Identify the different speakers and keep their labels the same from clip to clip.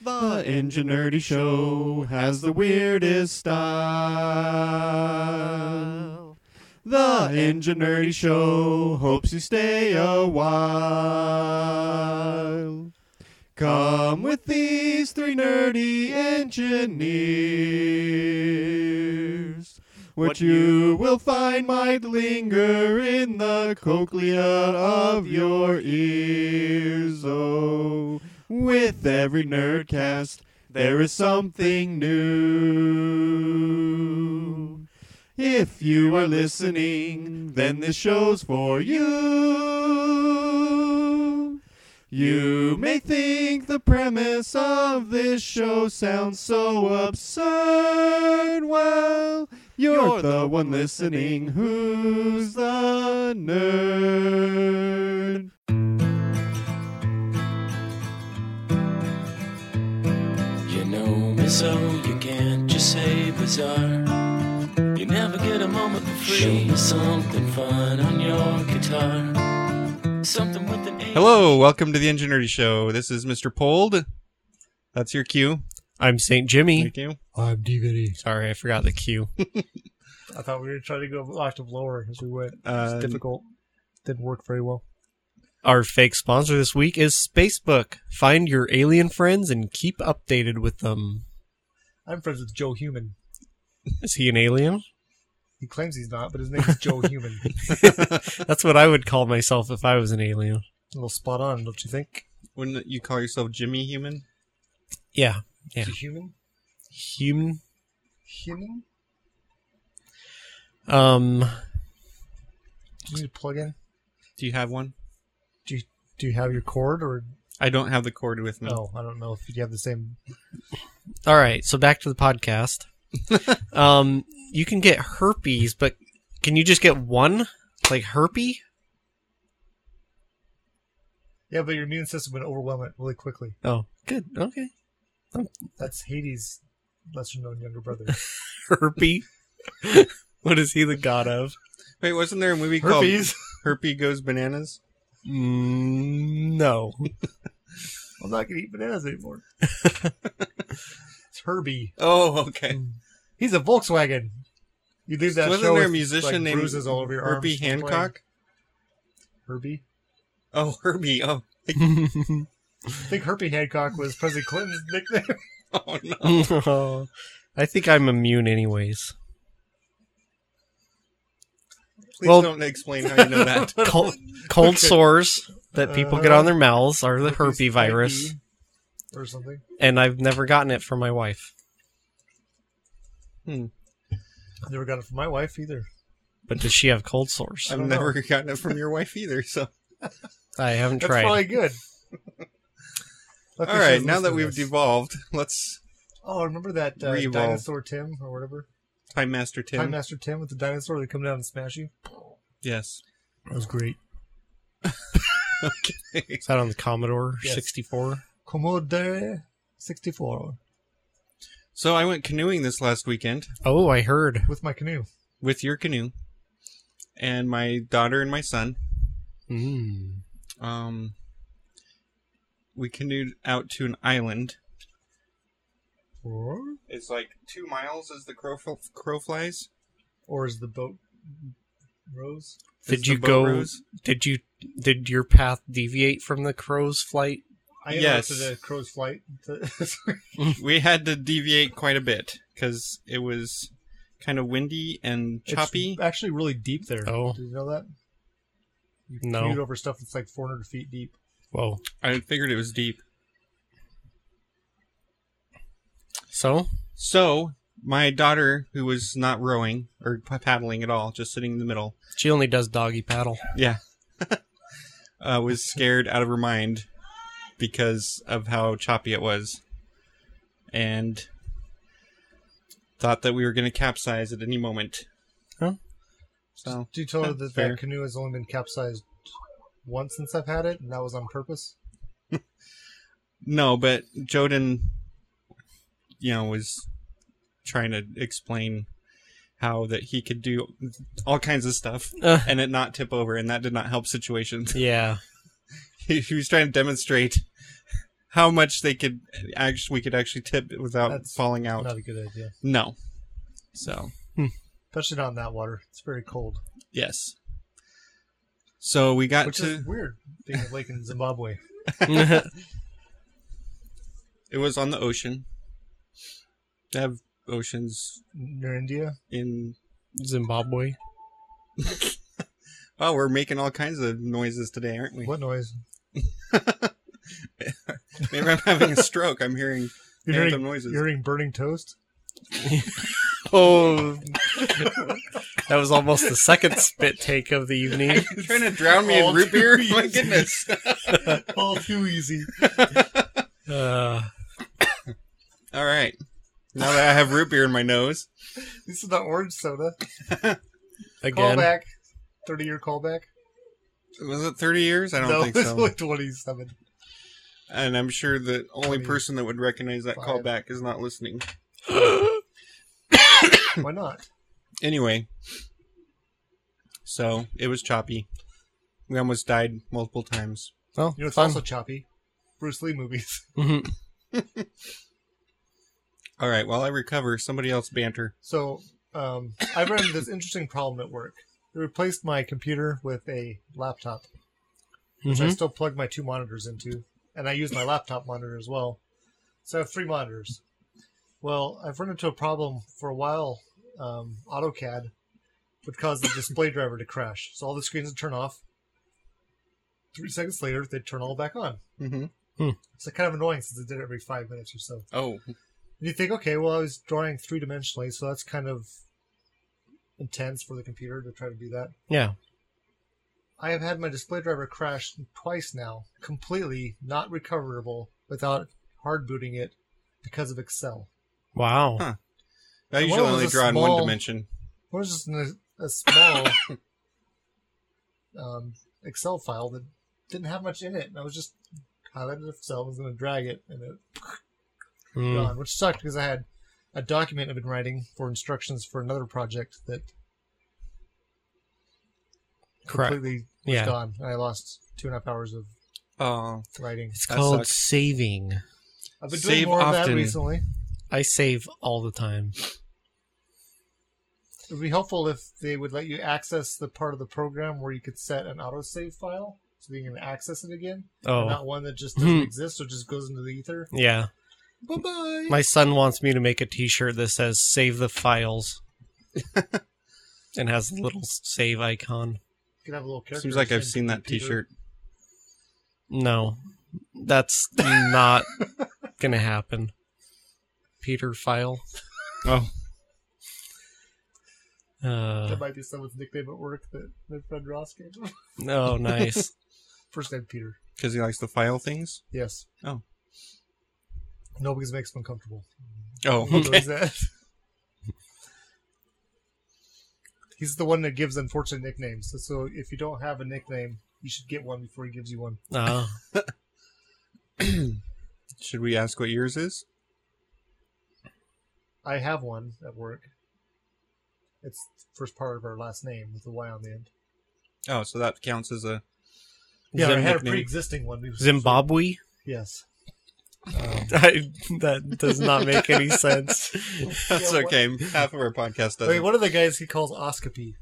Speaker 1: The Ingenuity Show has the weirdest style. The Ingenuity Show hopes you stay a while. Come with these three nerdy engineers. What you will find might linger in the cochlea of your ears. Oh, with every nerdcast, there is something new. If you are listening, then this show's for you. You may think the premise of this show sounds so absurd. Well, you're, the one listening who's the nerd.
Speaker 2: You know me so you can't just say bizarre. You never get a moment for free. Show me something fun on your guitar. Something with an A.
Speaker 1: Hello, welcome to the Ingenuity Show. This is Mr. Pold. That's your cue.
Speaker 3: I'm St. Jimmy.
Speaker 1: Thank you.
Speaker 4: I'm DVD.
Speaker 3: Sorry, I forgot the cue.
Speaker 4: I thought we were trying to go octave lower as we went.
Speaker 1: Uh,
Speaker 4: it's difficult. Didn't work very well.
Speaker 3: Our fake sponsor this week is Spacebook. Find your alien friends and keep updated with them.
Speaker 4: I'm friends with Joe Human.
Speaker 3: Is he an alien?
Speaker 4: He claims he's not, but his name is Joe Human.
Speaker 3: That's what I would call myself if I was an alien.
Speaker 4: A little spot on, don't you think?
Speaker 1: Wouldn't you call yourself Jimmy Human?
Speaker 3: Yeah. Yeah.
Speaker 4: Is he human?
Speaker 3: Human.
Speaker 4: Human?
Speaker 3: Um,
Speaker 4: Do you need a plug in?
Speaker 1: Do you have one?
Speaker 4: Do you, do you have your cord or
Speaker 1: I don't have the cord with me.
Speaker 4: no? I don't know if you have the same.
Speaker 3: all right, so back to the podcast. um, you can get herpes, but can you just get one? Like herpy?
Speaker 4: Yeah, but your immune system would overwhelm it really quickly.
Speaker 3: Oh, good. Okay.
Speaker 4: That's Hades' lesser known younger brother.
Speaker 3: Herpy. what is he the god of?
Speaker 1: Wait, wasn't there a movie
Speaker 4: Herpes.
Speaker 1: called Herpy Goes Bananas?
Speaker 3: Mm, no.
Speaker 4: I'm not going to eat bananas anymore. it's Herbie. Hmm.
Speaker 1: Oh, okay.
Speaker 4: He's a Volkswagen. You leave that
Speaker 1: wasn't
Speaker 4: show
Speaker 1: there a
Speaker 4: with,
Speaker 1: musician
Speaker 4: like,
Speaker 1: named
Speaker 4: bruises all over your arms
Speaker 1: Herbie
Speaker 4: from playing.
Speaker 1: Hancock?
Speaker 4: Herbie.
Speaker 1: Oh, Herbie. Oh,
Speaker 4: I think Herbie Hancock was President Clinton's nickname.
Speaker 1: oh no.
Speaker 3: I think I'm immune, anyways.
Speaker 1: Please
Speaker 3: Well-
Speaker 1: don't explain how you know that.
Speaker 3: Cold, cold sores that people get on their mouths are the herpes virus,
Speaker 4: E or something.
Speaker 3: and I've never gotten it from my wife.
Speaker 4: I never got it from my wife either.
Speaker 3: But does she have cold sores?
Speaker 1: I've
Speaker 4: don't
Speaker 1: never gotten it from your wife either. So,
Speaker 3: I haven't
Speaker 4: That's
Speaker 3: tried.
Speaker 4: probably good.
Speaker 1: all right. Now that we've devolved, let's
Speaker 4: oh, remember that uh,
Speaker 1: Revolve.
Speaker 4: dinosaur Tim or whatever
Speaker 1: Time Master Tim.
Speaker 4: Time Master Tim with the dinosaur that come down and smash you.
Speaker 1: yes.
Speaker 4: That was great.
Speaker 3: Is that on the Commodore
Speaker 4: Yes.
Speaker 3: 64?
Speaker 4: Commodore sixty four
Speaker 1: So I went canoeing this last weekend
Speaker 3: Oh, I heard.
Speaker 4: with my canoe.
Speaker 1: with your canoe, and my daughter and my son.
Speaker 4: Hmm.
Speaker 3: Mm.
Speaker 1: Um, we canoed out to an island.
Speaker 4: Or,
Speaker 1: It's like two miles as the crow, fl- crow flies.
Speaker 4: or is the boat rose?
Speaker 1: It's
Speaker 3: Did
Speaker 1: the
Speaker 3: you
Speaker 1: boat
Speaker 3: go?
Speaker 1: rose.
Speaker 3: Did you? Did your path deviate from the crow's flight?
Speaker 4: I
Speaker 1: Yes.
Speaker 4: interrupted the crow's flight.
Speaker 1: We had to deviate quite a bit because it was kind of windy and choppy.
Speaker 4: It's actually really deep there.
Speaker 3: Oh.
Speaker 4: Did you know that? You
Speaker 3: No.
Speaker 4: canoed over stuff that's like 400 feet deep.
Speaker 3: Whoa.
Speaker 1: I figured it was deep.
Speaker 3: So
Speaker 1: So my daughter, who was not rowing or p- paddling at all, just sitting in the middle,
Speaker 3: she only does doggy paddle.
Speaker 1: yeah, uh, was scared out of her mind
Speaker 5: because of how choppy it was, and thought that we were going to capsize at any moment.
Speaker 3: Huh?
Speaker 5: So
Speaker 4: Do you tell her that
Speaker 5: That's fair.
Speaker 4: that canoe has only been capsized once since I've had it, and that was on purpose?
Speaker 5: no, but Joden, you know, was trying to explain how that he could do all kinds of stuff
Speaker 3: Uh.
Speaker 5: and it not tip over, and that did not help situations.
Speaker 3: Yeah.
Speaker 5: he, he was trying to demonstrate how much they could actually we could actually tip without
Speaker 4: That's
Speaker 5: falling out.
Speaker 4: Not a good idea,
Speaker 5: no. So
Speaker 4: especially not in that water. It's very cold,
Speaker 5: yes. Uh, So we got
Speaker 4: which
Speaker 5: to
Speaker 4: is weird. Being a lake in Zimbabwe,
Speaker 5: it was on the ocean. They have oceans
Speaker 4: near India.
Speaker 5: in
Speaker 3: Zimbabwe.
Speaker 5: Oh, we're making all kinds of noises today, aren't we?
Speaker 4: What noise?
Speaker 5: Maybe I'm having a stroke. I'm hearing
Speaker 4: You're
Speaker 5: Phantom
Speaker 4: hearing,
Speaker 5: noises.
Speaker 4: you're hearing burning toast.
Speaker 3: Oh. that was almost the second spit take of the evening.
Speaker 5: You're trying to drown me in root beer. My goodness.
Speaker 4: All too easy.
Speaker 3: Uh,
Speaker 5: all right. Now that I have root beer in my nose,
Speaker 4: This is not orange soda.
Speaker 3: again.
Speaker 4: Callback. Thirty year callback.
Speaker 5: was it 30 years? I don't
Speaker 4: no,
Speaker 5: think
Speaker 4: it's
Speaker 5: so.
Speaker 4: like twenty seven.
Speaker 5: And I'm sure the only
Speaker 4: Twenty
Speaker 5: person that would recognize that
Speaker 4: five.
Speaker 5: callback is not listening.
Speaker 4: Why not?
Speaker 5: Anyway, so it was choppy. We almost died multiple times.
Speaker 3: Well,
Speaker 4: You know, it's
Speaker 3: fun.
Speaker 4: also choppy. Bruce Lee movies.
Speaker 3: Mhm.
Speaker 5: All right, while I recover, somebody else banter.
Speaker 4: So um, I ran into this interesting problem at work. They replaced my computer with a laptop, which I
Speaker 3: Mhm.
Speaker 4: still plug my two monitors into, and I use my laptop monitor as well. So I have three monitors. Well, I've run into a problem for a while. Um, AutoCAD would cause the display driver to crash, so all the screens would turn off. Three seconds later, they'd turn all back on.
Speaker 5: Mm-hmm.
Speaker 4: It's kind of annoying since it did it every five minutes or so.
Speaker 5: Oh,
Speaker 4: And you think, okay, well, I was drawing three dimensionally, so that's kind of intense for the computer to try to do that.
Speaker 3: Yeah.
Speaker 4: I have had my display driver crash twice now, completely not recoverable without hard booting it because of Excel.
Speaker 3: Wow.
Speaker 5: Huh. I
Speaker 4: And one
Speaker 5: usually
Speaker 4: was
Speaker 5: only
Speaker 4: a
Speaker 5: draw in one
Speaker 4: small-
Speaker 5: dimension.
Speaker 4: It was just an, a small um, Excel file that didn't have much in it, and I was just highlighted Excel, I was going to drag it, and it
Speaker 3: Mm.
Speaker 4: gone, which sucked because I had a document I've been writing for instructions for another project that
Speaker 3: Correct.
Speaker 4: completely was
Speaker 3: Yeah.
Speaker 4: gone, and I lost two and a half hours of uh,
Speaker 5: Oh,
Speaker 4: writing.
Speaker 3: It's
Speaker 5: That
Speaker 3: called
Speaker 5: sucks.
Speaker 3: saving.
Speaker 4: I've been
Speaker 5: Save
Speaker 4: doing more of that
Speaker 5: often.
Speaker 4: recently.
Speaker 3: I save all the time.
Speaker 4: It would be helpful if they would let you access the part of the program where you could set an autosave file so that you can access it again, and
Speaker 3: Oh.
Speaker 4: not one that just doesn't
Speaker 3: Hmm.
Speaker 4: exist or just goes into the ether.
Speaker 3: Yeah.
Speaker 5: Hmm.
Speaker 4: Bye bye.
Speaker 3: My son wants me to make a T-shirt that says "Save the files," and has a little save icon.
Speaker 4: Could have a little character.
Speaker 5: seems like I've
Speaker 4: saying
Speaker 5: seen that
Speaker 4: Peter.
Speaker 5: T-shirt.
Speaker 3: No, that's not gonna happen. Peter file.
Speaker 5: Oh,
Speaker 3: Uh,
Speaker 4: That might be someone's nickname at work that my friend Ross gave. him.
Speaker 3: oh, nice.
Speaker 4: First name Peter.
Speaker 5: because he likes to file things.
Speaker 4: Yes.
Speaker 5: Oh.
Speaker 4: No, because it makes them uncomfortable.
Speaker 5: Oh,
Speaker 4: He knows that. He's the one that gives unfortunate nicknames. So, so if you don't have a nickname, you should get one before he gives you one.
Speaker 3: Uh,
Speaker 5: should we ask what yours is?
Speaker 4: I have one at work. It's the first part of our last name with a Y on the end.
Speaker 5: Oh, so that counts as a
Speaker 4: Yeah, I
Speaker 5: Zim
Speaker 4: had a
Speaker 5: nickname.
Speaker 4: pre-existing one.
Speaker 3: Zimbabwe.
Speaker 4: Yes.
Speaker 3: I, that does not make any sense.
Speaker 5: That's
Speaker 4: Yeah, what-
Speaker 5: okay. Half of our podcast
Speaker 4: I mean,
Speaker 5: doesn't.
Speaker 4: one of the guys he calls Oscopy.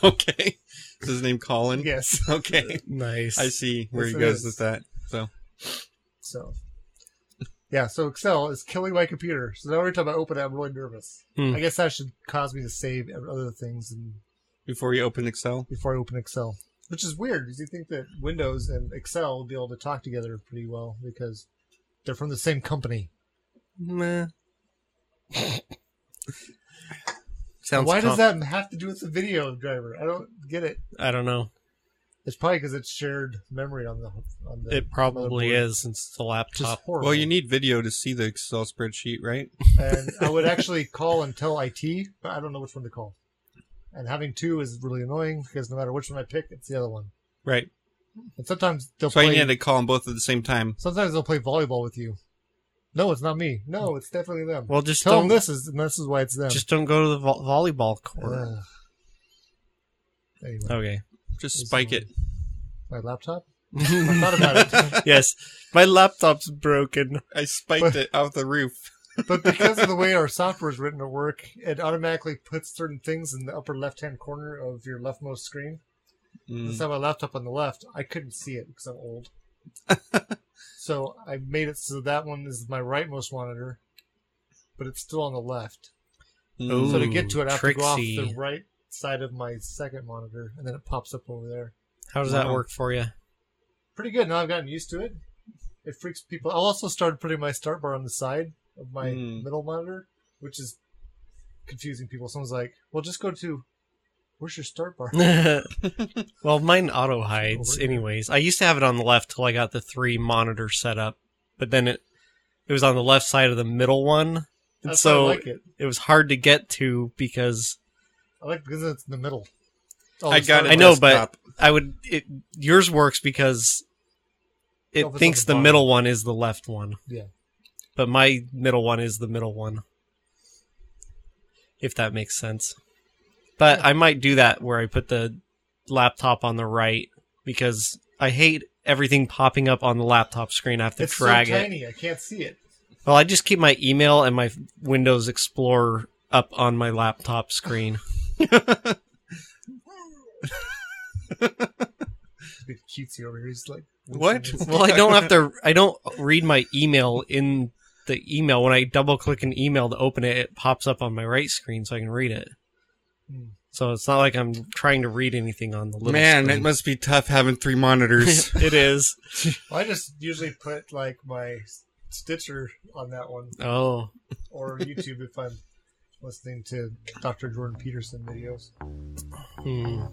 Speaker 5: okay. Is his name Colin?
Speaker 4: Yes.
Speaker 5: Okay.
Speaker 3: Nice.
Speaker 5: I see where
Speaker 4: Yes,
Speaker 5: he
Speaker 4: it
Speaker 5: goes
Speaker 4: is.
Speaker 5: with that. So
Speaker 4: So, yeah, so Excel is killing my computer. So now every time I open it, I'm really nervous.
Speaker 3: Hmm.
Speaker 4: I guess that should cause me to save other things and
Speaker 5: before you open Excel,
Speaker 4: before I open Excel, which is weird because you think that Windows and Excel would be able to talk together pretty well because they're from the same company.
Speaker 5: Meh.
Speaker 3: Sounds
Speaker 4: Why
Speaker 3: com-
Speaker 4: does that have to do with the video driver? I don't get it.
Speaker 3: I don't know.
Speaker 4: It's probably because it's shared memory on the on the.
Speaker 3: It probably
Speaker 4: motherboard.
Speaker 3: is since it's a
Speaker 4: Which is
Speaker 3: laptop.
Speaker 4: horrible.
Speaker 5: Well, you need video to see the Excel spreadsheet, right?
Speaker 4: and I would actually call and tell IT, but I don't know which one to call. And having two is really annoying because no matter which one I pick, it's the other one.
Speaker 5: Right.
Speaker 4: And sometimes they'll
Speaker 5: So I
Speaker 4: play.
Speaker 5: needed to call them both at the same time.
Speaker 4: Sometimes they'll play volleyball with you. No, it's not me. No, it's definitely them.
Speaker 3: Well, just
Speaker 4: tell them
Speaker 3: don't
Speaker 4: this is and this is why it's them.
Speaker 3: just don't go to the vo- volleyball court.
Speaker 4: Ugh. anyway,
Speaker 3: Okay.
Speaker 5: Just spike it.
Speaker 4: my laptop. I thought about it,
Speaker 3: Yes, my laptop's broken.
Speaker 5: I spiked it out the roof.
Speaker 4: but because of the way our software is written to work, it automatically puts certain things in the upper left-hand corner of your leftmost screen.
Speaker 5: Hmm.
Speaker 3: Hmm.
Speaker 4: Since I have my laptop on the left, I couldn't see it because I'm old. so I made it so that one is my rightmost monitor, but it's still on the left.
Speaker 5: Mm.
Speaker 4: so to get to it, I have to go off
Speaker 3: tricksy.
Speaker 4: the right side of my second monitor, and then it pops up over there.
Speaker 3: How does that work for you?
Speaker 4: Pretty good. Now I've gotten used to it. It freaks people. I also started putting my start bar on the side of my
Speaker 5: Mm.
Speaker 3: Hmm.
Speaker 4: middle monitor, which is confusing people. Someone's like, "Well, just go to where's your start bar?"
Speaker 3: well, mine auto hides.
Speaker 4: Over here.
Speaker 3: Anyways, I used to have it on the left till I got the three monitor set up, but then it it was on the left side of the middle one, and
Speaker 4: That's
Speaker 3: so
Speaker 4: why I like it.
Speaker 3: it was hard to get to because
Speaker 4: I like it because it's in the middle.
Speaker 5: I got it.
Speaker 3: I know,
Speaker 5: desktop.
Speaker 3: I would it yours works because it
Speaker 4: Oh, it's on
Speaker 3: thinks
Speaker 4: the
Speaker 3: the
Speaker 4: bottom.
Speaker 3: middle one is the left one.
Speaker 4: Yeah.
Speaker 3: But my middle one is the middle one. If that makes sense. But I might do that where I put the laptop on the right because I hate everything popping up on the laptop screen. I have to
Speaker 4: It's
Speaker 3: drag
Speaker 4: so
Speaker 3: it.
Speaker 4: tiny. I can't see it.
Speaker 3: Well, I just keep my email and my Windows Explorer up on my laptop screen.
Speaker 4: It's a bit cutesy over here. He's like,
Speaker 5: What?
Speaker 3: Well, I don't have to. I don't read my email in the email. When I double click an email to open it, it pops up on my right screen so I can read it.
Speaker 4: Hmm.
Speaker 3: So it's not like I'm trying to read anything on the little
Speaker 5: Man,
Speaker 3: screen.
Speaker 5: it must be tough having three monitors.
Speaker 3: it is.
Speaker 4: Well, I just usually put like my Stitcher on that one
Speaker 3: Oh,
Speaker 4: or YouTube if I'm listening to Dr. Jordan Peterson videos.
Speaker 3: hmm.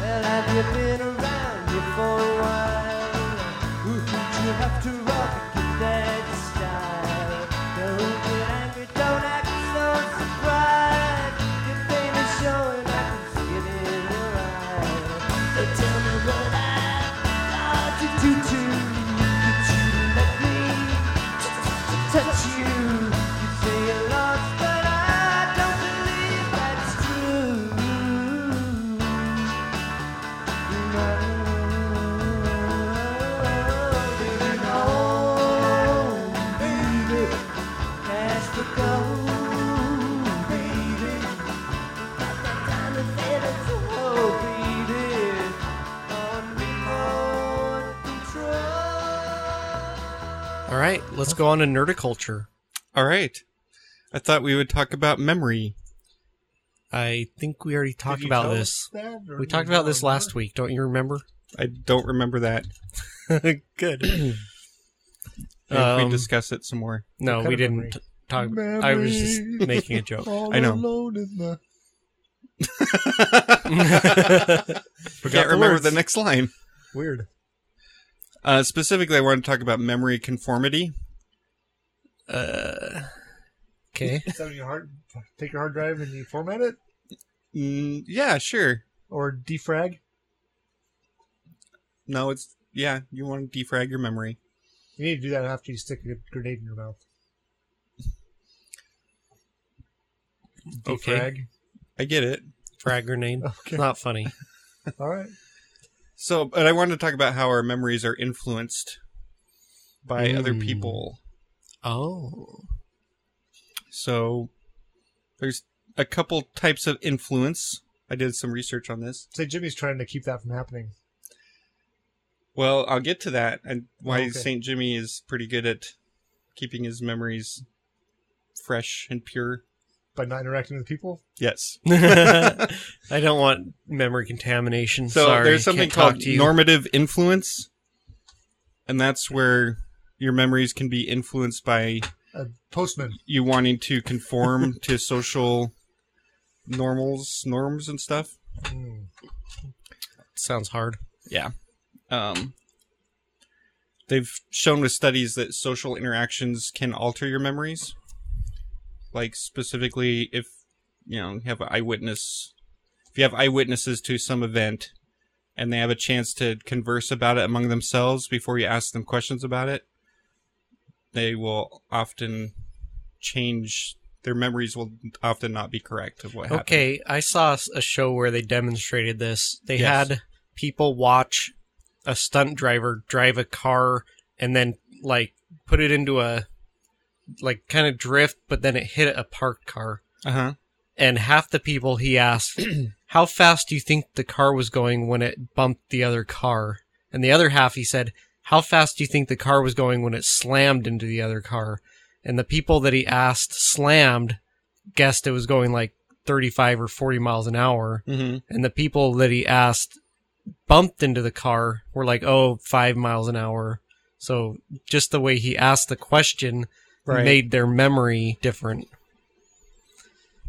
Speaker 6: Well, have you been around here for a while? Ooh, but you have to rock your dead style. Don't get angry, don't act so surprised. Your pain is showing, I can see it in your eyes. So tell me what I ought to do to get you to let me t- t- t- touch you. You say you're lost, but I don't believe that's true.
Speaker 3: all right. Let's go on to nerdiculture.
Speaker 5: All right. I thought we would talk about memory.
Speaker 3: I think we already talked
Speaker 4: Did you
Speaker 3: about
Speaker 4: tell
Speaker 3: this.
Speaker 4: us that, or
Speaker 3: We
Speaker 4: do
Speaker 3: talked
Speaker 4: you
Speaker 3: about
Speaker 4: not
Speaker 3: this last
Speaker 4: remember?
Speaker 3: week. Don't you remember?
Speaker 5: I don't remember that.
Speaker 3: Good.
Speaker 5: Maybe
Speaker 3: Um,
Speaker 5: we discuss it some more.
Speaker 3: No,
Speaker 4: What
Speaker 3: we
Speaker 4: kind of memory?
Speaker 3: didn't talk. I was just
Speaker 4: Memory.
Speaker 3: making a joke.
Speaker 4: All
Speaker 5: I know.
Speaker 4: alone in the-
Speaker 5: Can't
Speaker 4: the
Speaker 5: remember
Speaker 4: words.
Speaker 5: the next line.
Speaker 4: Weird.
Speaker 5: Uh, specifically, I want to talk about memory conformity.
Speaker 3: Okay.
Speaker 4: Is that when you hard, take your hard drive and you format it
Speaker 5: Mm, yeah, sure.
Speaker 4: or defrag?
Speaker 5: No, it's yeah. You want to defrag your memory.
Speaker 4: You need to do that after you stick a grenade in your mouth.
Speaker 3: Okay.
Speaker 4: Defrag.
Speaker 5: I get it.
Speaker 3: Frag grenade.
Speaker 4: Okay.
Speaker 3: Not funny.
Speaker 4: All right.
Speaker 5: So, but I wanted to talk about how our memories are influenced by other
Speaker 4: Hmm.
Speaker 3: Mm.
Speaker 5: people.
Speaker 3: Oh.
Speaker 5: So, there's a couple types of influence. I did some research on this.
Speaker 4: Say Jimmy's trying to keep that from happening.
Speaker 5: Well, I'll get to that and why
Speaker 4: Okay.
Speaker 5: St. Jimmy is pretty good at keeping his memories fresh and pure.
Speaker 4: By not interacting with people?
Speaker 5: Yes.
Speaker 3: I don't want memory contamination.
Speaker 5: So
Speaker 3: Sorry,
Speaker 5: there's something
Speaker 3: can't talk
Speaker 5: called
Speaker 3: to you.
Speaker 5: normative influence, and that's where your memories can be influenced by
Speaker 4: A postman.
Speaker 5: you wanting to conform to social normals, norms, and stuff.
Speaker 4: Hmm.
Speaker 3: Sounds hard.
Speaker 5: Yeah. Um, they've shown with studies that social interactions can alter your memories. Like specifically, if you know you have an eyewitness, if you have eyewitnesses to some event, and they have a chance to converse about it among themselves before you ask them questions about it, they will often change. Their memories will often not be correct of what happened.
Speaker 3: Okay, I saw s- a show where they demonstrated this. They
Speaker 5: Yes.
Speaker 3: had people watch a stunt driver drive a car and then like put it into a like kind of drift, but then it hit a parked car.
Speaker 5: Uh huh.
Speaker 3: And half the people he asked, "How fast do you think the car was going when it bumped the other car?" And the other half he said, "How fast do you think the car was going when it slammed into the other car?" And the people that he asked slammed guessed it was going like 35 or 40 miles an hour.
Speaker 5: Mm-hmm.
Speaker 3: And the people that he asked bumped into the car were like, oh, five miles an hour. So just the way he asked the question
Speaker 5: Right.
Speaker 3: made their memory different.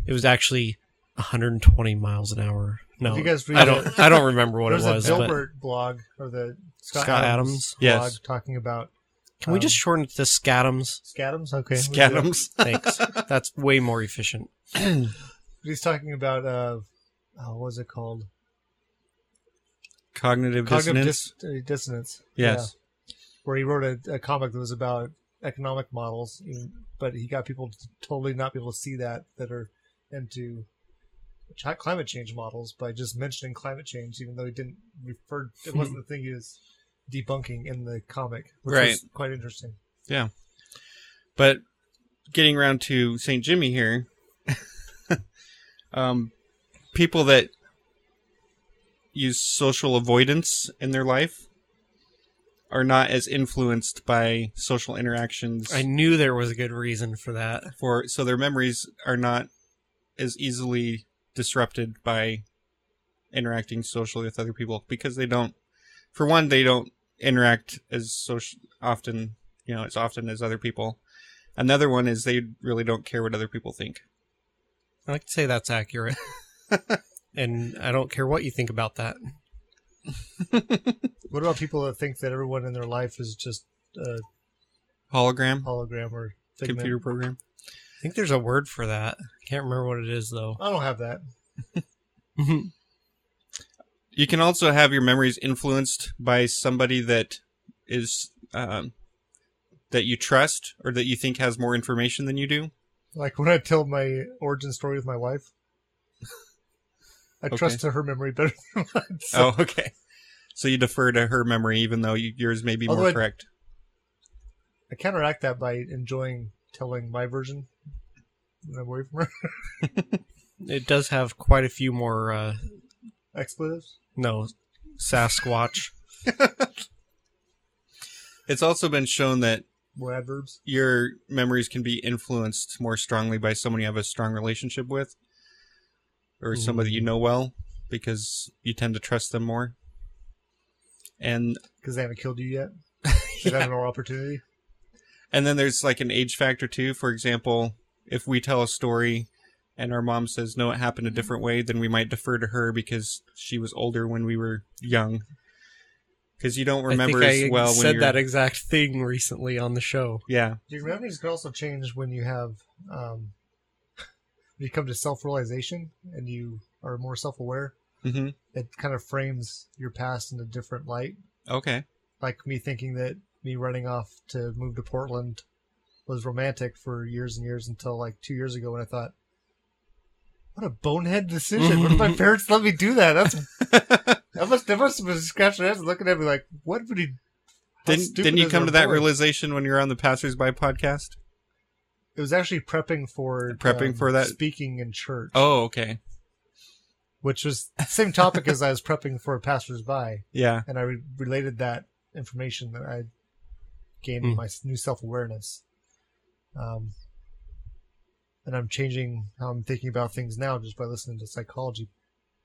Speaker 3: It was actually 120 miles an hour. No,
Speaker 4: Did you guys read
Speaker 3: I don't.
Speaker 4: it?
Speaker 3: I don't remember what
Speaker 4: There's
Speaker 3: it was.
Speaker 4: a
Speaker 3: But
Speaker 4: Dilbert blog or the Scott,
Speaker 3: Scott Adams?
Speaker 4: Adams, Um, blog
Speaker 5: Yes.
Speaker 4: talking about
Speaker 3: can we just shorten it to Scadams?
Speaker 4: Scadams. Okay, we'll do that.
Speaker 5: Scadams.
Speaker 3: Thanks. That's way more efficient.
Speaker 4: He's talking about uh, oh, what was it called?
Speaker 5: Cognitive,
Speaker 4: Cognitive
Speaker 5: dissonance.
Speaker 4: dis- uh, dissonance.
Speaker 5: Yes.
Speaker 4: Yeah. Where he wrote a, a comic that was about economic models, you- but he got people to totally not be able to see that that are into chi- climate change models by just mentioning climate change, even though he didn't refer. It wasn't the thing he was debunking in the comic, which was quite interesting.
Speaker 5: Yeah. But getting around to St. Jimmy here, um, people that use social avoidance in their life are not as influenced by social interactions
Speaker 3: I knew there was a good reason for that.
Speaker 5: for so their memories are not as easily disrupted by interacting socially with other people because they don't for one they don't interact as social often you know as often as other people another one is they really don't care what other people think
Speaker 3: I like to say that's accurate. and I don't care what you think about that.
Speaker 4: What about people that think that everyone in their life is just a
Speaker 5: hologram
Speaker 4: hologram or figment?
Speaker 5: computer program
Speaker 3: I think there's a word for that. I can't remember what it is though.
Speaker 4: I don't have that.
Speaker 5: Mm-hmm. you can also have your memories influenced by somebody that is um, that you trust or that you think has more information than you do
Speaker 4: Like when I tell my origin story with my wife, I
Speaker 5: Okay.
Speaker 4: trust to her memory better than mine. So
Speaker 5: oh, okay. So you defer to her memory, even though you, yours may be
Speaker 4: Although
Speaker 5: more
Speaker 4: I-
Speaker 5: correct.
Speaker 4: I counteract that by enjoying telling my version when I'm away from her.
Speaker 3: It does have quite a few more uh
Speaker 4: Expletives.
Speaker 3: no Sasquatch.
Speaker 5: It's also been shown that
Speaker 4: More adverbs.
Speaker 5: your memories can be influenced more strongly by someone you have a strong relationship with, or somebody
Speaker 3: Mm.
Speaker 5: you know well, because you tend to trust them more. And
Speaker 4: Because they haven't killed you yet. They've had an oral opportunity.
Speaker 5: and then there's like an age factor too. For example, if we tell a story and our mom says no, it happened a different way, then we might defer to her because she was older when we were young. Because you don't remember
Speaker 3: I think
Speaker 5: as
Speaker 3: I
Speaker 5: well when
Speaker 3: said
Speaker 5: you're
Speaker 3: that exact thing recently on the show.
Speaker 5: Yeah.
Speaker 4: Your memories can also change when you have, um, when you come to self realization and you are more self aware.
Speaker 5: Mm-hmm.
Speaker 4: It kind of frames your past in a different light.
Speaker 5: Okay.
Speaker 4: like me thinking that me running off to move to Portland was romantic for years and years until like two years ago when I thought, what a bonehead decision. What if my parents let me do that? That's I must, they must have been scratching their heads and looking at me like, what would he? how
Speaker 5: Didn't,
Speaker 4: stupid
Speaker 5: didn't you
Speaker 4: is
Speaker 5: come
Speaker 4: our
Speaker 5: to that
Speaker 4: boy?
Speaker 5: realization when you were on the Passersby podcast?
Speaker 4: It was actually prepping for um,
Speaker 5: Prepping for that-
Speaker 4: speaking in church,
Speaker 5: Oh, okay.
Speaker 4: which was the same topic as I was prepping for passersby,
Speaker 5: Yeah.
Speaker 4: and I re- related that information that I gained
Speaker 3: Hmm.
Speaker 4: my s- new self awareness. Um, and I'm changing how I'm thinking about things now just by listening to psychology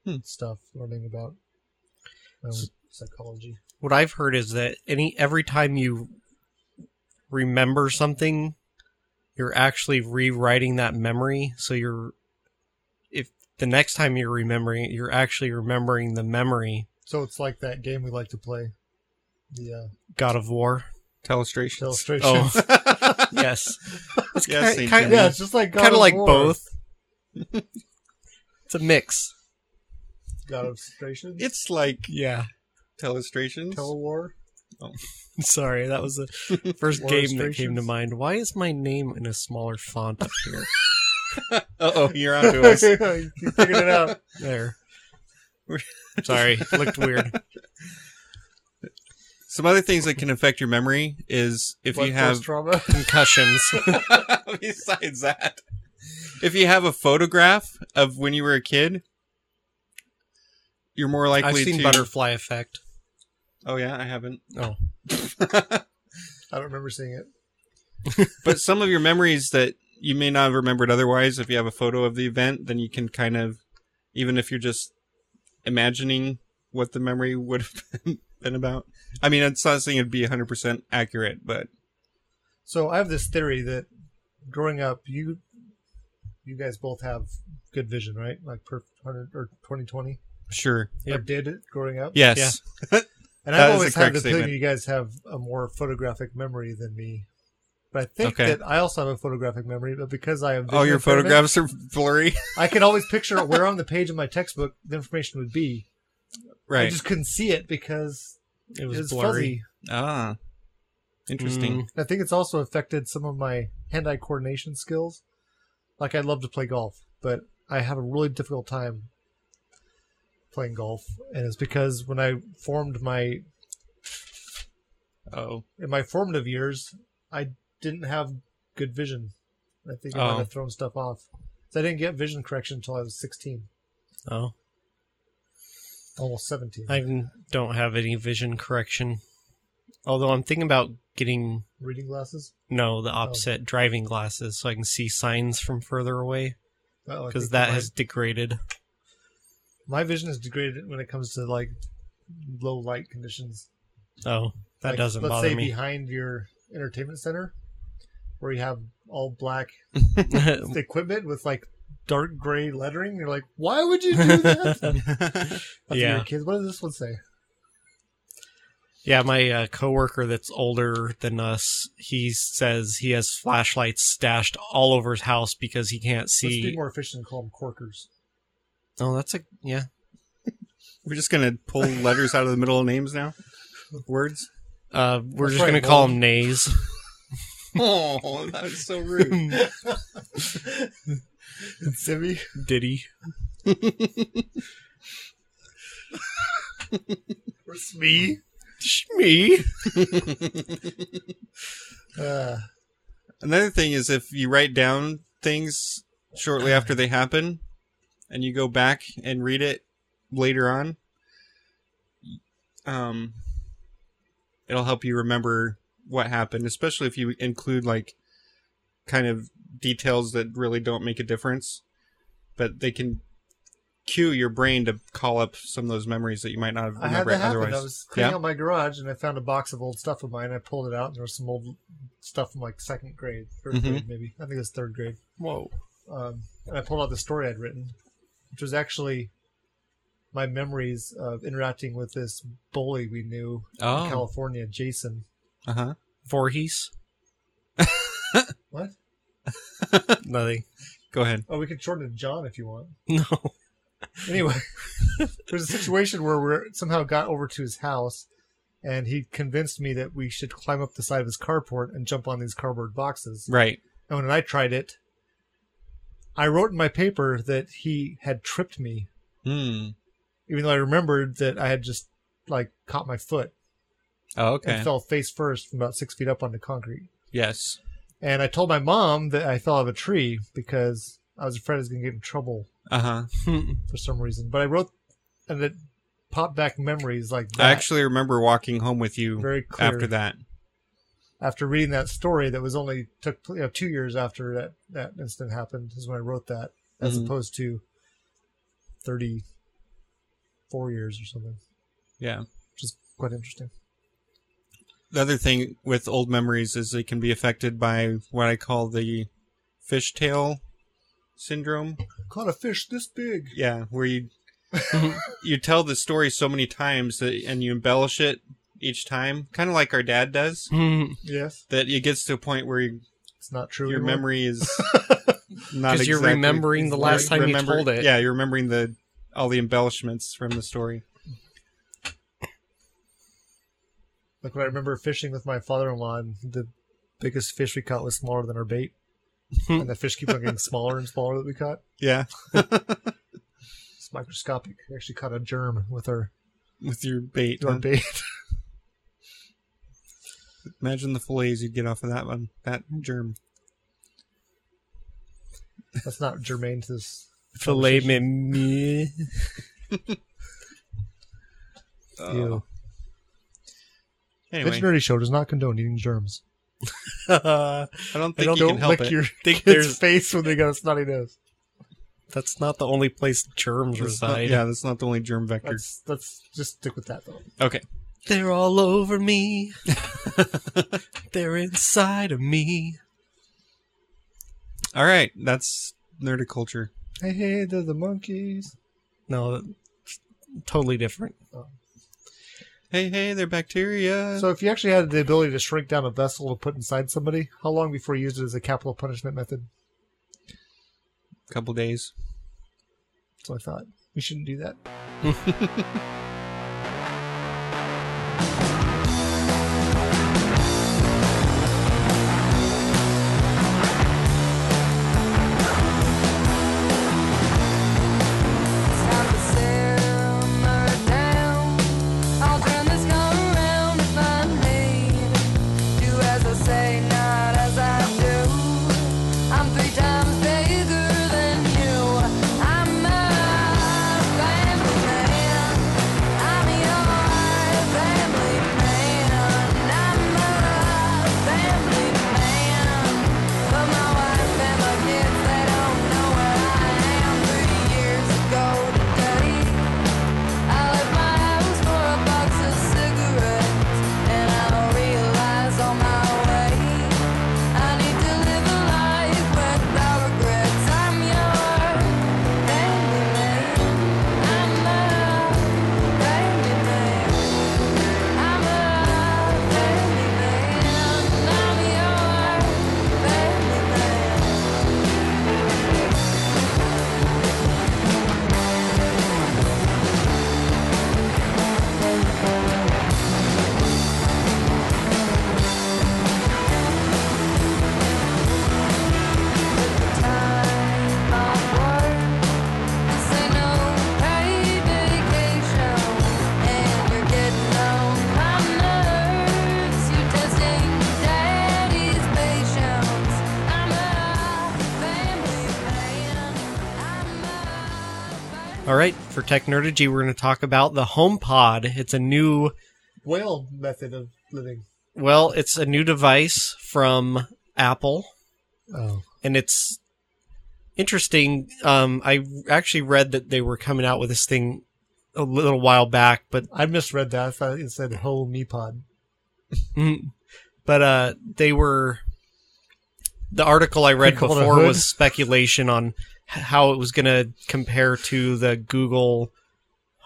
Speaker 5: Hmm.
Speaker 4: stuff, learning about um, psychology.
Speaker 3: what I've heard is that any every time you remember something, you're actually rewriting that memory. So you're if the next time you're remembering it, you're actually remembering the memory.
Speaker 4: So it's like that game we like to play, the uh,
Speaker 3: God of War. oh.
Speaker 5: Telestrations.
Speaker 4: illustrations.
Speaker 3: Yes. It's
Speaker 5: Yes,
Speaker 3: ki-
Speaker 5: Saint
Speaker 3: kind,
Speaker 5: Jimmy.
Speaker 4: yeah, it's just like God
Speaker 3: kind of like
Speaker 4: War.
Speaker 3: both. it's a mix.
Speaker 4: God of Illustrations,
Speaker 5: It's like
Speaker 3: Yeah.
Speaker 5: telestrations.
Speaker 4: Telewar.
Speaker 3: Sorry, that was the first
Speaker 4: War
Speaker 3: game that came to
Speaker 4: Illustrations.
Speaker 3: mind. Why is my name in a smaller font up here?
Speaker 5: oh, you're onto us.
Speaker 4: you figured it out.
Speaker 3: there. Sorry, looked weird.
Speaker 5: Some other things that can affect your memory is if
Speaker 4: Blood
Speaker 5: you
Speaker 4: force
Speaker 5: have
Speaker 4: trauma.
Speaker 3: Concussions.
Speaker 5: besides that if you have a photograph of when you were a kid you're more likely
Speaker 3: I've seen
Speaker 5: to
Speaker 3: butterfly effect.
Speaker 5: oh yeah i haven't
Speaker 3: Oh,
Speaker 4: I don't remember seeing it.
Speaker 5: but some of your memories that you may not have remembered otherwise if you have a photo of the event then you can kind of even if you're just imagining what the memory would have been, been about i mean it's not saying it'd be 100% accurate but
Speaker 4: So I have this theory that growing up, you you guys both have good vision, right? Like per hundred or twenty twenty.
Speaker 5: sure
Speaker 4: I did it growing up.
Speaker 5: yes
Speaker 4: and
Speaker 5: that
Speaker 4: I've
Speaker 5: is a
Speaker 4: always had
Speaker 5: correct
Speaker 4: the feeling
Speaker 5: statement.
Speaker 4: you guys have a more photographic memory than me. But I think
Speaker 5: Okay.
Speaker 4: that I also have a photographic memory, but because I have visual
Speaker 5: all your
Speaker 4: impairment,
Speaker 5: photographs are blurry
Speaker 4: I can always picture where on the page of my textbook the information would be. I
Speaker 5: right
Speaker 4: just couldn't see it because
Speaker 3: it
Speaker 4: it
Speaker 3: was,
Speaker 4: was,
Speaker 3: blurry.
Speaker 4: fuzzy.
Speaker 5: ah interesting
Speaker 3: Mm.
Speaker 4: I think it's also affected some of my hand-eye coordination skills. Like I love to play golf, but I have a really difficult time playing golf, and it's because when I formed my
Speaker 5: oh
Speaker 4: in my formative years, I didn't have good vision. I think I
Speaker 5: Oh.
Speaker 4: might have thrown stuff off. So I didn't get vision correction until I was 16,
Speaker 3: Oh,
Speaker 4: almost 17.
Speaker 3: I n- don't have any vision correction. Although I'm thinking about getting
Speaker 4: Reading glasses?
Speaker 3: no the
Speaker 5: Oh.
Speaker 3: opposite driving glasses so I can see signs from further away
Speaker 4: Uh-oh, Uh, I
Speaker 3: because
Speaker 4: think
Speaker 3: that
Speaker 4: my-
Speaker 3: has degraded.
Speaker 4: my vision is degraded when it comes to like low light conditions.
Speaker 3: Oh, that
Speaker 4: Like,
Speaker 3: doesn't
Speaker 4: let's
Speaker 3: bother
Speaker 4: say
Speaker 3: me.
Speaker 4: behind your entertainment center where you have all black equipment with like dark gray lettering you're like why would you do that That's
Speaker 3: Yeah.
Speaker 4: your kids what does this one say
Speaker 3: yeah, my uh, coworker that's older than us, he says he has flashlights stashed all over his house because he can't
Speaker 4: let's be
Speaker 3: see.
Speaker 4: more efficient and call them corkers
Speaker 3: Oh, that's a yeah.
Speaker 5: We're just gonna pull letters out of the middle of names now. Words.
Speaker 3: Uh, we're
Speaker 4: That's
Speaker 3: just
Speaker 4: right,
Speaker 3: gonna call
Speaker 4: well-
Speaker 3: him Nays.
Speaker 5: Oh, that was so rude.
Speaker 4: Zimmy.
Speaker 3: Diddy.
Speaker 4: or Smee.
Speaker 3: Me.
Speaker 4: Uh,
Speaker 5: Another thing is if you write down things shortly
Speaker 4: Uh-huh.
Speaker 5: after they happen, and you go back and read it later on, um, it'll help you remember what happened, especially if you include like kind of details that really don't make a difference, but they can cue your brain to call up some of those memories that you might not have
Speaker 4: I had
Speaker 5: remembered
Speaker 4: that happen.
Speaker 5: otherwise.
Speaker 4: I was cleaning
Speaker 5: Yeah?
Speaker 4: out my garage and I found a box of old stuff of mine. I pulled it out and there was some old stuff from like second grade, 3rd
Speaker 5: Mhm.
Speaker 4: grade maybe. I think it was third grade.
Speaker 3: Whoa.
Speaker 4: um, and I pulled out the story I'd written, which was actually my memories of interacting with this bully we knew in
Speaker 5: Oh,
Speaker 4: California, Jason.
Speaker 5: uh huh.
Speaker 3: Voorhees.
Speaker 4: What?
Speaker 3: Nothing.
Speaker 5: Go ahead.
Speaker 4: Oh, we could shorten it to John if you want.
Speaker 3: No.
Speaker 4: Anyway, there's a situation where we somehow got over to his house, and he convinced me that we should climb up the side of his carport and jump on these cardboard boxes.
Speaker 5: Right.
Speaker 4: And when I tried it, I wrote in my paper that he had tripped me,
Speaker 5: Hmm.
Speaker 4: even though I remembered that I had just like caught my foot
Speaker 5: Oh, okay.
Speaker 4: and fell face first from about six feet up onto concrete.
Speaker 5: yes.
Speaker 4: And I told my mom that I fell out of a tree because I was afraid I was going to get in trouble
Speaker 5: Uh huh.
Speaker 4: for some reason. But I wrote, and it popped back memories like that
Speaker 5: I actually remember walking home with you
Speaker 4: Very clear.
Speaker 5: after that.
Speaker 4: after reading that story that was only took you know, two years after that, that incident happened is when I wrote that, as
Speaker 5: Mhm.
Speaker 4: opposed to 34 years or something,
Speaker 5: Yeah.
Speaker 4: which is quite interesting.
Speaker 5: The other thing with old memories is they can be affected by what I call the fishtail syndrome.
Speaker 4: Caught a fish this big.
Speaker 5: Yeah, where you you tell the story so many times that, and you embellish it each time, kind of like our dad does.
Speaker 4: Yes,
Speaker 5: That it gets to a point where you,
Speaker 4: it's not true.
Speaker 5: your
Speaker 4: anymore.
Speaker 5: memory is not
Speaker 3: Because you're
Speaker 5: exactly-
Speaker 3: remembering the last time you
Speaker 5: remember-
Speaker 3: told it.
Speaker 5: Yeah, you're remembering the all the embellishments from the story.
Speaker 4: Like when I remember fishing with my father-in-law, and the biggest fish we caught was smaller than our bait, and the fish keep on getting smaller and smaller that we caught.
Speaker 5: Yeah,
Speaker 4: It's microscopic. We actually caught a germ with our,
Speaker 5: with your bait.
Speaker 4: our bait.
Speaker 5: Imagine the fillets you'd get off of that one, that germ.
Speaker 4: That's not germane to this.
Speaker 3: Filet mignon.
Speaker 4: Ew.
Speaker 5: Uh, Anyway,
Speaker 4: Pitch Nerdy Show does not condone eating germs.
Speaker 5: I
Speaker 4: I
Speaker 5: don't think you
Speaker 4: don't
Speaker 5: can help
Speaker 4: lick
Speaker 5: it.
Speaker 4: your
Speaker 3: Think
Speaker 4: kid's
Speaker 3: there's-
Speaker 4: face when they got a snotty nose.
Speaker 3: That's not the only place germs
Speaker 5: That's not-
Speaker 3: reside.
Speaker 5: yeah, that's not the only germ vector.
Speaker 4: Let's let's just stick with that though.
Speaker 5: Okay.
Speaker 3: They're all over me. They're inside of me.
Speaker 5: All right, that's nerdiculture.
Speaker 4: Hey, hey, they're the monkeys.
Speaker 3: No, that's totally different.
Speaker 5: Hey, hey, they're bacteria.
Speaker 4: So, if you actually had the ability to shrink down a vessel to put inside somebody, how long before you used it as a capital punishment method?
Speaker 5: couple days.
Speaker 4: That's what I thought. We shouldn't do that.
Speaker 3: All right, for Tech Nerdigy, we're going to talk about the HomePod. It's a new,
Speaker 4: Whale method of living.
Speaker 3: well, it's a new device from Apple,
Speaker 4: Oh,
Speaker 3: and it's interesting. Um, I actually read that they were coming out with this thing a little while back, but
Speaker 4: I misread that. I thought it said whole me pod.
Speaker 3: Mm. but uh, they were the article I read
Speaker 4: Think about a
Speaker 3: before
Speaker 4: hood.
Speaker 3: was speculation on h- how it was going to compare to the Google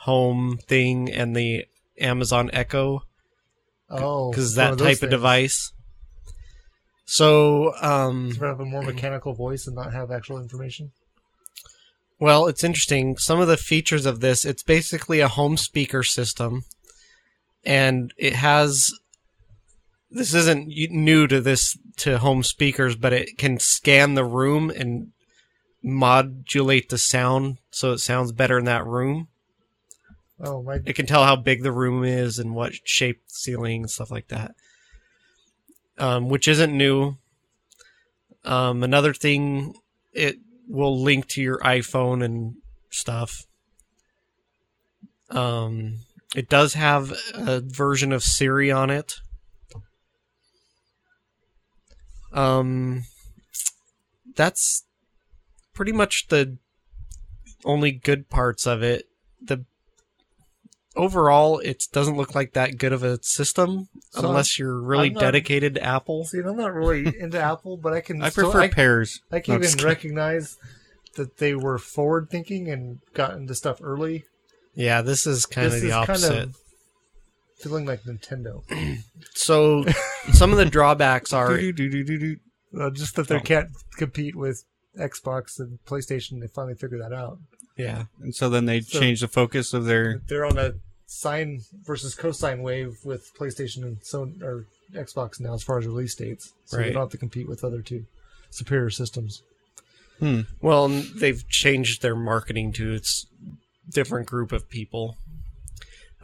Speaker 3: Home thing and the Amazon Echo
Speaker 4: Oh,
Speaker 3: because
Speaker 4: one
Speaker 3: that
Speaker 4: those
Speaker 3: type of
Speaker 4: things.
Speaker 3: device. So, um,
Speaker 4: To have a more mechanical voice and not have actual information.
Speaker 3: Well, it's interesting. Some of the features of this, it's basically a home speaker system. and it has. This isn't y- new to this to home speakers, but it can scan the room and modulate the sound so it sounds better in that room.
Speaker 4: Oh, my
Speaker 3: It can tell how big the room is and what shape the ceiling and stuff like that, um, which isn't new. Um, another thing, it will link to your iPhone and stuff. Um, it does have a version of Siri on it. Um, that's pretty much the only good parts of it. The overall, it doesn't look like that good of a system
Speaker 4: So
Speaker 3: unless you're really
Speaker 4: I'm not-
Speaker 3: dedicated to Apple.
Speaker 4: See, and I'm not really into Apple, but I can.
Speaker 5: I
Speaker 4: still-
Speaker 5: prefer
Speaker 4: I,
Speaker 5: pears.
Speaker 4: I
Speaker 5: No,
Speaker 4: can
Speaker 5: I'm just
Speaker 4: even
Speaker 5: kidding.
Speaker 4: recognize that they were forward thinking and got into stuff early.
Speaker 3: Yeah, this is kind of
Speaker 4: This
Speaker 3: the
Speaker 4: is kind of-
Speaker 3: opposite.
Speaker 4: Feeling like Nintendo.
Speaker 3: So, some of the drawbacks are
Speaker 5: Do-do-do-do-do-do.
Speaker 4: Uh, just that they can't compete with Xbox and PlayStation. They finally figured that out.
Speaker 3: yeah.
Speaker 5: And so then they
Speaker 4: So-
Speaker 5: change the focus of their.
Speaker 4: They're on a sine versus cosine wave with PlayStation and Sony or Xbox now as far as release dates. So
Speaker 3: Right.
Speaker 4: they don't have to compete with other two superior systems.
Speaker 3: Well, and they've changed their marketing to its different group of people.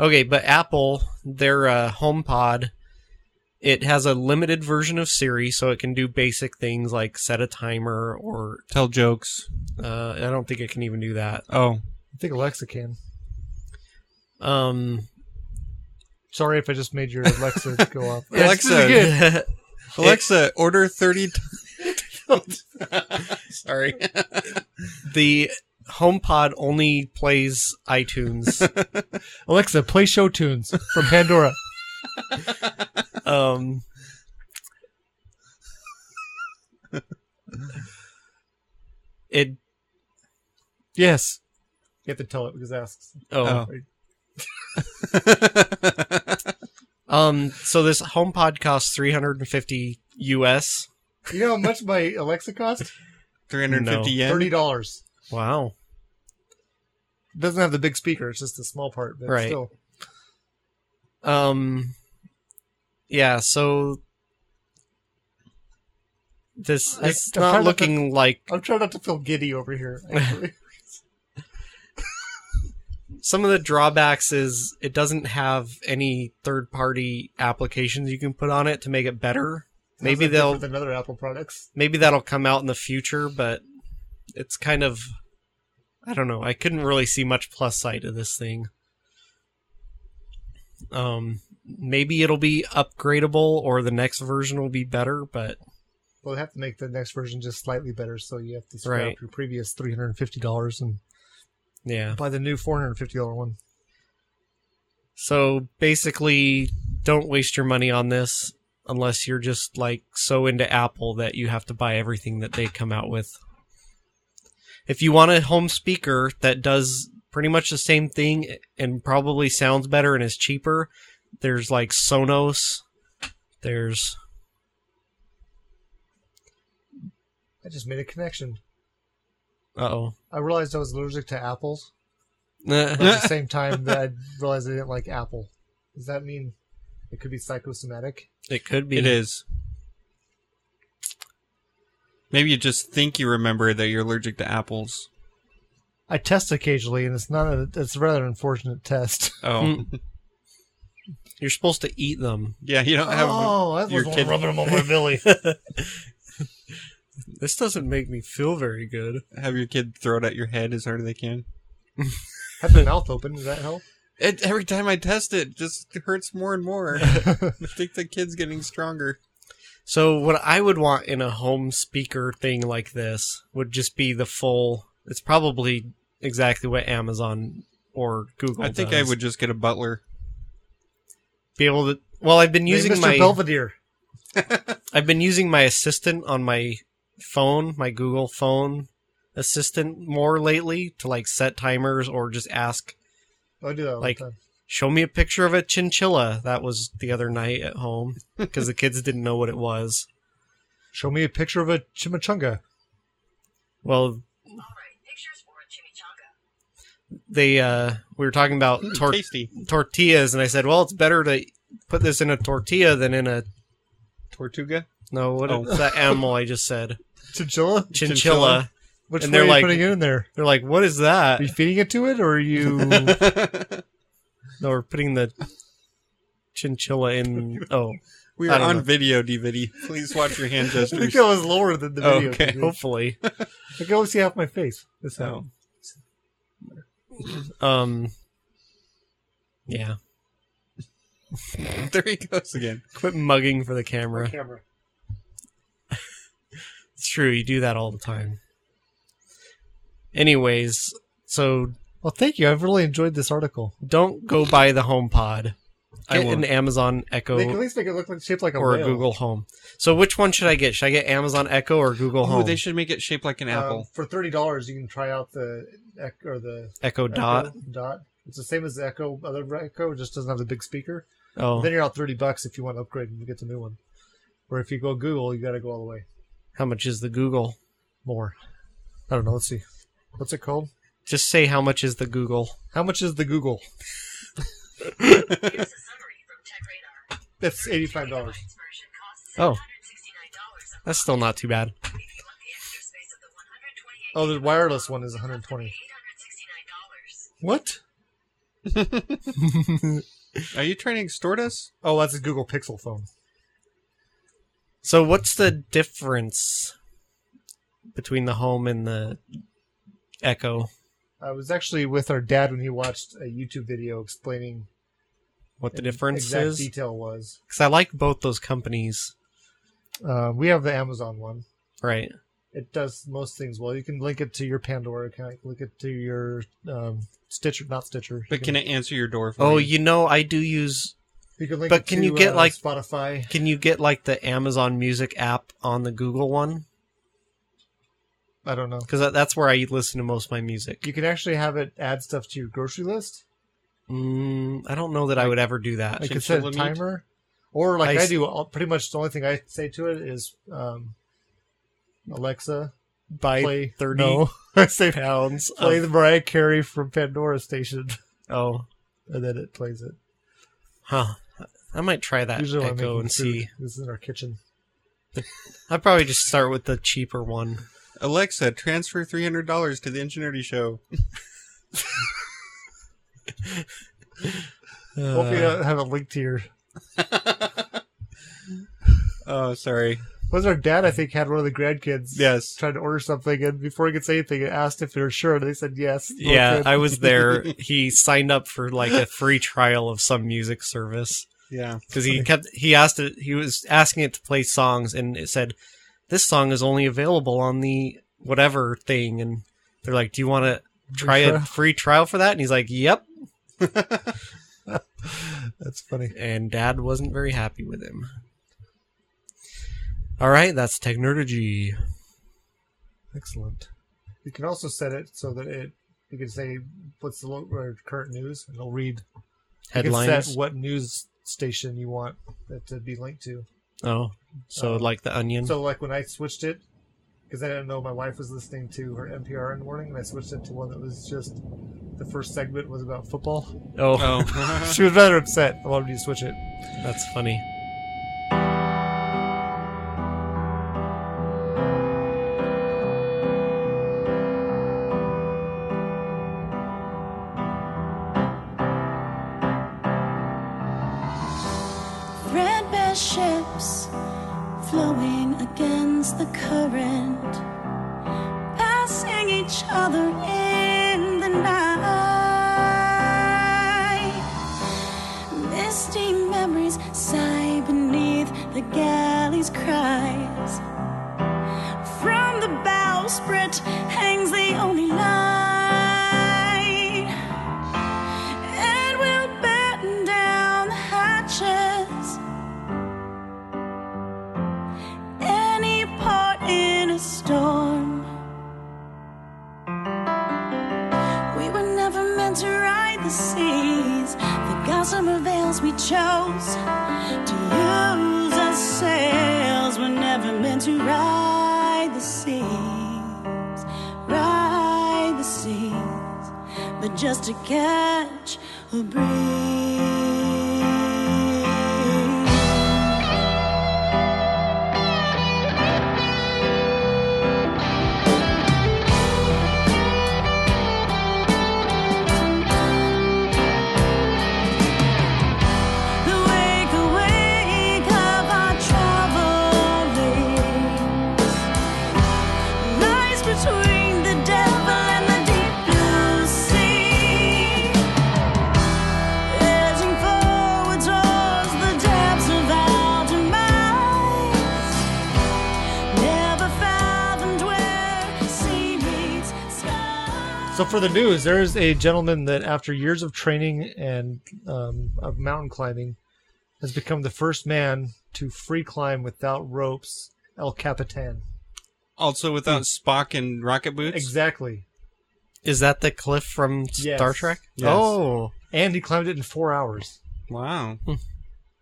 Speaker 3: Okay, but Apple, their uh, HomePod, it has a limited version of Siri, so it can do basic things like set a timer, or
Speaker 5: Tell jokes.
Speaker 3: uh, I don't think it can even do that.
Speaker 5: Oh,
Speaker 4: I think Alexa can.
Speaker 3: Um,
Speaker 4: Sorry if I just made your Alexa go off.
Speaker 5: Alexa. Alexa, order 30. T- Sorry.
Speaker 3: the HomePod only plays iTunes.
Speaker 4: Alexa, play show tunes from Pandora.
Speaker 3: um, it
Speaker 4: yes. You have to tell it because it asks.
Speaker 3: oh.
Speaker 4: Oh.
Speaker 3: Um, so this HomePod costs 350 US.
Speaker 4: You know how much my Alexa cost?
Speaker 5: 350
Speaker 3: No.
Speaker 5: yen.
Speaker 4: Thirty dollars.
Speaker 3: Wow.
Speaker 4: Doesn't have the big speaker. It's just the small part. But
Speaker 3: Right.
Speaker 4: Still,
Speaker 3: Um, yeah, so this
Speaker 4: I-
Speaker 3: it's
Speaker 4: I'm trying
Speaker 3: not
Speaker 4: not to-
Speaker 3: looking like
Speaker 4: I'm trying not to feel giddy over here. actually.
Speaker 3: some of the drawbacks is it doesn't have any third party applications you can put on it to make it better. Maybe
Speaker 4: Sounds like
Speaker 3: they'll
Speaker 4: different than other Apple products.
Speaker 3: maybe that'll come out in the future, but it's kind of I don't know. I couldn't really see much plus side to this thing. Um, maybe it'll be upgradable, or the next version will be better. But
Speaker 4: Well, they have to make the next version just slightly better, so you have to scrap
Speaker 3: Right.
Speaker 4: your previous three hundred and fifty dollars and
Speaker 3: yeah.
Speaker 4: buy the new four hundred and fifty dollar one.
Speaker 3: So basically, don't waste your money on this unless you're just like so into Apple that you have to buy everything that they come out with. If you want a home speaker that does pretty much the same thing and probably sounds better and is cheaper, there's like Sonos. There's
Speaker 4: I just made a connection.
Speaker 3: uh
Speaker 4: I realized I was allergic to apples, but
Speaker 3: oh.
Speaker 4: at the same time that I realized I didn't like apple. Does that mean it could be psychosomatic?
Speaker 3: it could be.
Speaker 5: It is. Maybe you just think you remember that you're allergic to apples.
Speaker 4: I test occasionally, and it's not. A, it's a rather unfortunate test.
Speaker 5: Oh,
Speaker 3: Mm. You're supposed to eat them.
Speaker 5: yeah, you don't have.
Speaker 4: oh, that
Speaker 5: your
Speaker 4: was
Speaker 5: kid-
Speaker 4: one rubbing them on my belly.
Speaker 3: This doesn't make me feel very good.
Speaker 5: Have your kid throw it at your head as hard as they can.
Speaker 4: Have the mouth open. Does that help?
Speaker 5: It, every time I test it, it just hurts more and more. I think the kid's getting stronger.
Speaker 3: So what I would want in a home speaker thing like this would just be the full. It's probably exactly what Amazon or Google.
Speaker 5: I think I
Speaker 3: does.
Speaker 5: would just get a butler.
Speaker 3: be able to. Well, I've been using
Speaker 4: Hey, Mr.
Speaker 3: my
Speaker 4: Belvedere.
Speaker 3: I've been using my assistant on my phone, my Google phone assistant more lately to like set timers or just ask
Speaker 4: Oh, I do that all
Speaker 3: Like-
Speaker 4: the time.
Speaker 3: show me a picture of a chinchilla that was the other night at home because the kids didn't know what it was.
Speaker 4: Show me a picture of a chimichanga.
Speaker 3: Well, they uh, we were talking about tor-
Speaker 5: Hmm, Tasty.
Speaker 3: tortillas, and I said, well, it's better to put this in a tortilla than in a
Speaker 5: Tortuga?
Speaker 3: no. What
Speaker 5: Oh.
Speaker 3: is that animal I just said?
Speaker 4: Chinchilla?
Speaker 3: Chinchilla.
Speaker 5: Chinchilla.
Speaker 4: Which
Speaker 3: And
Speaker 4: way
Speaker 3: they're
Speaker 4: are you
Speaker 3: like-
Speaker 4: putting it in there?
Speaker 3: They're like, what is that?
Speaker 4: Are you feeding it to it, or are you?
Speaker 3: No, we're putting the chinchilla in. Oh,
Speaker 5: We
Speaker 3: I
Speaker 5: are
Speaker 3: don't
Speaker 5: on
Speaker 3: know.
Speaker 5: video, DVD. Please watch your hand
Speaker 4: I think
Speaker 5: gestures.
Speaker 4: that was lower than the video.
Speaker 5: Okay.
Speaker 4: dude.
Speaker 3: hopefully.
Speaker 4: I can only see half my face. This
Speaker 5: Oh.
Speaker 4: time.
Speaker 3: Um, yeah.
Speaker 5: there he goes again.
Speaker 3: Quit mugging for the camera.
Speaker 4: camera.
Speaker 3: It's true. You do that all the time. Anyways, so
Speaker 4: Well, thank you. I've really enjoyed this article.
Speaker 3: don't go buy the HomePod. Pod.
Speaker 5: I
Speaker 3: Get an
Speaker 5: won't.
Speaker 3: Amazon Echo
Speaker 4: They can at least make it look like shaped like a
Speaker 3: or a
Speaker 4: whale.
Speaker 3: Google Home. So which one should I get? Should I get Amazon Echo or Google
Speaker 5: Oh,
Speaker 3: Home?
Speaker 5: they should make it shaped like an
Speaker 4: Um,
Speaker 5: apple.
Speaker 4: for thirty dollars, you can try out the Ec- or the
Speaker 3: Echo Dot.
Speaker 4: Echo dot. It's the same as the Echo. Other Echo it just doesn't have the big speaker.
Speaker 3: Oh,
Speaker 4: Then you're out thirty bucks if you want to upgrade and get the new one. Or if you go Google, you got to go all the way
Speaker 3: how much is the Google?
Speaker 4: more. I don't know. Let's see. What's it called?
Speaker 3: Just say how much is the Google.
Speaker 4: How much is the Google? That's eighty-five dollars.
Speaker 3: Oh, that's still not too bad.
Speaker 4: Oh, the wireless one is one hundred twenty. What?
Speaker 5: Are you trying to extort us?
Speaker 4: Oh, that's a Google Pixel phone.
Speaker 3: So what's the difference between the Home and the Echo?
Speaker 4: I was actually with our dad when he watched a YouTube video explaining
Speaker 3: What the
Speaker 4: what
Speaker 3: difference
Speaker 4: exact
Speaker 3: is?
Speaker 4: detail was.
Speaker 3: Because I like both those companies,
Speaker 4: Uh, we have the Amazon one.
Speaker 3: right?
Speaker 4: It does most things well. You can link it to your Pandora account, link it to your um, Stitcher, not Stitcher. You
Speaker 5: But can it answer your door for
Speaker 3: Oh,
Speaker 5: you?
Speaker 3: you know, I do use.
Speaker 4: You can link
Speaker 3: but
Speaker 4: it
Speaker 3: can
Speaker 4: to,
Speaker 3: you get,
Speaker 4: uh,
Speaker 3: like-
Speaker 4: Spotify?
Speaker 3: Can you get like the Amazon Music app on the Google one?
Speaker 4: I don't know.
Speaker 3: Because that's where I listen to most of my music.
Speaker 4: You can actually have it add stuff to your grocery list.
Speaker 3: Mm, I don't know that I would ever do that.
Speaker 4: I could set a
Speaker 5: Chinchilla meat?
Speaker 4: timer, or like
Speaker 3: I
Speaker 4: I,
Speaker 3: s-
Speaker 4: do. All, pretty much the only thing I say to it is um, Alexa,
Speaker 3: Buy
Speaker 4: play
Speaker 3: thirty
Speaker 4: No, I say
Speaker 3: pounds.
Speaker 4: play
Speaker 3: of-
Speaker 4: the Mariah Carey from Pandora Station,
Speaker 3: oh,
Speaker 4: and then it plays it.
Speaker 3: huh. I might try that
Speaker 4: Usually, when I'm
Speaker 3: Echo
Speaker 4: making
Speaker 3: and
Speaker 4: food.
Speaker 3: see.
Speaker 4: This is in our kitchen.
Speaker 3: I'd probably just start with the cheaper one.
Speaker 5: Alexa, transfer three hundred dollars to the ingenuity show.
Speaker 3: Uh,
Speaker 4: Hopefully, you don't have a link to your.
Speaker 5: Oh, sorry.
Speaker 4: Was our dad? I think had one of the grandkids.
Speaker 5: Yes.
Speaker 4: Tried to order something, and before he could say anything, it asked if they're sure, and they said yes.
Speaker 3: Yeah,
Speaker 4: Okay.
Speaker 3: I was there. He signed up for like a free trial of some music service
Speaker 5: Yeah.
Speaker 3: because he kept he asked it. He was asking it to play songs, and it said, "This song is only available on the whatever thing." And they're like, "Do you want to try a
Speaker 4: trial?"
Speaker 3: free trial for that?" And he's like, "Yep."
Speaker 4: that's funny.
Speaker 3: And Dad wasn't very happy with him. All right, that's technology.
Speaker 4: Excellent. You can also set it so that it you can say what's the lo- or current news, and it'll read You can set
Speaker 3: Headlines.
Speaker 4: what news station you want it to be linked to.
Speaker 3: Oh, so
Speaker 4: Uh,
Speaker 3: like the Onion.
Speaker 4: So, like when I switched it, because I didn't know my wife was listening to her NPR in the morning, and I switched it to one that was just the first segment was about football.
Speaker 3: oh,
Speaker 5: Oh.
Speaker 4: She was rather upset. I wanted you to switch it.
Speaker 3: that's funny.
Speaker 7: Threadbare ships flowing against the current, passing each other in the night. Misty memories sigh beneath the galley's cries. From the bowsprit hangs the only light and we'll batten down the hatches. Any part in a storm. We were never meant to ride the seas. The gossamer veils we chose to use as sails were never meant to ride the seas. Ride the seas.
Speaker 8: but just to catch a breeze. The wake, awake of our travelings lies between the devil and the deep blue sea, edging forward towards the depths of our demise. Never fathomed where sea meets sky.
Speaker 4: So for the news, there is a gentleman that, after years of training and um, of mountain climbing, has become the first man to free climb without ropes, El Capitan.
Speaker 5: Also, without Spock and rocket boots.
Speaker 4: Exactly.
Speaker 3: Is that the cliff from
Speaker 4: Yes.
Speaker 3: Star Trek?
Speaker 5: Yes.
Speaker 3: Oh,
Speaker 4: And he climbed it in four hours,
Speaker 5: Wow.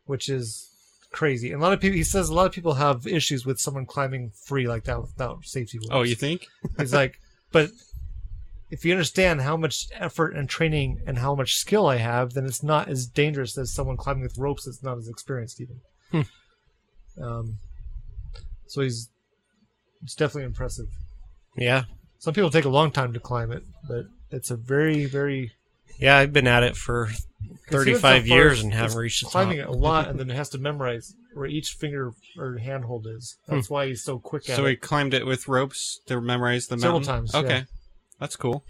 Speaker 4: which is crazy. And a lot of people, he says, a lot of people have issues with someone climbing free like that without safety ropes.
Speaker 5: Oh, you think?
Speaker 4: He's like, but if you understand how much effort and training and how much skill I have, then it's not as dangerous as someone climbing with ropes that's not as experienced even.
Speaker 3: Hmm.
Speaker 4: um, so he's it's definitely impressive.
Speaker 3: yeah.
Speaker 4: Some people take a long time to climb it, but it's a very very
Speaker 3: Yeah, I've been at it for
Speaker 4: because he
Speaker 3: 35
Speaker 4: went so far
Speaker 3: years
Speaker 4: as-
Speaker 3: and
Speaker 4: as
Speaker 3: haven't reached the
Speaker 4: climbing
Speaker 3: top.
Speaker 4: it a lot, and then has to memorize where each finger or handhold is.
Speaker 3: Hmm.
Speaker 4: That's why he's so quick at
Speaker 5: So
Speaker 4: it.
Speaker 5: he climbed it with ropes to memorize the
Speaker 4: Several
Speaker 5: mountain.
Speaker 4: times,
Speaker 5: Okay,
Speaker 4: yeah.
Speaker 5: that's cool.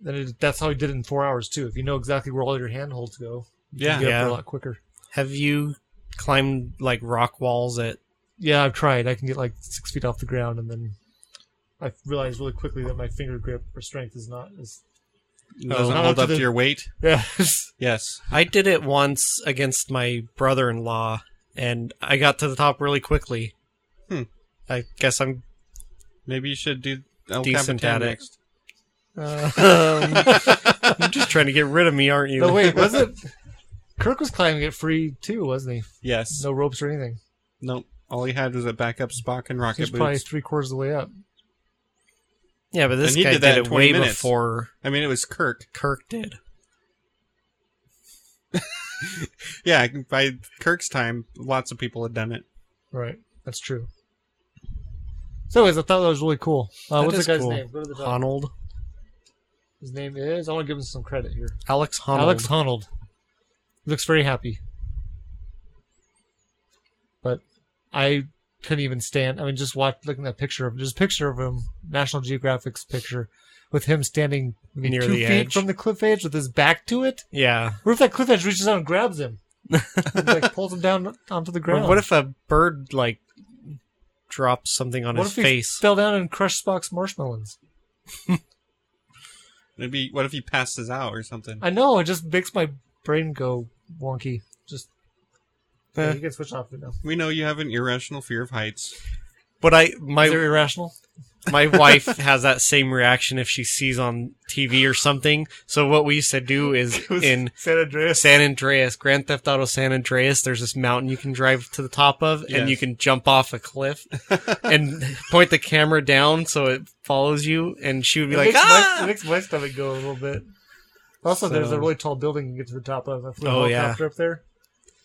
Speaker 4: Then it, that's how he did it in four hours too. If you know exactly where all your handholds go, you get
Speaker 5: Yeah.
Speaker 4: up there
Speaker 3: Yeah.
Speaker 4: a lot quicker.
Speaker 3: Have you climbed like rock walls at
Speaker 4: Yeah, I've tried. I can get like six feet off the ground, and then I realized really quickly that my finger grip or strength is not as.
Speaker 5: It doesn't
Speaker 4: Oh, Not up
Speaker 5: hold
Speaker 4: to
Speaker 5: up to
Speaker 4: the-
Speaker 5: your weight.
Speaker 4: Yeah,
Speaker 5: Yes.
Speaker 3: I did it once against my brother in law, and I got to the top really quickly.
Speaker 5: Hmm.
Speaker 3: I guess I'm.
Speaker 5: Maybe you should do El
Speaker 3: Decent
Speaker 5: Capitan
Speaker 3: at it.
Speaker 5: next.
Speaker 4: um,
Speaker 3: You're just trying to get rid of me, aren't you?
Speaker 4: but wait, was it? Kirk was climbing it free too, wasn't he?
Speaker 5: Yes.
Speaker 4: No ropes or anything.
Speaker 5: Nope. All he had was a backup Spock and rocket
Speaker 4: He's
Speaker 5: boots.
Speaker 4: probably three quarters of the way up.
Speaker 3: Yeah, but this
Speaker 5: And he
Speaker 3: guy
Speaker 5: did
Speaker 3: did,
Speaker 5: that in
Speaker 3: it
Speaker 5: 20
Speaker 3: way
Speaker 5: minutes.
Speaker 3: before
Speaker 5: I mean, it was Kirk.
Speaker 3: Kirk did.
Speaker 5: Yeah, by Kirk's time, lots of people had done it.
Speaker 4: Right, that's true. So, anyways, I thought that was really cool. Uh,
Speaker 3: That
Speaker 4: what's the
Speaker 3: is
Speaker 4: guy's
Speaker 3: cool.
Speaker 4: name? Go to the top.
Speaker 3: Honnold,
Speaker 4: His name is. I want to give him some credit here.
Speaker 3: Alex Honnold.
Speaker 4: Alex Honnold looks very happy. But I couldn't even stand. I mean, just watch looking at that picture of just a picture of him, National Geographic's picture, with him standing I mean,
Speaker 3: Near
Speaker 4: two
Speaker 3: the
Speaker 4: feet
Speaker 3: edge.
Speaker 4: from the cliff edge with his back to it.
Speaker 3: yeah.
Speaker 4: What if that cliff edge reaches out and grabs him, and, like pulls him down onto the ground?
Speaker 3: What if a bird like drops something on
Speaker 4: What
Speaker 3: his
Speaker 4: if he
Speaker 3: face?
Speaker 4: fell down and crushed Spock's marshmallows?
Speaker 5: It'd be what if he passes out or something?
Speaker 4: I know it just makes my brain go wonky. Just yeah,
Speaker 3: Eh.
Speaker 4: you can switch off it now.
Speaker 5: We know you have an irrational fear of heights.
Speaker 3: but I my
Speaker 4: Is it irrational?
Speaker 3: my wife has that same reaction if she sees on TV or something. So what we used to do is in
Speaker 4: San Andreas.
Speaker 3: San Andreas, Grand Theft Auto San Andreas, there's this mountain you can drive to the top of
Speaker 5: Yes.
Speaker 3: and you can jump off a cliff and point the camera down so it follows you and she would be
Speaker 4: It
Speaker 3: like,
Speaker 4: makes
Speaker 3: ah!
Speaker 4: my, it makes my stomach go a little bit. Also, there's
Speaker 3: So-
Speaker 4: a really tall building you get to the top of. I flew a
Speaker 3: Oh, yeah.
Speaker 4: helicopter up there,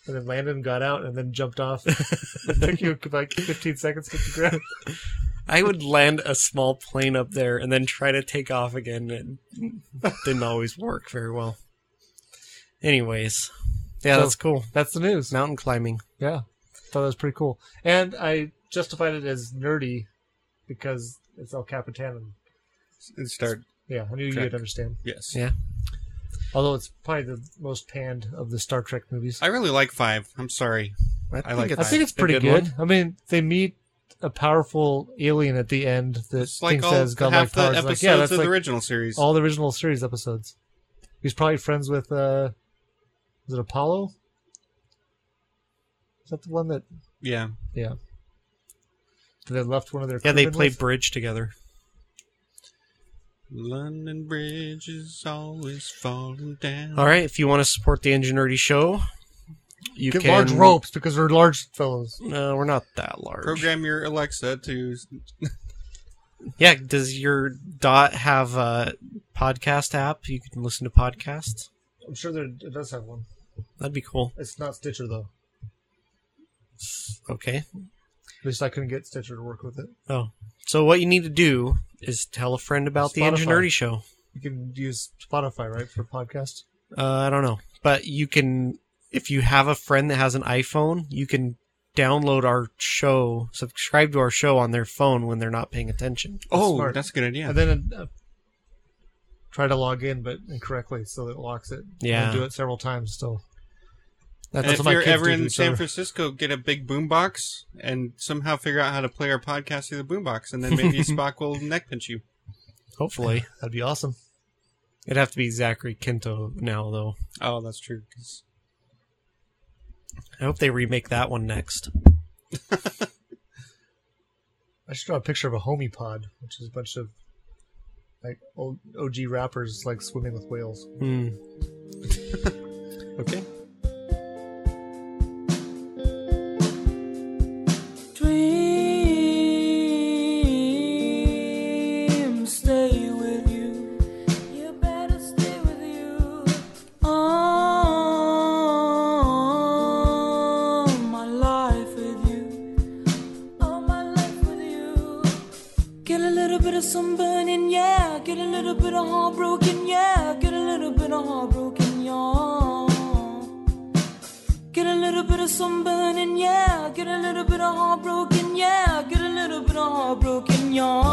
Speaker 4: and then landed and got out, and then jumped off. it took you like 15 seconds to get to the ground.
Speaker 3: I would land a small plane up there and then try to take off again. It didn't always work very well. Anyways, yeah,
Speaker 4: So-
Speaker 3: that's cool.
Speaker 4: That's the news.
Speaker 3: Mountain climbing.
Speaker 4: Yeah, thought that was pretty cool. And I justified it as nerdy because it's El Capitan. And,
Speaker 5: And start.
Speaker 4: yeah, I knew
Speaker 5: Correct.
Speaker 4: you'd understand.
Speaker 5: Yes.
Speaker 3: Yeah.
Speaker 4: Although it's probably the most panned of the Star Trek movies.
Speaker 5: I really like five. I'm sorry. I like
Speaker 4: I
Speaker 5: five.
Speaker 4: think it's pretty
Speaker 3: good
Speaker 4: good. I mean, they meet a powerful alien at the end that
Speaker 5: It's like
Speaker 4: thinks
Speaker 5: all
Speaker 4: says
Speaker 5: half
Speaker 4: godlike
Speaker 5: the
Speaker 4: powers.
Speaker 5: episodes
Speaker 4: Like, yeah, that's
Speaker 5: of
Speaker 4: like
Speaker 5: the original series.
Speaker 4: all the original series episodes. He's probably friends with uh, is it Apollo? Is that the one that
Speaker 5: yeah.
Speaker 4: yeah? That they left one of their
Speaker 3: Yeah, they
Speaker 4: crewmen
Speaker 3: play
Speaker 4: with?
Speaker 3: bridge together.
Speaker 5: London Bridge is always falling down.
Speaker 3: All right, if you want to support the Engine Nerdy Show, you
Speaker 4: Get
Speaker 3: can.
Speaker 4: large ropes because they're large fellows.
Speaker 3: No, we're not that large.
Speaker 5: Program your Alexa to
Speaker 3: Yeah, does your dot have a podcast app? You can listen to podcasts.
Speaker 4: I'm sure there it does have one.
Speaker 3: That'd be cool.
Speaker 4: It's not Stitcher though.
Speaker 3: Okay.
Speaker 4: At least I couldn't get Stitcher to work with it.
Speaker 3: Oh, so what you need to do is tell a friend about the
Speaker 4: Spotify.
Speaker 3: Engine Nerdy Show.
Speaker 4: You can use Spotify, right, for podcasts?
Speaker 3: Uh, I don't know, but you can if you have a friend that has an iPhone, you can download our show, subscribe to our show on their phone when they're not paying attention.
Speaker 5: Oh,
Speaker 4: smart.
Speaker 5: that's a good idea.
Speaker 4: And then uh, try to log in, but incorrectly, so it locks it.
Speaker 3: Yeah.
Speaker 4: And do it several times still.
Speaker 3: That's
Speaker 5: And
Speaker 4: what
Speaker 5: if
Speaker 4: my
Speaker 5: you're
Speaker 4: kids
Speaker 5: ever
Speaker 4: do to
Speaker 5: in
Speaker 4: each
Speaker 5: San
Speaker 4: other.
Speaker 5: Francisco, get a big boombox and somehow figure out how to play our podcast through the boombox, and then maybe Spock will neck pinch you.
Speaker 3: hopefully
Speaker 4: That'd be awesome.
Speaker 3: it'd have to be Zachary Quinto now though.
Speaker 5: Oh, that's true. 'cause-
Speaker 3: I hope they remake that one next.
Speaker 4: I should draw a picture of a homie pod, which is a bunch of like old OG rappers like swimming with whales.
Speaker 3: Hmm.
Speaker 5: okay.
Speaker 8: Dreams stay with you. You better stay with you all my life with you. All my life with you. Get a little bit of sunburning, yeah. Get a little bit of heartbroken, yeah. Get a little bit of heartbroken, yeah. Get a little bit of sunburning, yeah. Get a little bit of heartbroken, yeah. Get a little bit of heartbroken, yeah.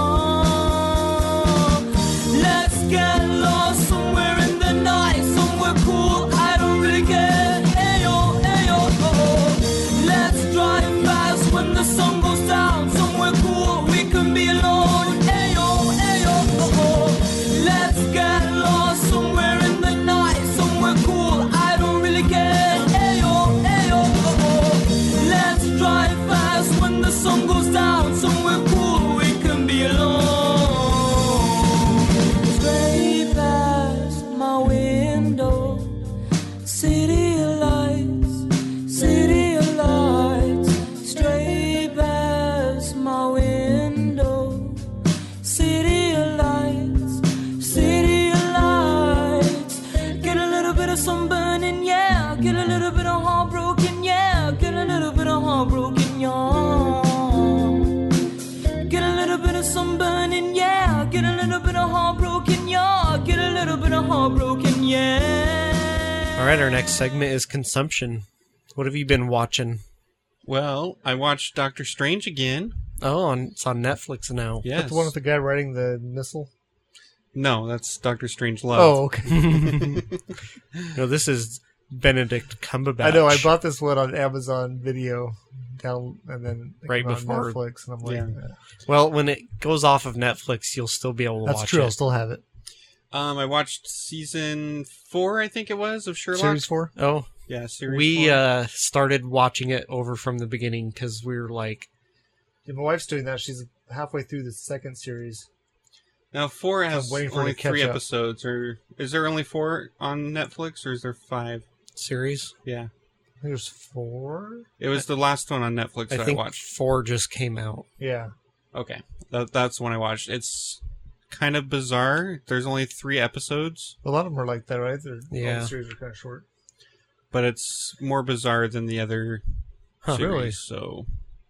Speaker 8: Let's get lost somewhere in the night, somewhere cool. I don't really care. Ayo, ayo, oh. Let's drive fast when the sun goes down, somewhere cool. We can be alone. Ayo, ayo, oh. Let's get lost somewhere in the night, somewhere cool. I don't really care. Ayo, ayo, oh. Let's drive fast when the sun goes down, somewhere cool. We can be alone. Stray past my window, city lights, city lights. Stray past my window. City lights, city lights. Get a little bit of sunburning, yeah. Get a little bit of heartbroken, yeah. Get a little bit of heartbroken, yeah. Get a little bit of sunburning, yeah. Get a little bit of heartbroken, yeah. Get a little bit of heartbroken, yeah.
Speaker 3: All right, our next segment is consumption. What have you been watching?
Speaker 5: Well, I watched Doctor Strange again.
Speaker 3: Oh, on, it's on Netflix now.
Speaker 5: Yes.
Speaker 4: The one with the guy riding the missile.
Speaker 5: no, that's Doctor Strange
Speaker 3: Uh,
Speaker 5: Love.
Speaker 4: Oh, okay.
Speaker 3: No, this is Benedict Cumberbatch.
Speaker 4: I know. I bought this one on Amazon Video, down and then it
Speaker 3: Right
Speaker 4: came out
Speaker 3: before-
Speaker 4: on Netflix, and I'm like,
Speaker 5: Yeah.
Speaker 4: eh.
Speaker 3: Well, when it goes off of Netflix, you'll still be able to
Speaker 4: that's
Speaker 3: watch
Speaker 4: true. I
Speaker 3: it.
Speaker 4: still have it. Oh.
Speaker 5: Um, I watched season four, I think it was, of Sherlock.
Speaker 4: Series four.
Speaker 3: Oh,
Speaker 5: Yeah, series
Speaker 3: we
Speaker 5: four.
Speaker 3: uh, started watching it over from the beginning because we were like,
Speaker 4: Yeah, my wife's doing that. She's halfway through the second series.
Speaker 5: now four has
Speaker 4: waiting for it
Speaker 5: only
Speaker 4: to catch
Speaker 5: three
Speaker 4: up.
Speaker 5: episodes, or is there only four on Netflix, or is there five?
Speaker 3: series.
Speaker 5: Yeah,
Speaker 4: I think there's four.
Speaker 5: it was the last one on Netflix that
Speaker 3: I
Speaker 5: I,
Speaker 3: think
Speaker 5: watched.
Speaker 3: four just came out.
Speaker 4: Yeah.
Speaker 5: Okay, that, that's the one I watched. It's kind of bizarre. There's only three episodes,
Speaker 4: A lot of them are like that, right? They're, All
Speaker 3: Yeah.
Speaker 4: the series are kind of short.
Speaker 5: but it's more bizarre than the other
Speaker 3: Huh.
Speaker 5: series.
Speaker 3: Really?
Speaker 5: So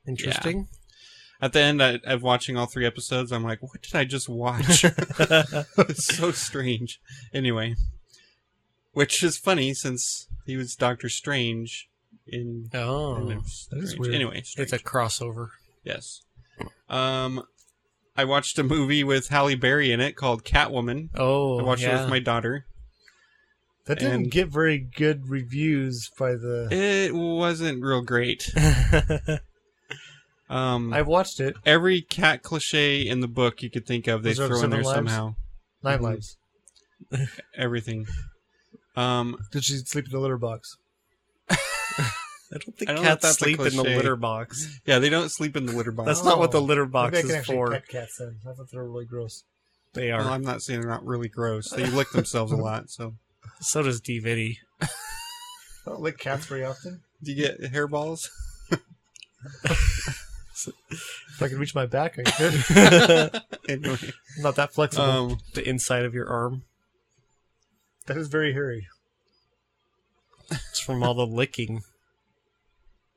Speaker 3: Interesting.
Speaker 5: at the end I, of watching all three episodes, I'm like, what did I just watch? it's so strange. Anyway, which is funny since he was Doctor Strange in. in
Speaker 3: Oh,
Speaker 4: that is
Speaker 5: Strange.
Speaker 4: weird.
Speaker 5: Anyway,
Speaker 3: it's a
Speaker 5: Strange.
Speaker 3: crossover.
Speaker 5: yes. Um, I watched a movie with Halle Berry in it called Catwoman.
Speaker 3: Oh,
Speaker 5: I watched
Speaker 3: yeah.
Speaker 5: it with my daughter.
Speaker 4: That didn't
Speaker 5: And-
Speaker 4: get very good reviews by the.
Speaker 5: It wasn't real great. um,
Speaker 4: I've watched it.
Speaker 5: every cat cliche in the book you could think of, they
Speaker 4: Those are
Speaker 5: throw in
Speaker 4: Seven
Speaker 5: there
Speaker 4: Lives?
Speaker 5: somehow.
Speaker 4: 9
Speaker 3: Mm-hmm.
Speaker 5: Mhm.
Speaker 4: lives.
Speaker 5: Everything. Um,
Speaker 4: Did she sleep in the litter box?
Speaker 3: I don't think
Speaker 5: I don't know if
Speaker 3: cats
Speaker 5: that's a
Speaker 3: sleep in the
Speaker 5: cliche.
Speaker 3: litter box.
Speaker 5: yeah, they don't sleep in the litter box.
Speaker 3: That's not what the litter box
Speaker 4: Uh, Maybe I can
Speaker 3: is
Speaker 4: actually Uh,
Speaker 3: for.
Speaker 4: pet cats then. I thought they were really gross.
Speaker 3: They
Speaker 5: Well,
Speaker 3: are.
Speaker 5: I'm not saying they're not really gross. They lick themselves a lot. So,
Speaker 3: So does DVD.
Speaker 4: I don't lick cats very often.
Speaker 5: do you get hairballs?
Speaker 4: If I could reach my back, I could.
Speaker 5: Anyway,
Speaker 4: I'm not that flexible.
Speaker 5: um,
Speaker 3: The inside of your arm.
Speaker 4: that is very hairy.
Speaker 3: It's from all the licking.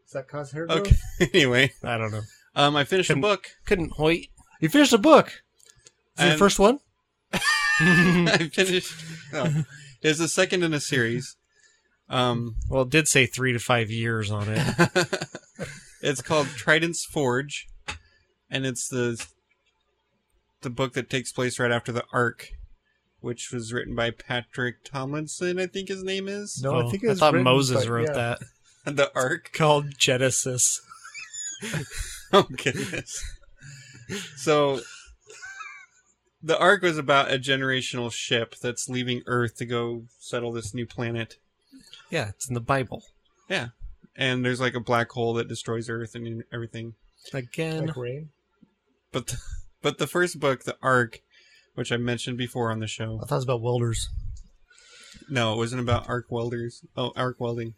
Speaker 4: Does that cause hair growth?
Speaker 5: okay. Anyway,
Speaker 3: I don't know.
Speaker 5: um, I finished a
Speaker 3: Couldn't-
Speaker 5: book.
Speaker 3: Couldn't hoit.
Speaker 4: You finished a book.
Speaker 3: Is it the
Speaker 5: And-
Speaker 3: first one?
Speaker 5: I finished. No, it's the second in a series. Um,
Speaker 3: Well, it did say three to five years on it.
Speaker 5: it's called Trident's Forge, and it's the the book that takes place right after the Ark, which was written by Patrick Tomlinson, I think his name is.
Speaker 4: No, I
Speaker 3: Oh,
Speaker 4: think it
Speaker 3: I
Speaker 4: was
Speaker 3: thought
Speaker 4: written
Speaker 3: Moses
Speaker 4: by-
Speaker 3: wrote
Speaker 4: yeah.
Speaker 3: that.
Speaker 5: The Ark.
Speaker 3: Called Genesis.
Speaker 5: Oh goodness. so the Ark was about a generational ship that's leaving Earth to go settle this new planet.
Speaker 3: Yeah, it's in the Bible.
Speaker 5: Yeah. And there's like a black hole that destroys Earth and everything.
Speaker 3: Again.
Speaker 4: Like rain.
Speaker 5: But the, but the first book, The Ark, which I mentioned before on the show.
Speaker 4: I thought it was about welders.
Speaker 5: No, it wasn't about arc welders. Oh, arc welding.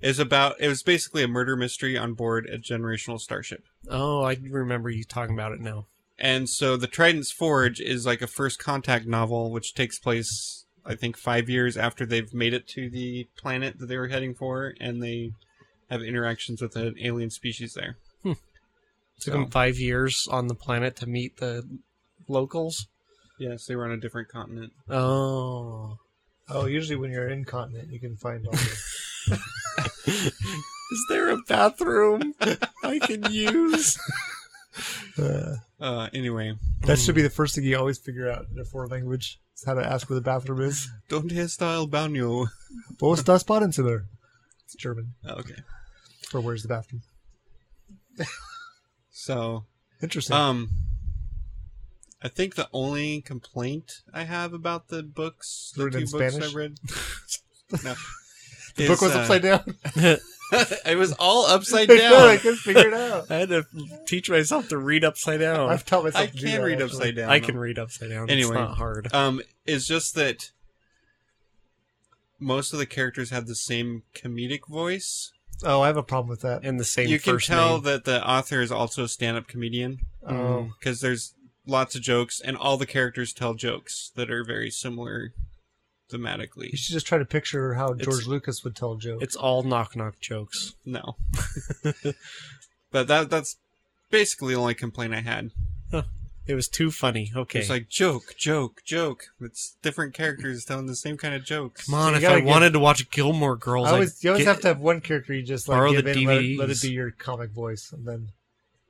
Speaker 5: It was about it was basically a murder mystery on board a generational starship.
Speaker 3: Oh, I remember you talking about it now.
Speaker 5: And so the Trident's Forge is like a first contact novel which takes place I think 5 years after they've made it to the planet that they were heading for and they have interactions with an alien species there.
Speaker 3: took them five years on the planet to meet the locals.
Speaker 5: Yes, they were on a different continent.
Speaker 3: Oh.
Speaker 4: Oh, usually when you're incontinent, you can find all the
Speaker 3: Is there a bathroom I can use?
Speaker 4: Uh,
Speaker 5: Uh anyway,
Speaker 4: that should be the first thing you always figure out in a foreign language is how to ask where the bathroom is.
Speaker 5: don't hairstyle baño.
Speaker 4: Wo ist das Badezimmer? It's German
Speaker 5: Okay.
Speaker 4: for where's the bathroom.
Speaker 5: So,
Speaker 4: Interesting.
Speaker 5: Um, I think the only complaint I have about the books, the
Speaker 4: Written
Speaker 5: two
Speaker 4: in
Speaker 5: books
Speaker 4: Spanish?
Speaker 5: I read, no, uh,
Speaker 4: the book was upside down.
Speaker 5: it was all upside
Speaker 4: I know, I
Speaker 5: down.
Speaker 4: couldn't figure it out.
Speaker 3: I had to teach myself to read upside down.
Speaker 4: I've taught myself
Speaker 5: I
Speaker 4: to do
Speaker 5: can
Speaker 4: that,
Speaker 5: read
Speaker 4: actually.
Speaker 5: upside down.
Speaker 3: I can read upside down.
Speaker 5: Anyway.
Speaker 3: It's not hard.
Speaker 5: Um, it's just that most of the characters have the same comedic voice.
Speaker 4: Oh, I have a problem with that.
Speaker 3: And the same
Speaker 5: you can
Speaker 3: first
Speaker 5: tell
Speaker 3: name.
Speaker 5: that the author is also a stand-up comedian
Speaker 4: Oh,
Speaker 5: because there's lots of jokes, and all the characters tell jokes that are very similar thematically.
Speaker 4: you should just try to picture how
Speaker 5: It's-
Speaker 4: George Lucas would tell a joke.
Speaker 3: It's all knock knock jokes.
Speaker 5: No. but that that's basically the only complaint I had.
Speaker 3: It was too funny. Okay.
Speaker 5: It's like joke, joke, joke. It's different characters telling the same kind of jokes.
Speaker 3: Come on,
Speaker 4: you
Speaker 3: if
Speaker 4: gotta
Speaker 3: I
Speaker 4: get-
Speaker 3: wanted to watch Gilmore Girls,
Speaker 4: I always,
Speaker 3: I'd
Speaker 4: you always
Speaker 3: get-
Speaker 4: have to have one character you just like
Speaker 3: Borrow
Speaker 4: give
Speaker 3: the
Speaker 4: in, let, it, let it
Speaker 3: DVDs.
Speaker 4: be your comic voice, and then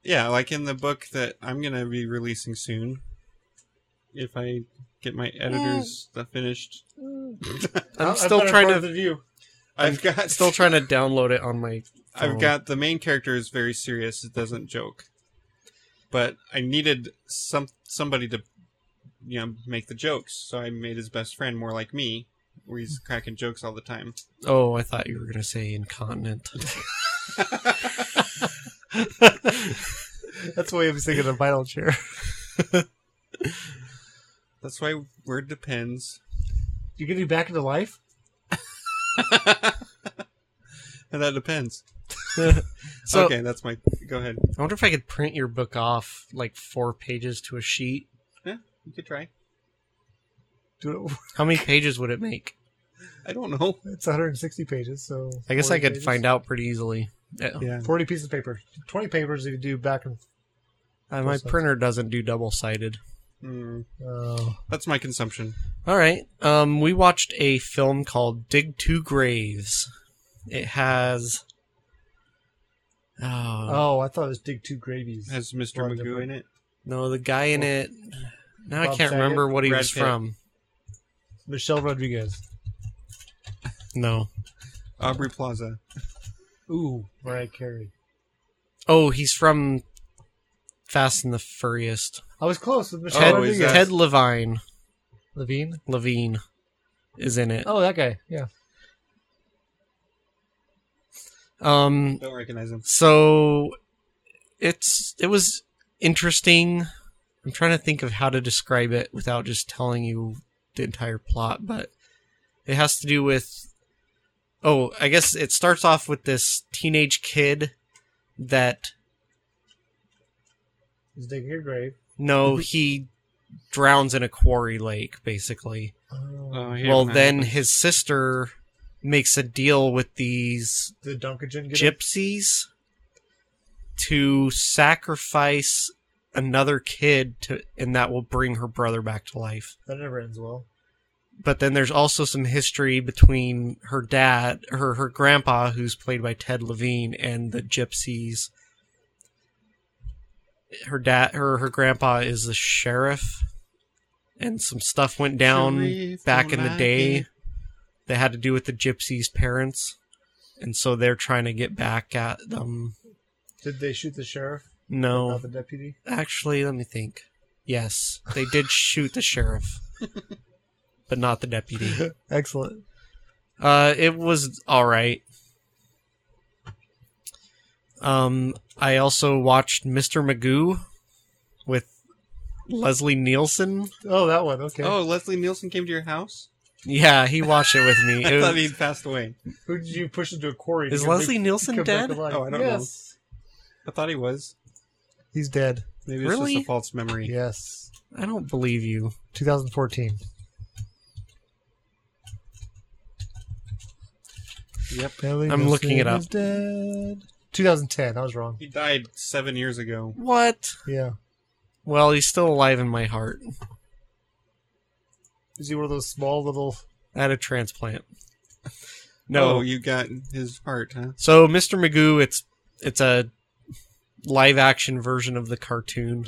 Speaker 5: Yeah, like in the book that I'm gonna be releasing soon. If I get my editor's stuff finished,
Speaker 3: I'm
Speaker 4: I've
Speaker 3: still
Speaker 4: got it
Speaker 3: trying
Speaker 4: for
Speaker 3: to-
Speaker 4: the view.
Speaker 5: I've got
Speaker 3: still trying to download it on my.
Speaker 5: I've
Speaker 3: phone.
Speaker 5: got the main character is very serious. It doesn't joke, but I needed some somebody to, you know, make the jokes. So I made his best friend more like me, where he's
Speaker 3: Mm.
Speaker 5: cracking jokes all the time.
Speaker 3: Oh, I thought you were gonna say incontinent.
Speaker 4: That's why I was thinking of vinyl chair.
Speaker 5: That's why word depends,
Speaker 4: You getting back into life?
Speaker 5: and that depends.
Speaker 3: So
Speaker 5: okay, that's my. Go ahead.
Speaker 3: I wonder if I could print your book off like four pages to a sheet.
Speaker 5: Yeah, you could try.
Speaker 4: Do it.
Speaker 3: How many pages would it make?
Speaker 5: I don't know.
Speaker 4: It's 160 pages, so
Speaker 3: I guess I could
Speaker 4: find out.
Speaker 3: find out pretty easily. Yeah.
Speaker 5: Yeah.
Speaker 4: 40 pieces of paper. 20 papers if you do back and
Speaker 3: Uh, my
Speaker 4: That's nice.
Speaker 3: printer doesn't do double sided.
Speaker 5: Mm,
Speaker 4: uh,
Speaker 5: that's my consumption.
Speaker 3: All right. Um, we watched a film called Dig Two Graves. It has. Oh,
Speaker 4: Oh, I thought it was dig two gravies.
Speaker 5: Has Mr.
Speaker 4: Lot
Speaker 5: Magoo in
Speaker 4: different.
Speaker 5: it?
Speaker 3: no, the guy in it. Now I
Speaker 4: Bob
Speaker 3: can't
Speaker 4: Saget,
Speaker 3: remember what he
Speaker 5: Brad
Speaker 3: was
Speaker 5: Pitt.
Speaker 3: from.
Speaker 4: Michelle Rodriguez.
Speaker 3: No.
Speaker 5: Aubrey Plaza.
Speaker 4: Ooh, Mariah Carey.
Speaker 3: Oh, he's from Fast and the Furious.
Speaker 4: I was close with Michelle
Speaker 3: Ted,
Speaker 5: Oh,
Speaker 4: Rodriguez.
Speaker 5: is that-
Speaker 3: Ted Levine,
Speaker 4: Levine.
Speaker 3: Levine, is in it.
Speaker 4: Oh, that guy. Yeah.
Speaker 3: Um,
Speaker 5: Don't recognize him.
Speaker 3: so it's it was interesting. I'm trying to think of how to describe it without just telling you the entire plot, but it has to do with oh, I guess it starts off with this teenage kid that
Speaker 4: He's digging your grave.
Speaker 3: No, he drowns in a quarry lake, basically.
Speaker 5: Oh, yeah,
Speaker 3: well,
Speaker 5: man.
Speaker 3: then his sister makes a deal with these
Speaker 4: The Dunkagen get him?
Speaker 3: gypsies to sacrifice another kid to and that will bring her brother back to life
Speaker 4: That never ends well.
Speaker 3: but then there's also some history between her dad her her grandpa who's played by ted levine and the gypsies her dad her her grandpa is the sheriff and some stuff went down
Speaker 5: Sharif
Speaker 3: back in the day
Speaker 5: Monaki.
Speaker 3: that had to do with the gypsies parents and so they're trying to get back at them
Speaker 4: Did they shoot the sheriff?
Speaker 3: no
Speaker 4: Not the deputy?
Speaker 3: actually let me think yes they did shoot the sheriff but not the deputy
Speaker 4: Excellent.
Speaker 3: Uh, it was all right. Um, I also watched Mr. Magoo with Leslie Nielsen.
Speaker 4: Oh, that one. Okay.
Speaker 5: Oh, Leslie Nielsen came to your house.
Speaker 3: Yeah, he watched it with me.
Speaker 5: I
Speaker 3: It
Speaker 5: thought
Speaker 3: was-
Speaker 5: he passed away.
Speaker 4: Who did you push into a quarry? to
Speaker 3: Is
Speaker 4: come back-
Speaker 3: Leslie Nielsen
Speaker 4: come back
Speaker 3: dead?
Speaker 4: alive?
Speaker 5: Oh, I don't know.
Speaker 4: yes.
Speaker 5: I thought he was.
Speaker 4: He's dead.
Speaker 5: Maybe it's
Speaker 3: Really?
Speaker 5: just a false memory.
Speaker 4: Yes.
Speaker 3: I don't believe you.
Speaker 4: 2014.
Speaker 5: Yep.
Speaker 4: Ellie
Speaker 3: I'm looking it
Speaker 4: Nielsen
Speaker 3: up.
Speaker 4: is dead. 2010. I was wrong.
Speaker 5: He died seven years ago.
Speaker 3: What?
Speaker 4: Yeah.
Speaker 3: Well, he's still alive in my heart.
Speaker 4: Is he one of those small little?
Speaker 3: I had a transplant. No,
Speaker 5: Oh, you got his heart, huh?
Speaker 3: so Mr. Magoo, it's it's a live action version of the cartoon.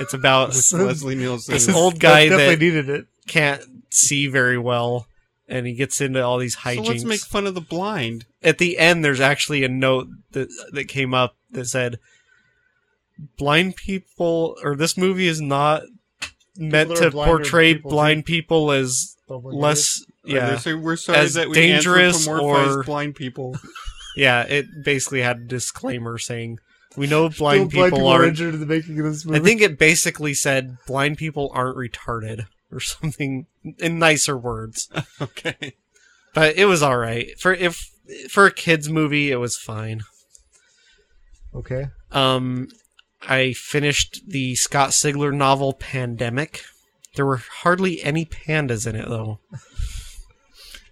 Speaker 3: It's about
Speaker 5: With Leslie Nielsen.
Speaker 3: this old guy
Speaker 4: definitely
Speaker 3: that
Speaker 4: needed it.
Speaker 3: can't see very well, and he gets into all these
Speaker 5: So
Speaker 3: hijinks.
Speaker 5: let's make fun of the blind.
Speaker 3: At the end, there's actually a note that that came up that said, "Blind people, or this movie is not meant
Speaker 4: that are
Speaker 3: to
Speaker 4: blind are
Speaker 3: portray
Speaker 4: people, too.
Speaker 3: blind people as
Speaker 4: Someone did
Speaker 3: less."
Speaker 5: They're
Speaker 3: Yeah,
Speaker 5: so- we're sorry
Speaker 3: As
Speaker 5: that we
Speaker 3: dangerous
Speaker 5: anthropomorphize
Speaker 3: or-
Speaker 5: blind people.
Speaker 3: yeah. It basically had a disclaimer saying, "We know
Speaker 4: it.
Speaker 3: blind
Speaker 4: Still blind
Speaker 3: people
Speaker 4: people are
Speaker 3: aren't."
Speaker 4: injured in the making of this movie.
Speaker 3: I think it basically said, "Blind people aren't retarded." Or something in nicer words.
Speaker 5: okay.
Speaker 3: but it was all right for if for a kids movie it was fine
Speaker 4: Okay.
Speaker 3: um i finished the scott sigler novel pandemic there were hardly any pandas in it though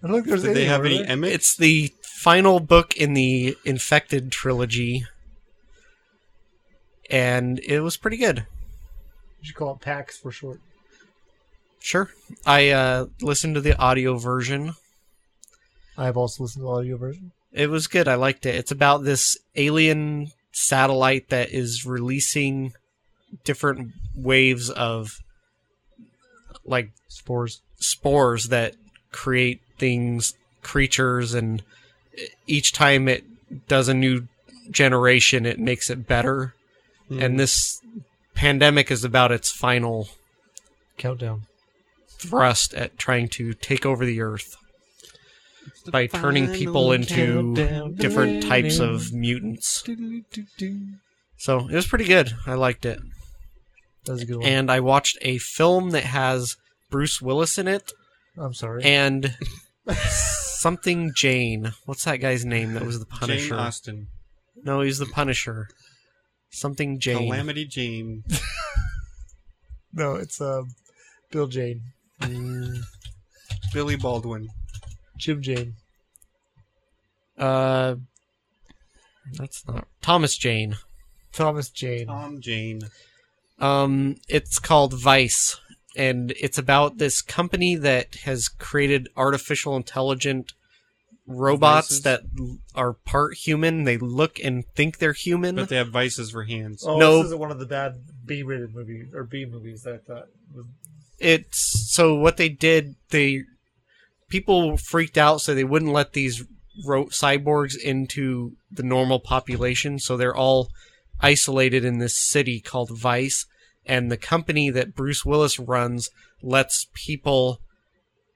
Speaker 4: I don't think there's
Speaker 5: Did they
Speaker 4: any,
Speaker 5: have
Speaker 4: were
Speaker 5: any
Speaker 4: there?
Speaker 5: Emmett?
Speaker 3: it's the final book in the infected trilogy and it was pretty good
Speaker 4: You should call it PAX for short.
Speaker 3: sure i uh listened to the audio version
Speaker 4: I've also listened to the audio version.
Speaker 3: It was good. I liked it. It's about this alien satellite that is releasing different waves of like
Speaker 4: Spores.
Speaker 3: spores that create things, creatures, and each time it does a new generation, it makes it better. And this pandemic is about its final
Speaker 4: Countdown.
Speaker 3: thrust at trying to take over the earth by turning people into different types of mutants. So it was pretty good. I liked it.
Speaker 4: That was a good one.
Speaker 3: And I watched a film that has Bruce Willis in it
Speaker 4: I'm sorry.
Speaker 3: and something Jane. What's that guy's name that was the
Speaker 5: Jane
Speaker 3: Punisher?
Speaker 5: Austen.
Speaker 3: No, he's the Punisher. Something Jane.
Speaker 5: Calamity Jane.
Speaker 4: no, it's um, Bill Jane.
Speaker 5: Billy Baldwin.
Speaker 4: Jim Jane.
Speaker 3: Uh, that's not Thomas Jane.
Speaker 4: Thomas Jane.
Speaker 5: Tom Jane.
Speaker 3: Um, it's called Vice, and it's about this company that has created artificial intelligent robots
Speaker 5: Devices?
Speaker 3: that l- are part human. They look and think they're human.
Speaker 5: But they have vices for hands.
Speaker 4: Oh,
Speaker 3: No.
Speaker 4: this is one of the bad B-rated movie or B movies that I thought was
Speaker 3: it's so what they did. They people freaked out, so they wouldn't let these ro- cyborgs into the normal population. So they're all isolated in this city called Vice, and the company that Bruce Willis runs lets people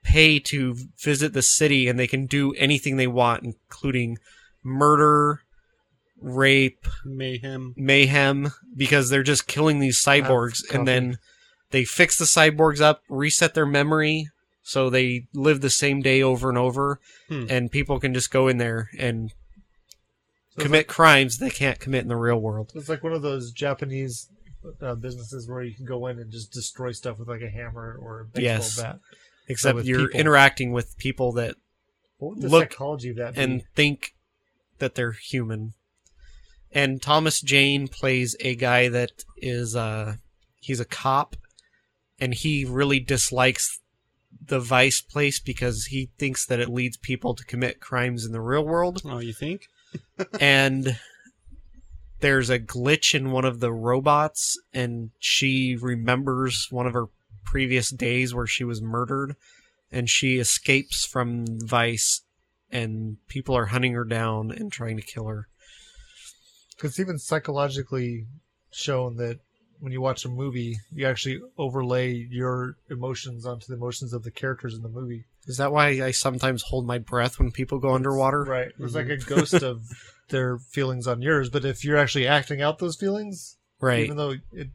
Speaker 3: pay to visit the city, and they can do anything they want, including murder, rape,
Speaker 5: Mayhem.
Speaker 3: mayhem because they're just killing these cyborgs
Speaker 4: Have
Speaker 3: and then they fix the cyborgs up, reset their memory so they live the same day over and over
Speaker 5: Hmm.
Speaker 3: and people can just go in there and
Speaker 4: So it's
Speaker 3: commit crimes they can't commit in the real world.
Speaker 4: It's like one of those Japanese uh, businesses where you can go in and just destroy stuff with like a hammer or a baseball
Speaker 3: Yes.
Speaker 4: bat.
Speaker 3: Except
Speaker 4: with
Speaker 3: you're
Speaker 4: people.
Speaker 3: interacting with people that
Speaker 4: What would the
Speaker 3: Look,
Speaker 4: psychology of that be?
Speaker 3: and think that they're human. And Thomas Jane plays a guy that is uh he's a cop and he really dislikes the vice place because he thinks that it leads people to commit crimes in the real world
Speaker 5: Oh, you think?
Speaker 3: and there's a glitch in one of the robots and she remembers one of her previous days where she was murdered and she escapes from vice and people are hunting her down and trying to kill her
Speaker 4: it's even psychologically shown that when you watch a movie, you actually overlay your emotions onto the emotions of the characters in the movie.
Speaker 3: is that why i sometimes hold my breath when people go underwater
Speaker 4: Right. It's like a
Speaker 3: Mm-hmm.
Speaker 4: ghost of their feelings on yours, but if you're actually acting out those feelings,
Speaker 3: right
Speaker 4: even though it,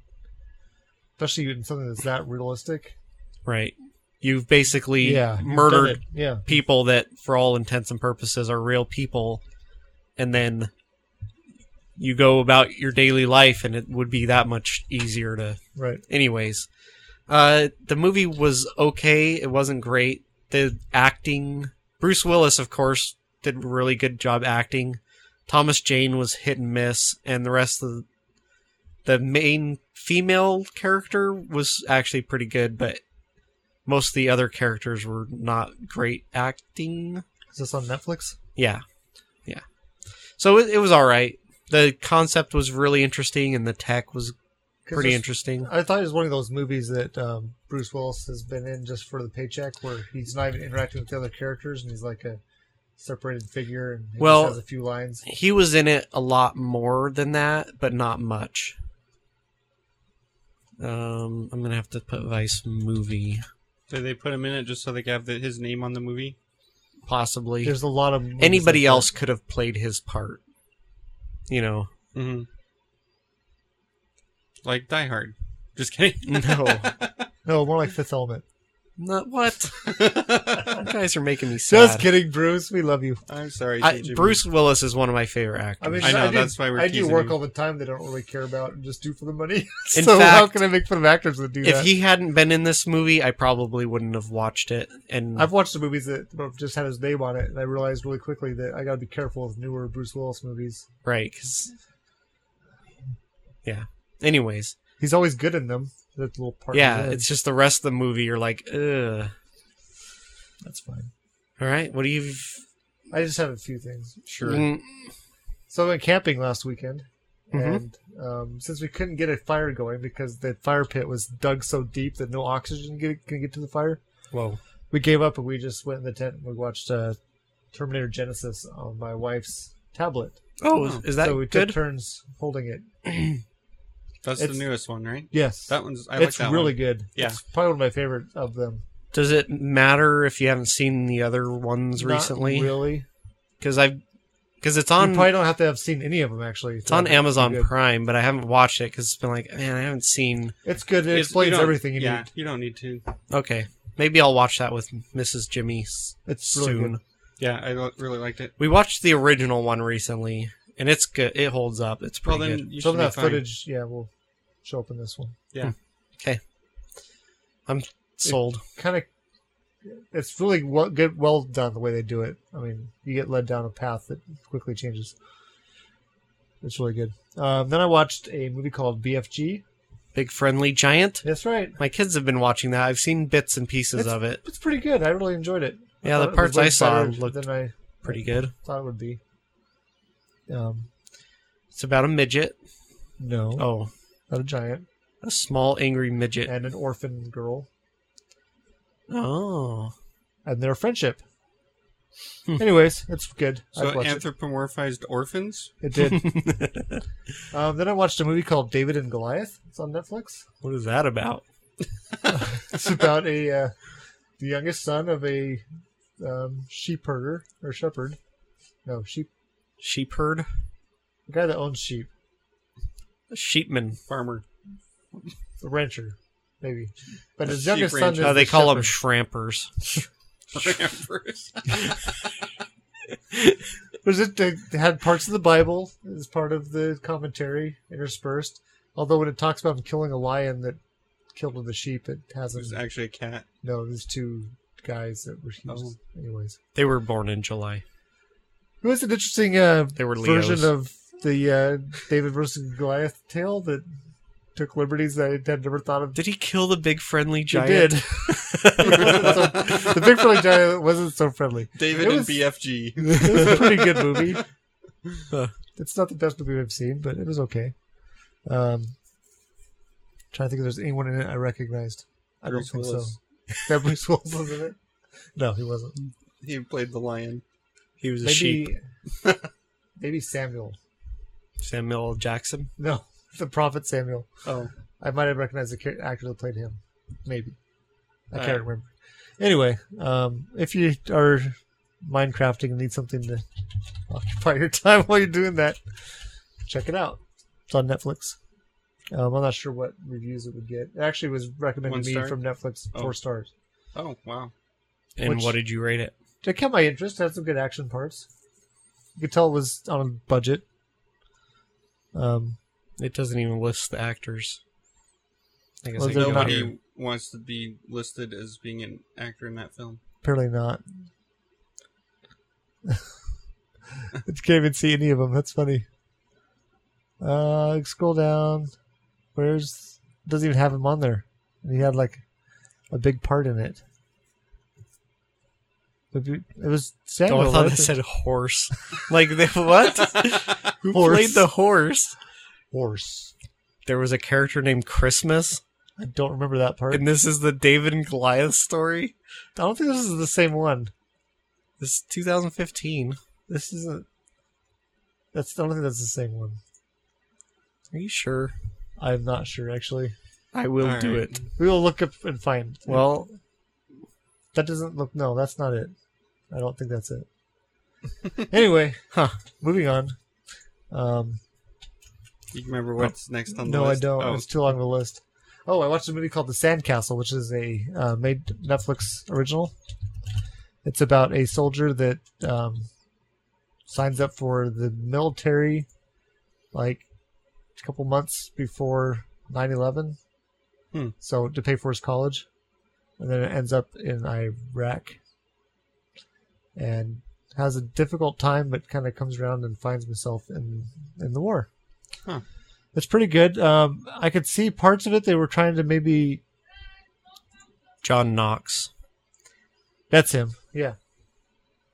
Speaker 4: especially in something that's that realistic,
Speaker 3: right you've basically
Speaker 4: yeah, you've done
Speaker 3: murdered
Speaker 4: it. Yeah,
Speaker 3: people that for all intents and purposes are real people and then you go about your daily life and it would be that much easier to
Speaker 4: right.
Speaker 3: anyways uh the movie was okay it wasn't great the acting bruce willis of course did a really good job acting thomas jane was hit and miss and the rest of the, the main female character was actually pretty good but most of the other characters were not great acting
Speaker 4: Is this on Netflix?
Speaker 3: yeah. Yeah. So it, it was all right. The concept was really interesting and the tech was
Speaker 4: 'Cause
Speaker 3: pretty
Speaker 4: there's-
Speaker 3: interesting.
Speaker 4: I thought it was one of those movies that um, Bruce Willis has been in just for the paycheck, where he's not even interacting with the other characters, and he's like a separated figure, and he
Speaker 3: Well-
Speaker 4: just has a few lines.
Speaker 3: He was in it a lot more than that, but not much. Um, I'm going to have to put Vice movie,
Speaker 5: Did they put him in it just so they could have the, his name on the movie?
Speaker 3: possibly.
Speaker 4: There's a lot of movies like
Speaker 3: Anybody
Speaker 4: that.
Speaker 3: else could have played his part. You know,
Speaker 5: Mm-hmm. Like Die Hard. Just kidding.
Speaker 3: no.
Speaker 4: No, more like Fifth Element.
Speaker 3: not what? you guys are making me sad.
Speaker 4: Just kidding, Bruce. We love you.
Speaker 5: I'm sorry,
Speaker 3: I,
Speaker 5: Jimmy.
Speaker 3: Bruce Willis is one of my favorite actors.
Speaker 4: I mean,
Speaker 5: I know,
Speaker 4: do,
Speaker 5: that's why we're
Speaker 4: I do
Speaker 5: teasing
Speaker 4: work
Speaker 5: you.
Speaker 4: all the time. They don't really care about and just do for the money.
Speaker 3: In
Speaker 4: so how
Speaker 3: fact,
Speaker 4: can I make fun of actors that do
Speaker 3: if
Speaker 4: that?
Speaker 3: he hadn't been in this movie, I probably wouldn't have watched it. And
Speaker 4: I've watched the movies that have just had his name on it, and I realized really quickly that I got to be careful with newer Bruce Willis movies.
Speaker 3: right, 'cause- yeah. Anyways,
Speaker 4: He's always good in them. That little part.
Speaker 3: yeah,
Speaker 4: he's in.
Speaker 3: it's just the rest of the movie. You're like, ugh.
Speaker 4: that's fine.
Speaker 3: All right, what do you?
Speaker 4: I just have a few things.
Speaker 5: Sure.
Speaker 3: Mm,
Speaker 4: So I went camping last weekend,
Speaker 3: Mhm.
Speaker 4: and um, since we couldn't get a fire going because the fire pit was dug so deep that no oxygen get, can get to the fire,
Speaker 3: Whoa.
Speaker 4: we gave up and we just went in the tent and we watched uh, Terminator Genesis on my wife's tablet.
Speaker 3: Oh, is, is that
Speaker 4: so we
Speaker 3: good?
Speaker 4: took turns holding it.
Speaker 5: That's
Speaker 4: it's-
Speaker 5: the newest one, right?
Speaker 4: Yes,
Speaker 5: That one's. I
Speaker 4: it's
Speaker 5: like that
Speaker 4: really
Speaker 5: one.
Speaker 4: good.
Speaker 5: Yeah.
Speaker 4: It's probably one of my favorite of them.
Speaker 3: Does it matter if you haven't seen the other ones
Speaker 4: Not
Speaker 3: recently?
Speaker 4: really.
Speaker 3: Because I've because it's
Speaker 4: you
Speaker 3: on
Speaker 4: probably don't have to have seen any of them actually.
Speaker 3: it's on Amazon
Speaker 4: Good.
Speaker 3: Prime, but I haven't watched it because it's been like, man, I haven't seen.
Speaker 4: It's good. It
Speaker 5: It's- you
Speaker 4: explains
Speaker 5: don't-
Speaker 4: everything you
Speaker 5: yeah,
Speaker 4: need.
Speaker 5: you don't need to.
Speaker 3: Okay, maybe I'll watch that with Mrs. Jimmy s-
Speaker 4: It's really
Speaker 3: soon.
Speaker 4: good.
Speaker 5: Yeah, I lo- really liked it.
Speaker 3: We watched the original one recently, and it's good. It holds up. It's
Speaker 5: Well,
Speaker 3: pretty
Speaker 5: then
Speaker 3: good.
Speaker 5: you
Speaker 4: Some
Speaker 5: should
Speaker 4: of
Speaker 5: be
Speaker 4: that
Speaker 5: fine.
Speaker 4: footage, yeah, will show up in this one.
Speaker 5: Yeah.
Speaker 3: I'm sold.
Speaker 4: Kind of, it's really well, good, well done the way they do it. I mean, you get led down a path that quickly changes. It's really good. Um, then I watched a movie called BFG.
Speaker 3: Big friendly giant.
Speaker 4: That's right.
Speaker 3: My kids have been watching that. I've seen bits and pieces
Speaker 4: It's-
Speaker 3: of it.
Speaker 4: It's pretty good. I really enjoyed it. I
Speaker 3: Yeah, the
Speaker 4: thought it was
Speaker 3: parts
Speaker 4: way
Speaker 3: I saw
Speaker 4: better
Speaker 3: looked
Speaker 4: than I
Speaker 3: pretty good.
Speaker 4: thought it would be. Um,
Speaker 3: It's about a midget.
Speaker 4: no,
Speaker 3: Oh,
Speaker 4: not a giant
Speaker 3: a small angry midget.
Speaker 4: and an orphan girl.
Speaker 3: Oh,
Speaker 4: and their friendship. Anyways, it's good.
Speaker 5: So
Speaker 4: I'd watch it.
Speaker 5: anthropomorphized orphans.
Speaker 4: it did. um, then I watched a movie called David and Goliath. It's on Netflix.
Speaker 3: what is that about?
Speaker 4: It's about a uh, the youngest son of a um, sheep herder or shepherd. No, sheep.
Speaker 3: Sheep herd.
Speaker 4: The guy that owns sheep,
Speaker 3: A sheepman.
Speaker 5: Farmer.
Speaker 4: the rancher, maybe. But
Speaker 5: A
Speaker 4: his youngest
Speaker 5: sheep
Speaker 4: son.
Speaker 5: rancher.
Speaker 4: is
Speaker 3: Oh, they
Speaker 4: the
Speaker 3: call them
Speaker 4: shepherd.
Speaker 3: shrampers.
Speaker 5: Farmers.
Speaker 4: Was it they they had parts of the Bible as part of the commentary interspersed, Although when it talks about him killing a lion that killed the sheep, it
Speaker 5: It was
Speaker 4: hasn't.
Speaker 5: actually a cat.
Speaker 4: No, there's two guys that were.
Speaker 5: Oh.
Speaker 4: he was- Anyways,
Speaker 3: They were born in July.
Speaker 4: it was an interesting uh,
Speaker 3: They were Leos.
Speaker 4: version of the uh, David versus Goliath tale that took liberties that I had never thought of.
Speaker 3: Did he kill the big friendly giant?
Speaker 4: did. the big friendly giant wasn't so friendly.
Speaker 5: David
Speaker 4: It
Speaker 5: and
Speaker 4: was-
Speaker 5: BFG.
Speaker 4: It was a pretty good movie.
Speaker 3: Huh.
Speaker 4: It's not the best movie I've seen, but it was okay. Um, trying to think if there's anyone in it I recognized. I don't
Speaker 5: Bruce
Speaker 4: think
Speaker 5: Willis.
Speaker 4: so. Yeah, Bruce Willis was in it. No, he wasn't.
Speaker 5: He played the lion.
Speaker 3: He was a sheep.
Speaker 4: Maybe, maybe Samuel.
Speaker 3: Samuel L. Jackson.
Speaker 4: No, the prophet Samuel.
Speaker 5: Oh,
Speaker 4: I might have recognized the char- actor that played him. Maybe. I
Speaker 5: All
Speaker 4: can't
Speaker 5: right.
Speaker 4: remember. Anyway, um, if you are Minecrafting and need something to occupy your time while you're doing that, check it out. It's on Netflix. Um, I'm not sure what reviews it would get. It actually was recommended
Speaker 5: One
Speaker 4: to me
Speaker 5: star?
Speaker 4: from Netflix
Speaker 5: Oh.
Speaker 4: four stars.
Speaker 5: oh wow.
Speaker 3: And
Speaker 4: Which-
Speaker 3: what did you rate it?
Speaker 4: It kept my interest. It had some good action parts. You could tell it was on a budget. Um,
Speaker 3: It doesn't even list the actors. I guess
Speaker 4: Well,
Speaker 3: I
Speaker 4: they're
Speaker 3: go
Speaker 4: not-
Speaker 3: here.
Speaker 5: Nobody wants to be listed as being an actor in that film.
Speaker 4: Apparently not. I can't even see any of them. That's funny. Uh, scroll down. Where's doesn't even have him on there, and he had like a big part in it. But you- It was
Speaker 3: Oh,
Speaker 4: Samuel.
Speaker 3: I thought
Speaker 4: wasn't
Speaker 3: it
Speaker 4: it?
Speaker 3: said horse. Like the, what? Who
Speaker 4: Horse.
Speaker 3: played the horse?
Speaker 4: horse.
Speaker 3: There was a character named Christmas,
Speaker 4: I don't remember that part.
Speaker 3: and this is the David and Goliath story.
Speaker 4: I don't think this is the same one.
Speaker 3: This is 2015.
Speaker 4: This isn't. That's I don't think that's the same one.
Speaker 3: Are you sure?
Speaker 4: I'm not sure actually.
Speaker 3: I will
Speaker 5: All
Speaker 3: do
Speaker 5: right.
Speaker 3: it.
Speaker 4: We will look up and find.
Speaker 3: Well,
Speaker 4: That doesn't look. No, that's not it. I don't think that's it. anyway, huh? Moving on. Um,
Speaker 5: You remember what's next on the
Speaker 4: no, I
Speaker 5: list?
Speaker 4: don't.
Speaker 5: Oh,
Speaker 4: It's too long of a list. Oh, I watched a movie called The Sandcastle, which is a uh, made Netflix original. It's about a soldier that um, signs up for the military, like a couple months before 9/11,
Speaker 5: Hmm.
Speaker 4: so to pay for his college, and then it ends up in Iraq, and has a difficult time, but kind of comes around and finds himself in in the war.
Speaker 5: Huh.
Speaker 4: It's pretty good. Um, I could see parts of it. They were trying to maybe.
Speaker 3: John Knox.
Speaker 4: That's him. Yeah.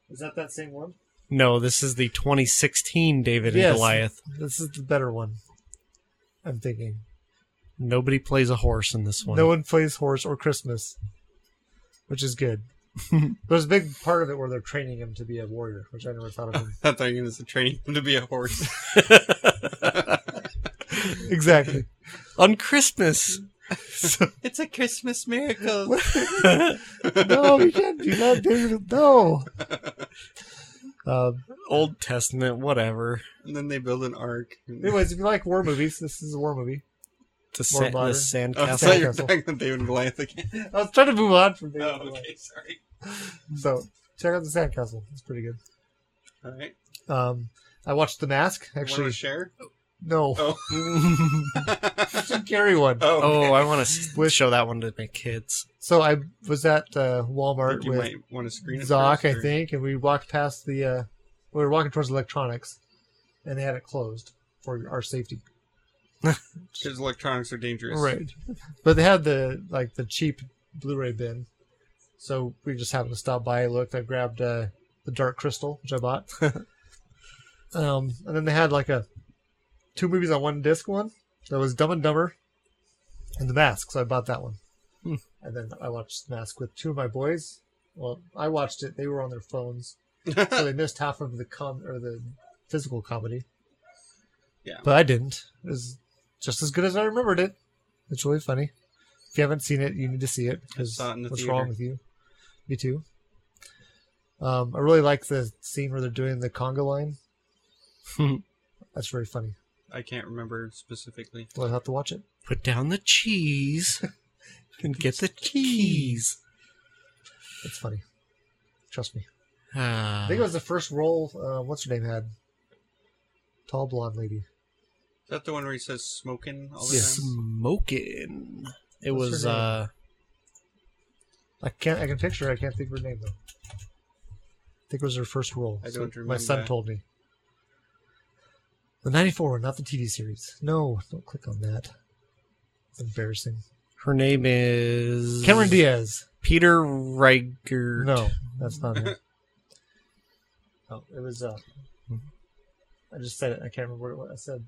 Speaker 4: Is that that same one?
Speaker 3: No, this is the 2016 David
Speaker 4: Yes.
Speaker 3: and Goliath.
Speaker 4: This is the better one. I'm thinking.
Speaker 3: Nobody plays a horse in this one.
Speaker 4: No one plays horse or Christmas, which is good. There's a big part of it where they're training him to be a warrior, which I never thought of him.
Speaker 5: I thought you were going to training him to be a horse.
Speaker 4: exactly.
Speaker 3: on Christmas.
Speaker 5: it's a Christmas miracle.
Speaker 4: No, you can't do that, David. No. Um,
Speaker 3: Old Testament, whatever.
Speaker 5: and then they build an ark.
Speaker 4: anyways, if you like war movies, this is a war movie.
Speaker 3: The,
Speaker 4: More
Speaker 3: sa- the
Speaker 4: modern.
Speaker 5: Oh, I
Speaker 3: sandcastle.
Speaker 5: thought you were
Speaker 4: Sandcastle.
Speaker 5: talking about David and Goliath again.
Speaker 4: I was trying to move on from
Speaker 5: Oh,
Speaker 4: David.
Speaker 5: okay, sorry.
Speaker 4: So check out the Sandcastle. It's pretty good.
Speaker 5: All right.
Speaker 4: Um, I watched The Mask.
Speaker 5: Actually,
Speaker 4: Actually,
Speaker 5: share?
Speaker 4: no,
Speaker 5: Oh.
Speaker 4: Jim Carrey one.
Speaker 5: oh,
Speaker 3: Oh, I want to show that one to my kids.
Speaker 4: So I was at uh,
Speaker 5: I
Speaker 4: Walmart
Speaker 5: think you
Speaker 4: with
Speaker 5: might want to screen it.
Speaker 4: Zoc,
Speaker 5: first,
Speaker 4: I
Speaker 5: or-
Speaker 4: think, and we walked past the. Uh, we were walking towards electronics, and they had it closed for our safety.
Speaker 5: Because electronics are dangerous.
Speaker 4: But they had the like the cheap Blu-ray bin, so we just happened to stop by. Looked, I grabbed uh, the Dark Crystal, which I bought, um, and then they had like a two movies on one disc. One that was Dumb and Dumber, and The Mask. So I bought that one,
Speaker 3: Hmm.
Speaker 4: and then I watched The Mask with two of my boys. Well, I watched it. They were on their phones, so they missed half of the com or the physical comedy.
Speaker 5: Yeah.
Speaker 4: but I didn't. It was just as good as I remembered it. It's really funny. If you haven't seen it, you need to see it because
Speaker 5: Saw it in the
Speaker 4: what's
Speaker 5: theater.
Speaker 4: wrong with you? Me too. Um, I really like the scene where they're doing the conga line. That's very funny.
Speaker 5: I can't remember specifically.
Speaker 4: We'll have to watch it.
Speaker 3: Put down the cheese and get the keys.
Speaker 4: It's funny. Trust me.
Speaker 3: Ah.
Speaker 4: I think it was the first role. Uh, what's her name had? Tall blonde lady.
Speaker 5: Is that the one where he says smoking all the time?
Speaker 3: Smoking. It
Speaker 4: What's
Speaker 3: was
Speaker 4: her name?
Speaker 3: uh
Speaker 4: I can't. I can picture. her. I can't think of her name though. I think it was her first role.
Speaker 5: I
Speaker 4: so
Speaker 5: don't
Speaker 4: My son
Speaker 5: remember.
Speaker 4: told me. The '94, not the TV series. No, don't click on that. It's embarrassing.
Speaker 3: her name is
Speaker 4: Cameron Diaz.
Speaker 3: Peter Riger.
Speaker 4: No, that's not it. No, it was. Uh, I just said it. I can't remember what I said.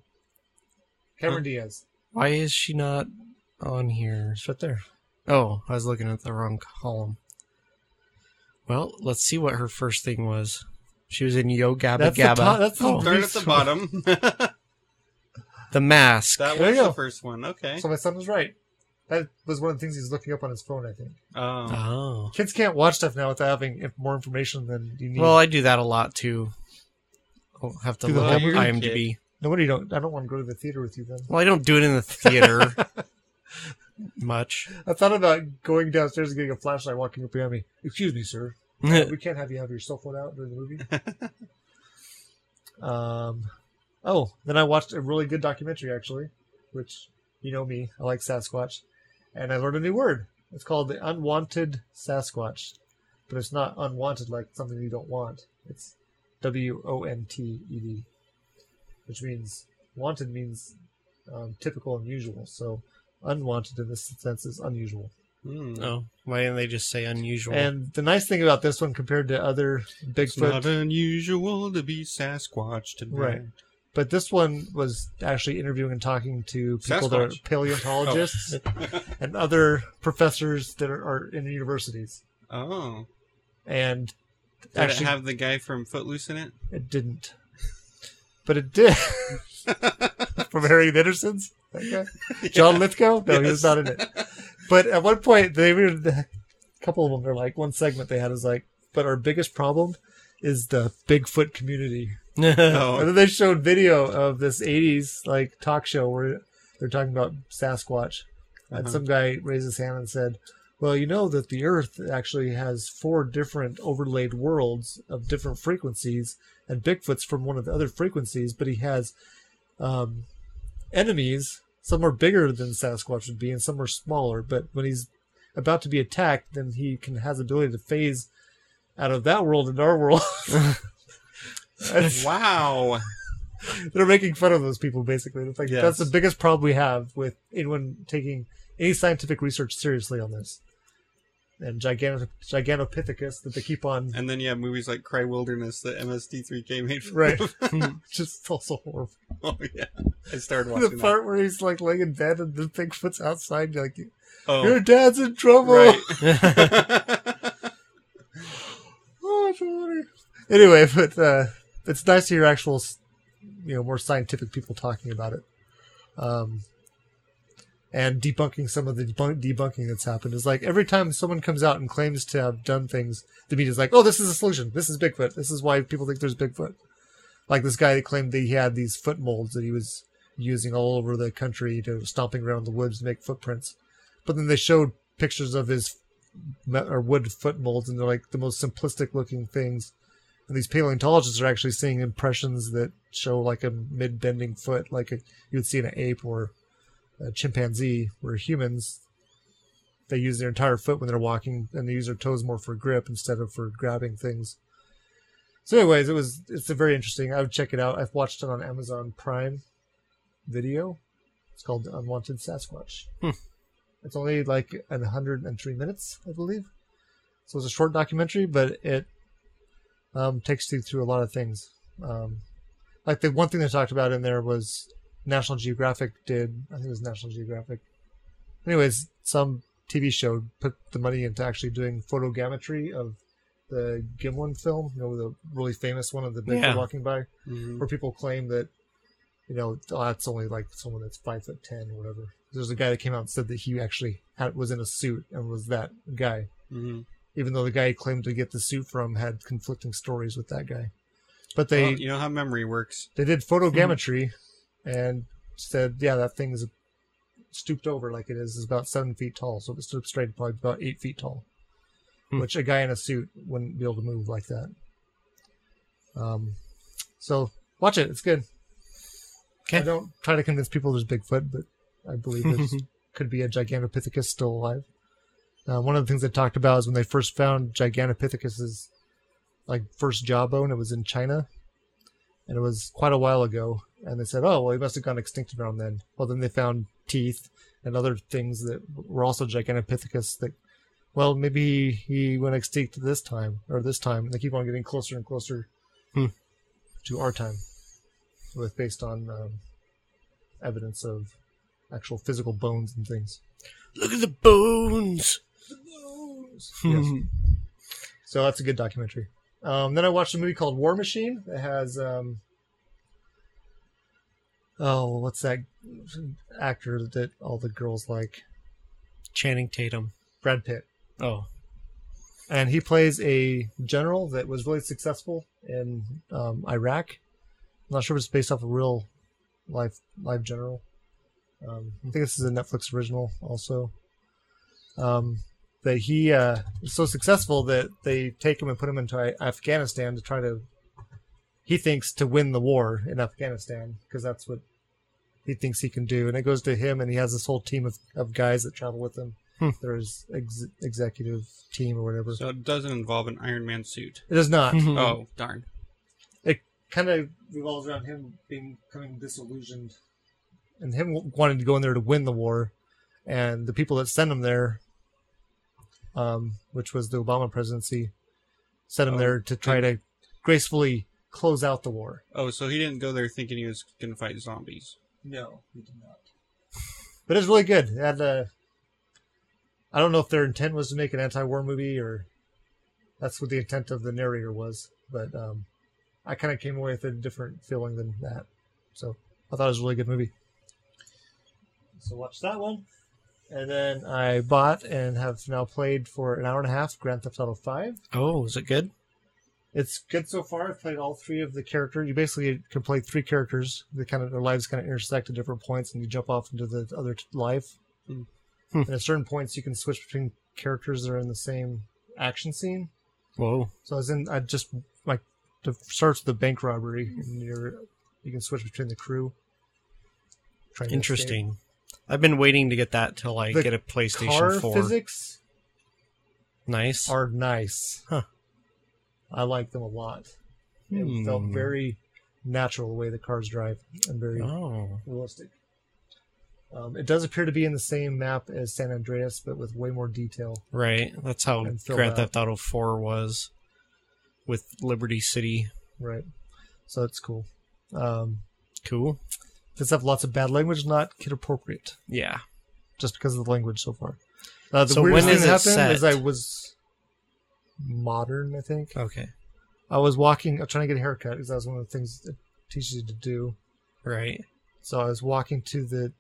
Speaker 4: Cameron Diaz.
Speaker 3: Why is she not on here?
Speaker 4: It's right there.
Speaker 3: Oh, I was looking at the wrong column. Well, let's see what her first thing was. She was in Yo Gabba
Speaker 4: That's the
Speaker 3: Gabba.
Speaker 4: top- that's the-
Speaker 3: oh,
Speaker 5: Third at the bottom. that
Speaker 3: the mask.
Speaker 4: There
Speaker 5: was
Speaker 4: you go.
Speaker 5: the first one. Okay.
Speaker 4: So my son was right. That was one of the things he's looking up on his phone. I think
Speaker 5: Um,
Speaker 3: Oh.
Speaker 4: kids can't watch stuff now without having inf- more information than you need.
Speaker 3: Well, I do that a lot too. I'll have to
Speaker 4: Do the
Speaker 3: look up
Speaker 5: homework?
Speaker 3: IMDb.
Speaker 4: No wonder you don't. I don't want to go to the theater with you then.
Speaker 3: Well, I don't do it in the theater much.
Speaker 4: I thought about going downstairs and getting a flashlight, walking up behind me. Excuse me, sir. we can't have you have your cell phone out during the movie. um, oh, then I watched a really good documentary actually, which you know me, I like Sasquatch, and I learned a new word. It's called the unwanted Sasquatch, but it's not unwanted like something you don't want. It's W O N T E D, which means wanted means um, typical and usual. So unwanted in this sense is unusual.
Speaker 5: hmm.
Speaker 3: no. Why didn't they just say unusual?
Speaker 4: And the nice thing about this one compared to other
Speaker 5: It's not
Speaker 4: Bigfoot,
Speaker 5: unusual to be Sasquatch today.
Speaker 4: Right. but this one was actually interviewing and talking to people that are
Speaker 5: Sasquatch.
Speaker 4: paleontologists and other professors that are, are in universities.
Speaker 5: Oh.
Speaker 4: And
Speaker 5: Did
Speaker 4: Actually-
Speaker 5: it have the guy from Footloose in it?
Speaker 4: it didn't, but it did.
Speaker 5: Oh,
Speaker 4: From Harry Anderson's, okay. John Lithgow. No, he was not in it. But at one point, they were a couple of them. They're like one segment they had is like, but our biggest problem is the Bigfoot community. And
Speaker 5: Oh.
Speaker 4: then they showed video of this 80s like talk show where they're talking about Sasquatch. And some guy raised his hand and said, Well, you know that the Earth actually has four different overlaid worlds of different frequencies, and Bigfoot's from one of the other frequencies, but he has um, enemies. Some are bigger than Sasquatch would be, and some are smaller. But when he's about to be attacked, then he can has the ability to phase out of that world into our world. And it's-
Speaker 5: Wow.
Speaker 4: they're making fun of those people basically. It's like
Speaker 5: Yes.
Speaker 4: that's the biggest problem we have with anyone taking any scientific research seriously on this. And Gigano- Gigantopithecus that they keep on
Speaker 5: And then you have movies like Cry Wilderness that MSD3K made. fun
Speaker 4: right,
Speaker 5: of.
Speaker 4: just also horrible.
Speaker 5: oh yeah. I started Hmm. watching
Speaker 4: The
Speaker 5: that.
Speaker 4: part where he's like laying in bed and the Bigfoot's outside, like your
Speaker 5: oh.
Speaker 4: dad's in trouble.
Speaker 5: Right.
Speaker 4: Oh, it's funny. Anyway, but uh, it's nice to hear actual, s- you know, more scientific people talking about it, um, and debunking some of the debunk- debunking that's happened. Is like every time someone comes out and claims to have done things, the media's like, "Oh, this is a solution. This is Bigfoot. This is why people think there's Bigfoot." Like this guy that claimed that he had these foot molds that he was using all over the country to stomping around the woods to make footprints, but then they showed pictures of his me- or wood foot molds, and they're like the most simplistic looking things. And these paleontologists are actually seeing impressions that show like a mid bending foot, like a, you would see in an ape or a chimpanzee, where humans they use their entire foot when they're walking, and they use their toes more for grip instead of for grabbing things. So, anyways, it was it's a very interesting. I would check it out. I've watched it on Amazon Prime Video. It's called Unwanted Sasquatch. It's only like an 103 minutes, I believe. So it's a short documentary, but it um, takes you through a lot of things. Um, like the one thing they talked about in there was National Geographic did, I think it was National Geographic. Anyways, some TV show put the money into actually doing photogrammetry of the Gimlin film, you know, the really famous one of the Bigfoot
Speaker 3: Yeah.
Speaker 4: walking by
Speaker 5: Mhm.
Speaker 4: where people claim that you know oh, that's only like someone that's five foot ten or whatever. There's a guy that came out and said that he actually had, was in a suit and was that guy,
Speaker 5: Mhm.
Speaker 4: even though the guy he claimed to get the suit from had conflicting stories with that guy. But
Speaker 5: Well,
Speaker 4: they
Speaker 5: you know how memory works.
Speaker 4: they did photogrammetry and said, yeah, that thing's stooped over like it is, is about seven feet tall. So if it stooped straight, probably about eight feet tall,
Speaker 3: Hmm.
Speaker 4: which a guy in a suit wouldn't be able to move like that. Um, so watch it. It's good. I don't try to convince people there's Bigfoot, but I believe there could be a Gigantopithecus still alive. Uh, one of the things they talked about is when they first found Gigantopithecus's like first jawbone. It was in China, and it was quite a while ago. And they said, "Oh, well, he must have gone extinct around then." Well, then they found teeth and other things that were also Gigantopithecus. That, well, maybe he, he went extinct this time or this time. And they keep on getting closer and closer
Speaker 3: Hmm.
Speaker 4: to our time, with based on um, evidence of actual physical bones and things.
Speaker 3: Look at the bones.
Speaker 4: Yes. So that's a good documentary. Um, then I watched a movie called War Machine. It has um, oh, what's that actor that all the girls like?
Speaker 3: Channing Tatum.
Speaker 4: Brad Pitt,
Speaker 3: Oh,
Speaker 4: and he plays a general that was really successful in um, Iraq. I'm not sure if it's based off a real life live general. Um, I think this is a Netflix original also. Um, that he uh, is so successful that they take him and put him into I- Afghanistan to try to, he thinks, to win the war in Afghanistan because that's what he thinks he can do. And it goes to him, and he has this whole team of, of guys that travel with him. They're his ex- executive team or whatever.
Speaker 5: So it doesn't involve an Iron Man suit.
Speaker 4: it does not.
Speaker 5: Oh, darn.
Speaker 4: it kind of revolves around him being becoming disillusioned and him w- wanting to go in there to win the war and the people that sent him there um, which was the obama presidency sent him
Speaker 5: Oh,
Speaker 4: there to try to gracefully close out the war
Speaker 5: Oh, so he didn't go there thinking he was going to fight zombies.
Speaker 4: no he did not but it's really good it had, uh, i don't know if their intent was to make an anti-war movie or that's what the intent of the narrator was but um, i kind of came away with a different feeling than that So I thought it was a really good movie. So watch that one. And then I bought and have now played for an hour and a half Grand Theft Auto 5.
Speaker 3: oh, is it good?
Speaker 4: It's good so far. I've played all three of the characters. You basically can play three characters. They kind of their lives kind of intersect at different points, and you jump off into the other t- life.
Speaker 3: Hmm.
Speaker 4: And at certain points, you can switch between characters that are in the same action scene.
Speaker 3: Whoa.
Speaker 4: So I was in. I just like to starts with the bank robbery, and you're you can switch between the crew. Trying to escape.
Speaker 3: Interesting. I've been waiting to get that till I
Speaker 4: The
Speaker 3: get a PlayStation
Speaker 4: car
Speaker 3: 4.
Speaker 4: physics
Speaker 3: nice.
Speaker 4: are nice.
Speaker 3: Huh.
Speaker 4: I like them a lot.
Speaker 3: Hmm.
Speaker 4: It felt very natural the way the cars drive and very
Speaker 3: Oh.
Speaker 4: realistic. Um, it does appear to be in the same map as San Andreas, but with way more detail.
Speaker 3: Right. That's how
Speaker 4: And filled
Speaker 3: Grand
Speaker 4: out.
Speaker 3: Theft Auto 4 was with Liberty City.
Speaker 4: Right. So that's cool. Um,
Speaker 3: Cool.
Speaker 4: does have lots of bad language, not kid appropriate,
Speaker 3: Yeah.
Speaker 4: just because of the language so far. Uh, the
Speaker 3: So
Speaker 4: weirdest
Speaker 3: when
Speaker 4: thing
Speaker 3: is
Speaker 4: that
Speaker 3: it
Speaker 4: happened
Speaker 3: set?
Speaker 4: is I was modern, I think.
Speaker 3: Okay.
Speaker 4: I was walking, I was trying to get a haircut because that was one of the things it teaches you to do.
Speaker 3: Right.
Speaker 4: So I was walking to the.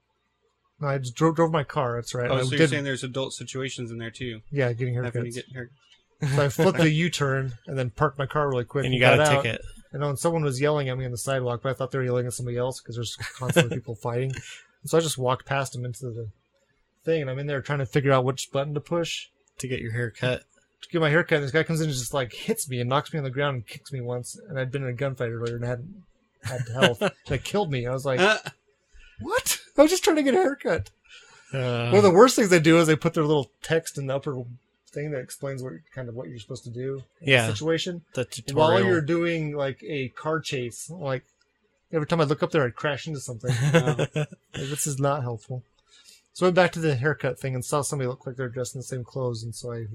Speaker 4: No, I just drove, drove my car. That's right.
Speaker 5: Oh,
Speaker 4: I
Speaker 5: so you're
Speaker 4: did-
Speaker 5: saying there's adult situations in there too.
Speaker 4: yeah, getting
Speaker 5: Having to
Speaker 4: haircuts.
Speaker 5: get hair-
Speaker 4: so I flipped a U-turn and then parked my car really quick.
Speaker 3: And you got a
Speaker 4: out.
Speaker 3: ticket.
Speaker 4: And then someone was yelling at me on the sidewalk, but I thought they were yelling at somebody else because there's constantly people fighting. And so I just walked past them into the thing, and I'm in there trying to figure out which button to push
Speaker 3: to get your hair cut.
Speaker 4: to get my haircut. And this guy comes in and just like hits me and knocks me on the ground and kicks me once. And I'd been in a gunfight earlier and I hadn't had health. and it killed me. I was like,
Speaker 5: Uh,
Speaker 4: what? I was just trying to get a haircut.
Speaker 3: Uh,
Speaker 4: One of the worst things they do is they put their little text in the upper thing that explains what kind of what you're supposed to do in the
Speaker 3: Yeah.
Speaker 4: situation.
Speaker 3: the
Speaker 4: While
Speaker 3: tutorial.
Speaker 4: you're doing like a car chase, like every time I look up there, I crash into something. Like, this is not helpful. So I went back to the haircut thing and saw somebody look like they're dressed in the same clothes, and so I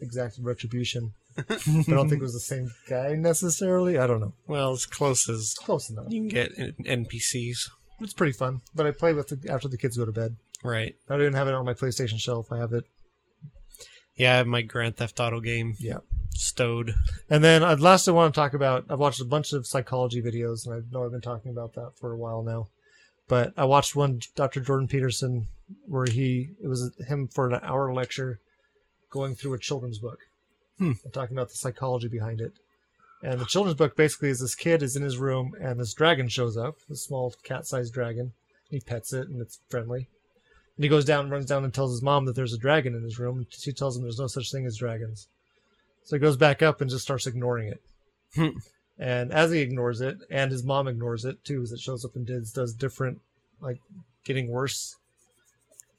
Speaker 4: exacted retribution. I don't think it was the same guy necessarily. I don't know.
Speaker 3: well, as close as
Speaker 4: Close enough.
Speaker 3: you can get in- NPCs.
Speaker 4: It's pretty fun, but I play with it after the kids go to bed.
Speaker 3: Right.
Speaker 4: I don't even have it on my PlayStation shelf. I have it.
Speaker 3: Yeah, I have my Grand Theft Auto game
Speaker 4: Yeah.
Speaker 3: stowed.
Speaker 4: And then uh, last I want to talk about, I've watched a bunch of psychology videos, and I know I've been talking about that for a while now. But I watched one Dr. Jordan Peterson where he it was him for an hour lecture going through a children's book
Speaker 3: Hmm.
Speaker 4: and talking about the psychology behind it. And the children's book basically is this kid is in his room and this dragon shows up, this small cat-sized dragon. He pets it and it's friendly. And he goes down and runs down and tells his mom that there's a dragon in his room. She
Speaker 3: Hmm.
Speaker 4: tells him there's no such thing as dragons. So he goes back up and just starts ignoring it. And as he ignores it, and his mom ignores it too, as it shows up in Dids, does different, like getting worse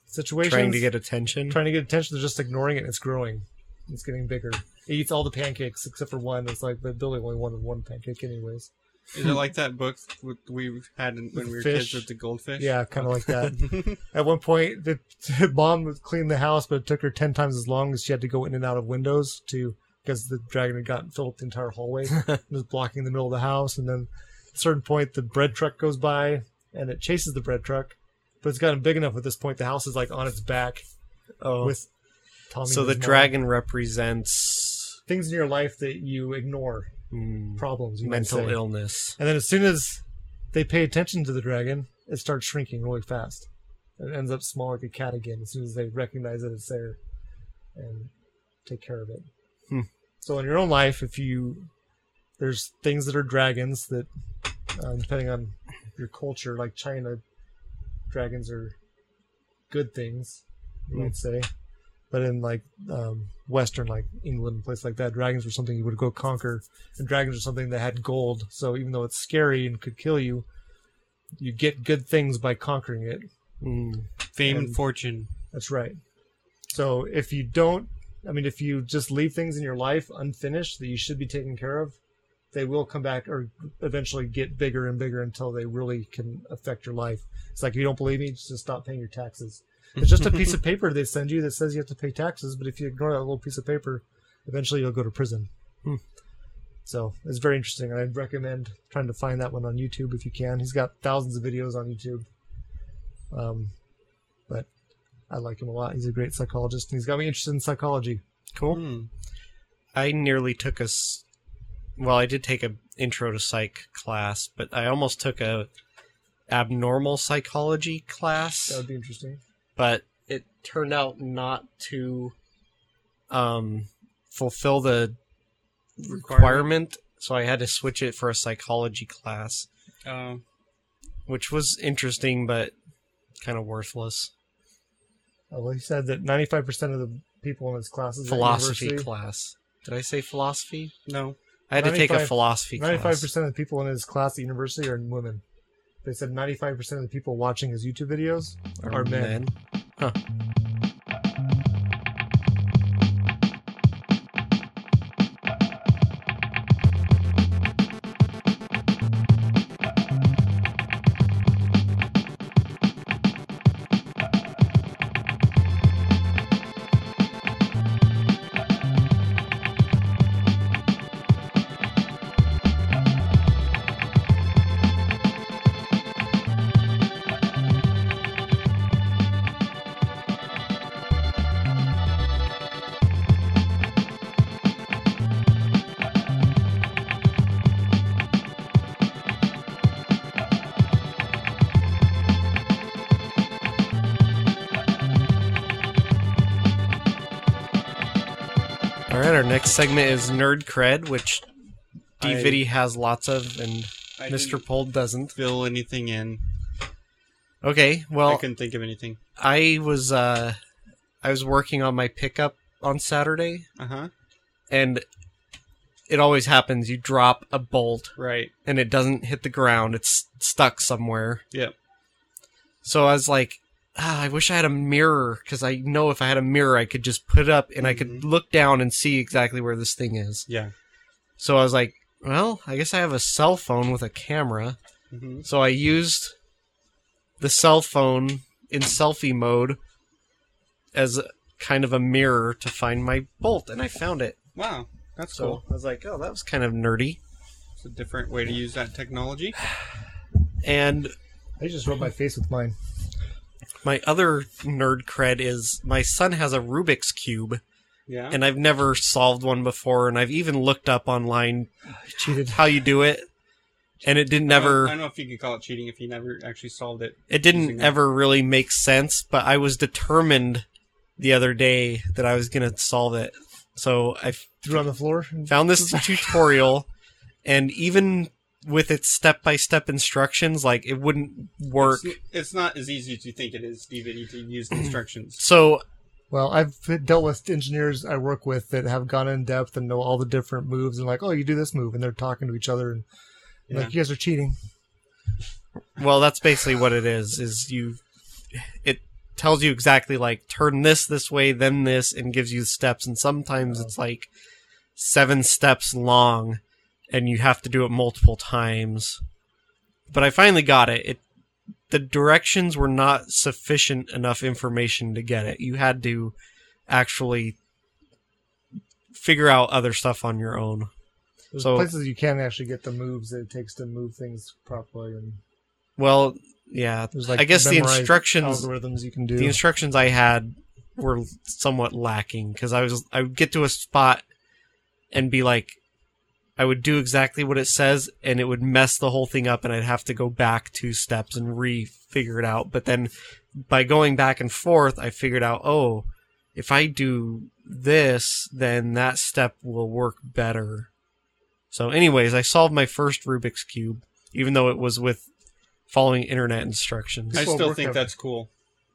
Speaker 4: situations.
Speaker 3: trying to get attention.
Speaker 4: trying to get attention. They're just ignoring it. and It's growing. It's getting bigger. It eats all the pancakes except for one. It's like, but Billy only wanted one pancake, anyways.
Speaker 5: Is it like that book with- we had in- when we were
Speaker 4: Fish.
Speaker 5: kids with the goldfish?
Speaker 4: Yeah, kind of like that. At one point, the the mom cleaned the house, but it took her ten times as long as she had to go in and out of windows to because the dragon had gotten filled up the entire hallway, it was blocking the middle of the house. And then at a certain point, the bread truck goes by and it chases the bread truck, but it's gotten big enough at this point. The house is like on its back
Speaker 3: oh.
Speaker 4: with Tommy.
Speaker 3: so
Speaker 4: and
Speaker 3: the
Speaker 4: his mom.
Speaker 3: dragon represents
Speaker 4: things in your life that you ignore,
Speaker 3: mm,
Speaker 4: problems, you might
Speaker 3: mental
Speaker 4: say.
Speaker 3: illness.
Speaker 4: And then as soon as they pay attention to the dragon, it starts shrinking really fast. It ends up small like a cat again as soon as they recognize that it's there and take care of it.
Speaker 3: Hmm.
Speaker 4: So in your own life, if you there's things that are dragons that, uh, depending on your culture, like China, dragons are good things, you
Speaker 3: Hmm.
Speaker 4: might say. But in like um, Western, like England, place like that, dragons were something you would go conquer and dragons are something that had gold. So even though it's scary and could kill you, you get good things by conquering it.
Speaker 3: Mm.
Speaker 5: Fame and
Speaker 4: And-
Speaker 5: fortune.
Speaker 4: That's right. So if you don't, I mean, if you just leave things in your life unfinished that you should be taking care of, they will come back or eventually get bigger and bigger until they really can affect your life. It's like, you don't believe me, just stop paying your taxes. It's just a piece of paper they send you that says you have to pay taxes, but if you ignore that little piece of paper, eventually you'll go to prison. So it's very interesting. I'd recommend trying to find that one on YouTube if you can. He's got thousands of videos on YouTube. Um, but I like him a lot. He's a great psychologist, and he's got me interested in psychology.
Speaker 3: Cool. Hmm. I nearly took a. s- Well, I did take a intro to psych class, but I almost took a abnormal psychology class.
Speaker 4: That would be interesting.
Speaker 3: but Oh. it turned out not to um, fulfill the requirement, so I had to switch it for a psychology class,
Speaker 5: Oh.
Speaker 3: which was interesting but kind of worthless.
Speaker 4: Uh, well, he said that 95% of the people in his classes at
Speaker 3: philosophy
Speaker 4: university-
Speaker 3: class. Did I say philosophy?
Speaker 5: no.
Speaker 3: I had to take a
Speaker 4: 95
Speaker 3: philosophy
Speaker 4: 95%
Speaker 3: class.
Speaker 4: of the people in his class at university are women. They said 95% of the people watching his YouTube videos are men.
Speaker 3: All right, our next segment is Nerd Cred, which
Speaker 5: I-
Speaker 3: DVD has lots of and
Speaker 5: I
Speaker 3: Mr.
Speaker 5: didn't
Speaker 3: Pold doesn't.
Speaker 5: Fill anything in.
Speaker 3: Okay,
Speaker 5: I
Speaker 3: well,
Speaker 5: couldn't think of anything.
Speaker 3: I was uh, I was working on my pickup on Saturday,
Speaker 5: Uh huh.
Speaker 3: and it always happens. You drop a bolt
Speaker 5: Right.
Speaker 3: and it doesn't hit the ground; it's stuck somewhere.
Speaker 5: Yep.
Speaker 3: So I was like, ah, I wish I had a mirror because I know if I had a mirror, I could just put it up and I could look down and see exactly where this thing is.
Speaker 5: Mm-hmm. Yeah.
Speaker 3: So I was like, well, I guess I have a cell phone with a camera.
Speaker 5: Mhm.
Speaker 3: So I used the cell phone in selfie mode as a- kind of a mirror to find my bolt, and I found it.
Speaker 5: Wow. That's
Speaker 3: So
Speaker 5: cool.
Speaker 3: I was like, oh, that was kind of nerdy.
Speaker 5: It's a different way to use that technology.
Speaker 3: And
Speaker 4: I just rubbed my face with mine.
Speaker 3: my other nerd cred is my son has a Rubik's Cube,
Speaker 5: Yeah.
Speaker 3: and I've never solved one before, and I've even looked up online
Speaker 4: Cheated.
Speaker 3: how you do it, and it didn't
Speaker 5: I don't-
Speaker 3: ever.
Speaker 5: I don't know if you could call it cheating if you never actually solved it.
Speaker 3: It
Speaker 5: using
Speaker 3: didn't
Speaker 5: that.
Speaker 3: ever really make sense, but I was determined the other day that I was going to solve it. So I f-
Speaker 4: Threw it on the floor. and
Speaker 3: found this tutorial, and even with its step by step instructions, like it wouldn't work.
Speaker 5: It's, it's not as easy as you think it is, even if you use the instructions.
Speaker 3: So
Speaker 4: Well, I've dealt with engineers I work with that have gone in depth and know all the different moves and like, oh, you do this move, and they're talking to each other and
Speaker 5: Yeah.
Speaker 4: like, you guys are cheating.
Speaker 3: Well, that's basically what it is. Is you, it tells you exactly like turn this this way, then this, and gives you steps. And sometimes it's like seven steps long, and you have to do it multiple times. But I finally got it. It the directions were not sufficient enough information to get it. You had to actually figure out other stuff on your own.
Speaker 4: There's
Speaker 3: So-
Speaker 4: places you can actually get the moves that it takes to move things properly, and
Speaker 3: Well, yeah,
Speaker 4: there's like
Speaker 3: I guess the
Speaker 4: memorized
Speaker 3: instructions
Speaker 4: algorithms you can do.
Speaker 3: the instructions I had were somewhat lacking because I was I would get to a spot and be like I would do exactly what it says and it would mess the whole thing up and I'd have to go back two steps and refigure it out. But then by going back and forth, I figured out oh, if I do this, then that step will work better. So, anyways, I solved my first Rubik's cube, even though it was with following internet instructions.
Speaker 5: I
Speaker 4: Well,
Speaker 5: still
Speaker 4: work
Speaker 5: think
Speaker 4: out.
Speaker 5: that's cool,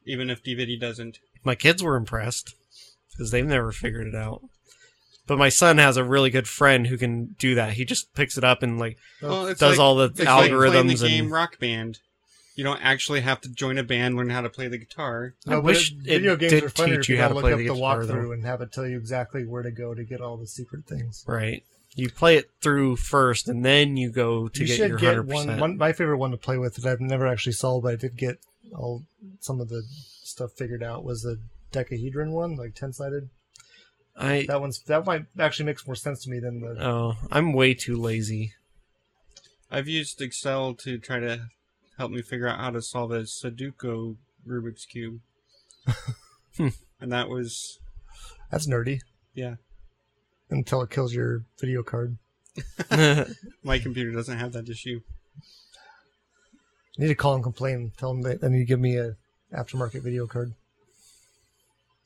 Speaker 5: even if DVD doesn't.
Speaker 3: my kids were impressed because they've never figured it out. But my son has a really good friend who can do that. He just picks it up and like,
Speaker 5: Well, it's
Speaker 3: Does all the
Speaker 5: it's like playing the
Speaker 3: algorithms and-
Speaker 5: game Rock Band. You don't actually have to join a band, learn how to play the guitar.
Speaker 3: I
Speaker 4: but
Speaker 3: wish it
Speaker 4: video games
Speaker 3: did
Speaker 4: are funnier
Speaker 3: teach
Speaker 4: if
Speaker 3: you how to
Speaker 4: gotta look
Speaker 3: play
Speaker 4: up
Speaker 3: the
Speaker 4: the
Speaker 3: guitar, though.
Speaker 4: walkthrough and have it tell you exactly where to go to get all the secret things.
Speaker 3: right? You play it through first, and then you go to
Speaker 4: you
Speaker 3: get
Speaker 4: should
Speaker 3: your
Speaker 4: get
Speaker 3: hundred
Speaker 4: one,
Speaker 3: percent.
Speaker 4: one. My favorite one to play with that I've never actually solved, but I did get all some of the stuff figured out was the decahedron one, like ten sided.
Speaker 3: I
Speaker 4: That one's that might actually makes more sense to me than the.
Speaker 3: oh, I'm way too lazy.
Speaker 5: I've used Excel to try to help me figure out how to solve a Sudoku Rubik's Cube.
Speaker 3: Hmm.
Speaker 5: And that was,
Speaker 4: That's nerdy
Speaker 5: yeah.
Speaker 4: until it kills your video card.
Speaker 5: My computer doesn't have that issue.
Speaker 4: I need to call and complain. Tell them that they need to give me a aftermarket video card.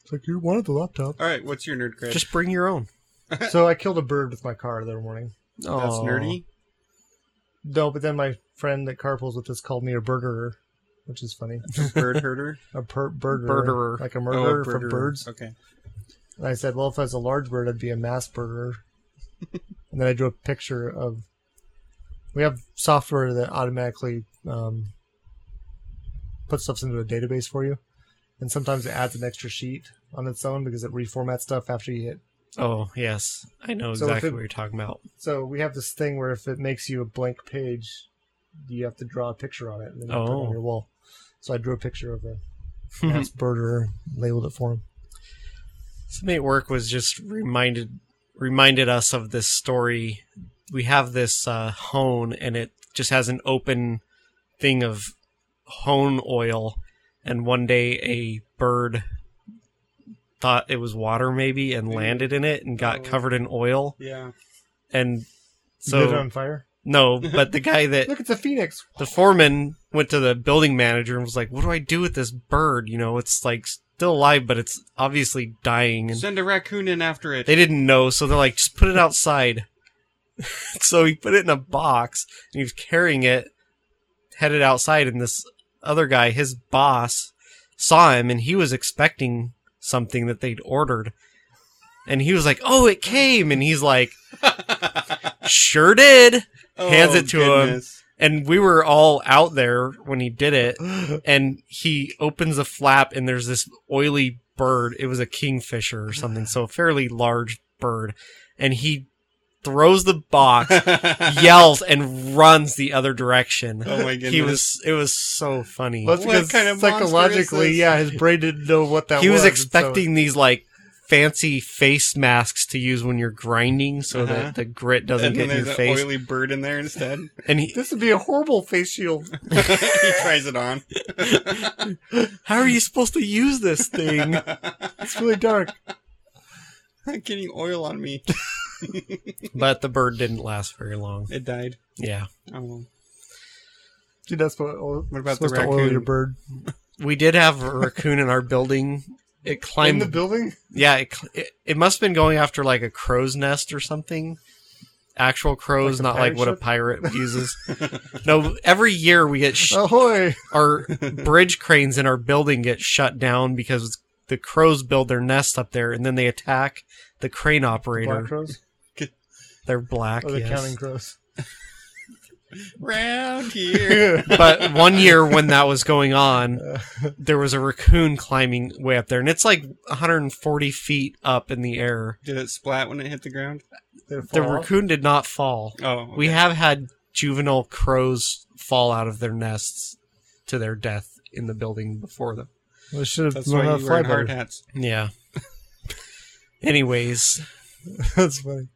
Speaker 4: It's like you wanted the laptop.
Speaker 5: All right, what's your nerd cred?
Speaker 3: just bring your own.
Speaker 4: so I killed a bird with my car the other morning.
Speaker 5: That's
Speaker 3: Aw.
Speaker 5: nerdy.
Speaker 4: No, but then my friend that carpools with us called me a burgerer, which is funny.
Speaker 5: Bird herder.
Speaker 4: A per- burger,
Speaker 3: Birderer.
Speaker 4: like a
Speaker 5: Oh, a
Speaker 4: murderer for
Speaker 5: birderer.
Speaker 4: birds.
Speaker 5: Okay.
Speaker 4: And I said, well, if I was a large bird, I'd be a mass birder. and then I drew a picture of. We have software that automatically um, puts stuff into a database for you, and sometimes it adds an extra sheet on its own because it reformats stuff after you hit.
Speaker 3: Oh yes, I know
Speaker 4: So if
Speaker 3: exactly
Speaker 4: it-
Speaker 3: what you're talking about.
Speaker 4: So we have this thing where if it makes you a blank page, you have to draw a picture on it and then you put it
Speaker 3: Oh.
Speaker 4: on your wall. So I drew a picture of a mass birder, labeled it for him.
Speaker 3: Somebody at work was just reminded reminded us of this story. We have this uh, hone, and it just has an open thing of hone oil. And one day, a bird thought it was water, maybe, and landed in it and got covered in oil.
Speaker 5: Yeah.
Speaker 3: And
Speaker 4: So Lit it
Speaker 3: so
Speaker 4: on fire.
Speaker 3: no, but the guy that
Speaker 4: Look, it's a phoenix.
Speaker 3: the foreman went to the building manager and was like, "What do I do with this bird? You know, it's like still alive, but it's obviously dying." And
Speaker 5: Send a raccoon in after it.
Speaker 3: they didn't know, so they're like, just put it outside. so he put it in a box and he was carrying it, headed outside, and this other guy, his boss, saw him and he was expecting something that they'd ordered. And he was like, Oh, it came and he's like Sure did hands it to him. and we were all out there when he did it and he opens a flap and there's this oily bird it was a kingfisher or something so a fairly large bird and he throws the box
Speaker 5: Oh,
Speaker 3: yells and runs the other direction
Speaker 5: Oh my
Speaker 3: he
Speaker 5: goodness.
Speaker 3: was it was so funny
Speaker 4: Well, that's
Speaker 5: What
Speaker 4: because
Speaker 5: kind of monster is
Speaker 4: psychologically,
Speaker 5: this?
Speaker 4: yeah, his brain didn't know what that
Speaker 3: he was
Speaker 4: was. and
Speaker 3: expecting these like fancy face masks to use when you're grinding so
Speaker 5: Uh-huh.
Speaker 3: that the grit doesn't
Speaker 5: And then
Speaker 3: get in
Speaker 5: there's
Speaker 3: your
Speaker 5: an
Speaker 3: face
Speaker 5: oily bird in there instead.
Speaker 3: and
Speaker 4: so-
Speaker 3: he,
Speaker 4: this would be a horrible face shield.
Speaker 5: he tries it on.
Speaker 3: how are you supposed to use this thing
Speaker 4: It's really dark.
Speaker 5: Getting oil on me.
Speaker 3: but the bird didn't last very long
Speaker 5: It died.
Speaker 3: yeah
Speaker 5: Oh, well.
Speaker 4: Dude, that's what, oil,
Speaker 5: What about the
Speaker 4: supposed to oil
Speaker 5: raccoon?
Speaker 4: your bird
Speaker 3: we did have a raccoon in our building. It
Speaker 4: in
Speaker 3: climbed.
Speaker 4: the building.
Speaker 3: yeah, it, cl- it it must have been going after like a crow's nest or something. Actual crows,
Speaker 4: Like a
Speaker 3: not like
Speaker 4: pirate
Speaker 3: what a
Speaker 4: ship?
Speaker 3: pirate uses. no, every year we get sh-
Speaker 4: Ahoy!
Speaker 3: our bridge cranes in our building get shut down because the crows build their nest up there, and then they attack the crane operator.
Speaker 4: Black crows
Speaker 3: They're black,
Speaker 4: or the
Speaker 3: yes.
Speaker 4: counting crows.
Speaker 5: Round here.
Speaker 3: but one year when that was going on, there was a raccoon climbing way up there, and it's like 140 feet up in the air.
Speaker 5: Did it splat when it hit the ground?
Speaker 4: They
Speaker 3: The
Speaker 4: fall off.
Speaker 3: raccoon did not fall.
Speaker 5: Oh, okay.
Speaker 3: We have had juvenile crows fall out of their nests to their death in the building before them.
Speaker 4: Well, it should have
Speaker 5: That's
Speaker 4: known
Speaker 5: why
Speaker 4: how to
Speaker 5: you
Speaker 4: fly
Speaker 5: wear hard
Speaker 4: better.
Speaker 5: hats.
Speaker 3: Yeah. Anyways,
Speaker 4: That's funny.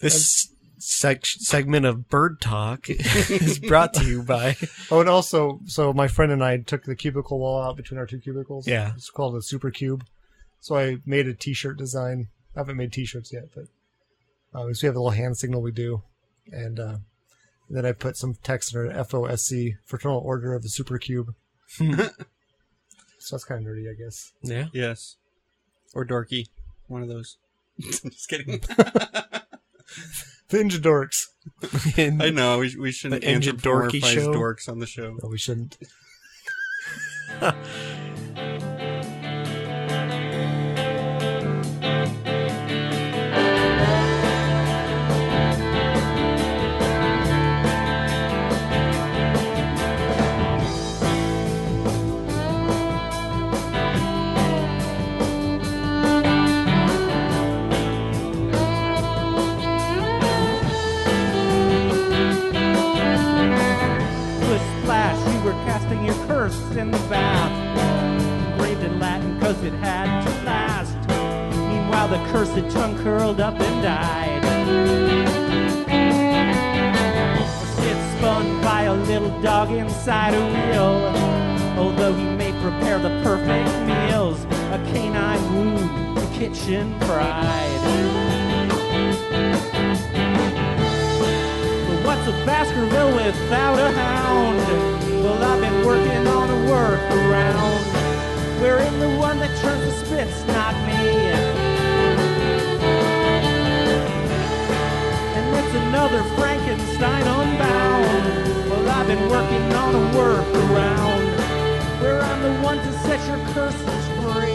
Speaker 3: this sec- segment of bird talk is brought to you by
Speaker 4: Oh, and also, so my friend and I took the cubicle wall out between our two cubicles.
Speaker 3: Yeah.
Speaker 4: It's called a super cube. So I made a t shirt design. I haven't made t shirts yet, but uh, so we have a little hand signal we do. And uh, then I put some text in our FOSC, Fraternal Order of the Super Cube. so that's kind of nerdy, I guess.
Speaker 3: yeah.
Speaker 5: Yes. Or dorky. One of those. Just kidding.
Speaker 4: The Ninja Dorks.
Speaker 5: I know. We, we shouldn't
Speaker 3: The Engine Dorky
Speaker 5: anthropomorphize
Speaker 3: Show?
Speaker 5: dorks on the show.
Speaker 4: No, we shouldn't.
Speaker 9: With splash, you were casting your curse in the bath. Engraved in Latin, cause it had to last. Meanwhile, the cursed tongue curled up and died. It's spun by a little dog inside a wheel. Although he may prepare the perfect meals, a canine wound, the kitchen pride. But what's a Baskerville without a hound? Well, I've been working on a workaround. We're in the one that turns the spits, not me. And it's another Frankenstein unbound. Well, I've been working on a workaround. Where I'm the one to set your curses free.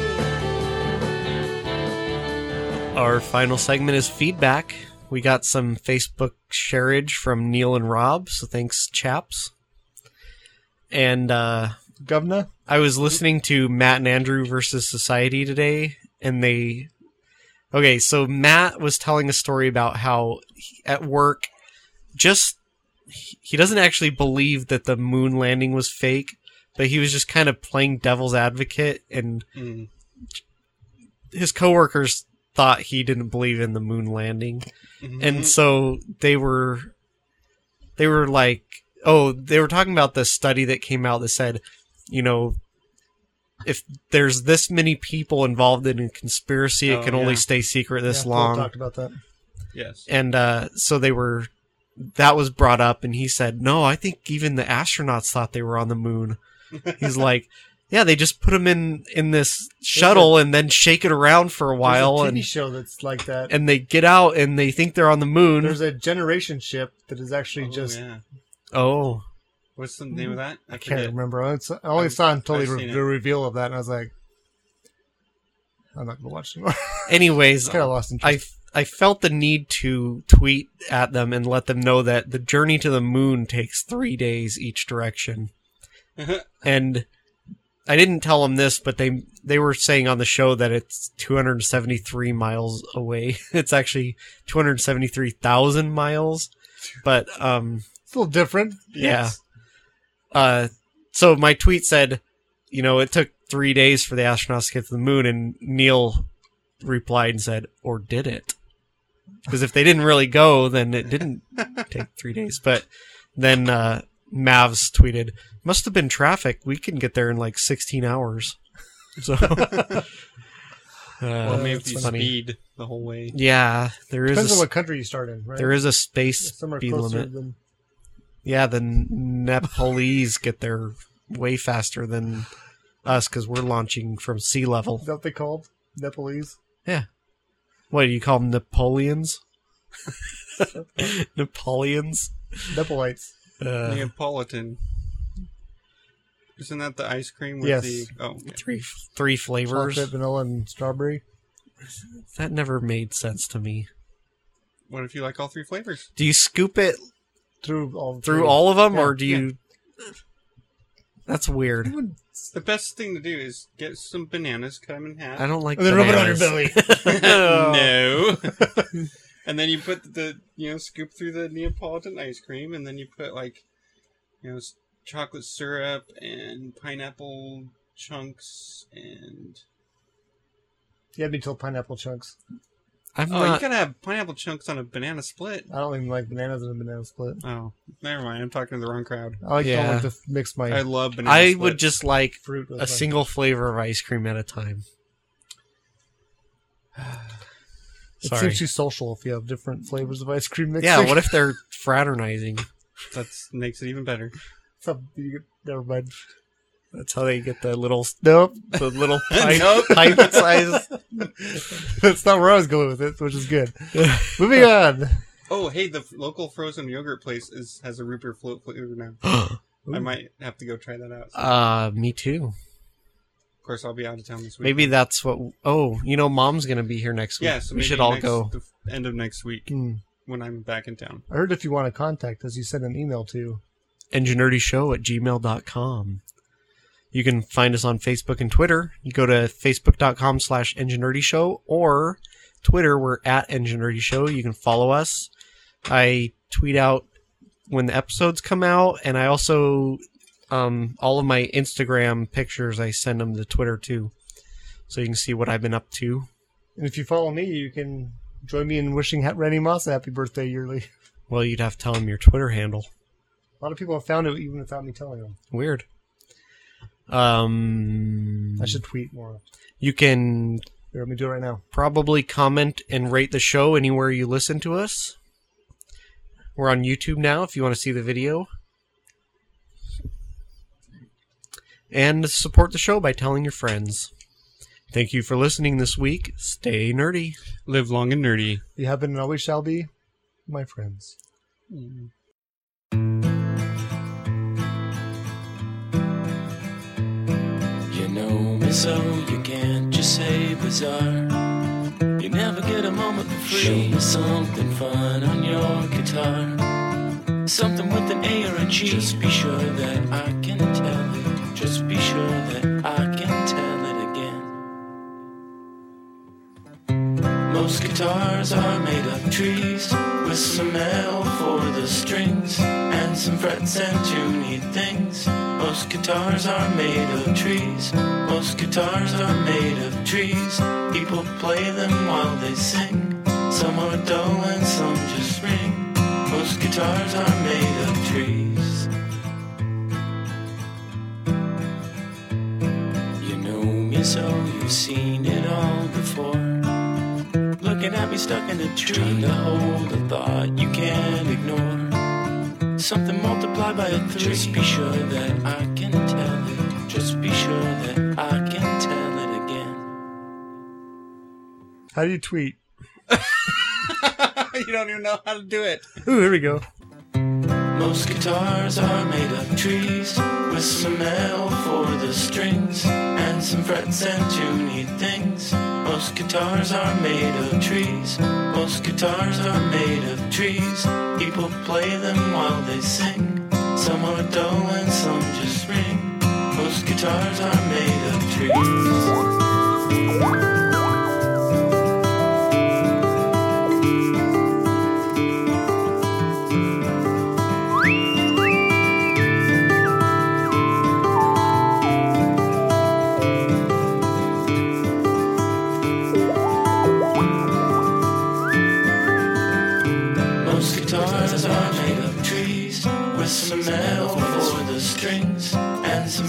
Speaker 3: Our final segment is feedback. We got some Facebook shareage from Neil and Rob, so thanks, chaps. And uh,
Speaker 4: Governor?
Speaker 3: I was listening to Matt and Andrew versus Society today, and they. Okay, so Matt was telling a story about how he- at work, just. he- He doesn't actually believe that the moon landing was fake, but he was just kind of playing devil's advocate, and
Speaker 5: Mm.
Speaker 3: his coworkers thought he didn't believe in the moon landing
Speaker 5: Mm-hmm.
Speaker 3: and so they were they were like oh they were talking about this study that came out that said you know if there's this many people involved in a conspiracy it
Speaker 5: Oh,
Speaker 3: can only
Speaker 5: yeah.
Speaker 3: stay secret
Speaker 4: Yeah,
Speaker 3: this
Speaker 4: Paul
Speaker 3: long
Speaker 4: talked about that.
Speaker 5: yes.
Speaker 3: and uh, so they were that was brought up and he said no i think even the astronauts thought they were on the moon he's like yeah they just put them in in this shuttle and then shake it around for a while
Speaker 4: There's a TV
Speaker 3: and
Speaker 4: show that's like that.
Speaker 3: and they get out and they think they're on the moon
Speaker 4: There's a generation ship that is actually
Speaker 5: Oh,
Speaker 4: just
Speaker 5: yeah.
Speaker 3: oh
Speaker 5: What's the name of that? I,
Speaker 4: can't
Speaker 5: forget.
Speaker 4: remember. I s- I only
Speaker 5: I've-
Speaker 4: saw until
Speaker 5: I've
Speaker 4: the,
Speaker 5: seen
Speaker 4: re-
Speaker 5: it.
Speaker 4: the reveal of that, and I was like, I'm not gonna watch anymore.
Speaker 3: anyways
Speaker 4: kind of lost interest.
Speaker 3: I, I felt the need to tweet at them and let them know that the journey to the moon takes three days each direction. and I didn't tell them this, but they they were saying on the show that it's 273 miles away. It's actually 273,000 miles, but um,
Speaker 4: it's a little different.
Speaker 3: yeah. Uh, so my tweet said, you know, it took three days for the astronauts to get to the moon, and Neil replied and said, or did it? Because if they didn't really go, then it didn't take three days. But then uh, Mavs tweeted, must have been traffic. We can get there in like 16 hours. So. uh,
Speaker 5: Well, maybe if you
Speaker 3: funny.
Speaker 5: speed the whole way.
Speaker 3: Yeah, there is,
Speaker 4: Depends
Speaker 3: a,
Speaker 4: on
Speaker 3: s-
Speaker 4: what country you start in, right?
Speaker 3: there is a space
Speaker 4: Some are
Speaker 3: speed
Speaker 4: closer
Speaker 3: limit.
Speaker 4: than
Speaker 3: Yeah, the Nepalese get there way faster than us because we're launching from sea
Speaker 4: is
Speaker 3: level.
Speaker 4: that what they called Nepalese.
Speaker 3: What do you call them, Napoleons? Napoleons?
Speaker 4: Nepalites.
Speaker 3: Uh,
Speaker 5: Neapolitan. Isn't that the ice cream with
Speaker 4: Yes.
Speaker 5: the? Oh, okay.
Speaker 3: Three three flavors.
Speaker 4: Chocolate, vanilla, and strawberry.
Speaker 3: That never made sense to me.
Speaker 5: what if you like all three flavors?
Speaker 3: Do you scoop it
Speaker 4: Through all
Speaker 3: through
Speaker 4: three.
Speaker 3: all of them,
Speaker 5: Yeah,
Speaker 3: or do you? That's weird.
Speaker 5: The best thing to do is get some bananas, cut them in half.
Speaker 3: I don't like.
Speaker 4: And then rub it on your
Speaker 3: bananas.
Speaker 4: belly.
Speaker 5: no. and then you put the you know scoop through the Neapolitan ice cream, and then you put like you know s- chocolate syrup and pineapple chunks and
Speaker 4: you had me till pineapple chunks.
Speaker 3: I'm
Speaker 5: oh, you
Speaker 3: not.
Speaker 5: gotta have pineapple chunks on a banana split.
Speaker 4: I don't even like bananas in a banana split.
Speaker 5: Oh, never mind. I'm talking to the wrong crowd.
Speaker 4: I like,
Speaker 3: Yeah.
Speaker 4: don't like to f- mix my
Speaker 5: I love banana.
Speaker 3: I
Speaker 5: splits.
Speaker 3: would just like
Speaker 4: fruit with
Speaker 3: a
Speaker 4: my-
Speaker 3: single flavor of ice cream at a time.
Speaker 4: It
Speaker 3: Sorry.
Speaker 4: seems too social if you have different flavors of ice cream mixed.
Speaker 3: Yeah. What if they're fraternizing?
Speaker 5: that makes it even better.
Speaker 4: Some- you- Never mind.
Speaker 3: That's how they get the little
Speaker 4: Nope,
Speaker 3: the little
Speaker 5: Nope.
Speaker 3: pipe, pipe size.
Speaker 4: that's not where I was going with it, which is good. Moving
Speaker 3: Uh,
Speaker 4: on.
Speaker 5: Oh, hey, the f- local frozen yogurt place is has a root beer float flavor now. I might have to go try that out. Of
Speaker 3: Uh, me too.
Speaker 5: course, I'll be out of town this week.
Speaker 3: Maybe that's what. Oh, you know, mom's gonna be here next week.
Speaker 5: Yeah, so
Speaker 3: we
Speaker 5: maybe
Speaker 3: should all
Speaker 5: next-
Speaker 3: go.
Speaker 5: The f- end of next week
Speaker 3: Mm.
Speaker 4: Hmm.
Speaker 5: when I'm back in town.
Speaker 4: I heard if you want to contact us, you send an email to.
Speaker 3: enginerdyshow at gmail.com. You can find us on Facebook and Twitter. You go to facebook.com slash enginerdyshow or Twitter, we're at enginerdyshow. You can follow us. I tweet out when the episodes come out, and I also, um, all of my Instagram pictures, I send them to Twitter too. So you can see what I've been up to.
Speaker 4: And if you follow me, you can join me in wishing Ha- Randy Moss a happy birthday yearly.
Speaker 3: Well, you'd have to tell them your Twitter handle.
Speaker 4: A lot of people have found it even without me telling them.
Speaker 3: Weird. Um,
Speaker 4: I should tweet more.
Speaker 3: you can
Speaker 4: Here, let me do it right now.
Speaker 3: probably comment and rate the show anywhere you listen to us. We're on YouTube now if you want to see the video. And support the show by telling your friends. Thank you for listening this week. Stay nerdy.
Speaker 5: Live long and nerdy.
Speaker 4: You have been and always shall be, my friends.
Speaker 2: You know me so you can't just say bizarre. You never get a moment for free. Show me something fun on your guitar. Something with an A or a G. Just be sure that I can tell it. Just be sure that I can tell it again. Most guitars are made of trees with some L for the strings and some frets and tuney things. Most guitars are made of trees. Most guitars are made of trees. People play them while they sing. Some are dull and some just ring. Most guitars are made of trees. You know me so you've seen it all before. Looking at me stuck in a tree. Trying to hold a thought you can't ignore. Something multiplied by a three. Just be sure that I can tell it. Just be sure that I can tell it again.
Speaker 4: How do you tweet?
Speaker 5: you don't even know how to do it.
Speaker 4: Ooh, here we go.
Speaker 2: Most guitars are made of trees. With some L for the strings. And some frets and tuney things. Most guitars are made of trees. Most guitars are made of trees. People play them while they sing. Some are dull and some just ring. Most guitars are made of trees. Most guitars are made of trees with some metal for the strings and some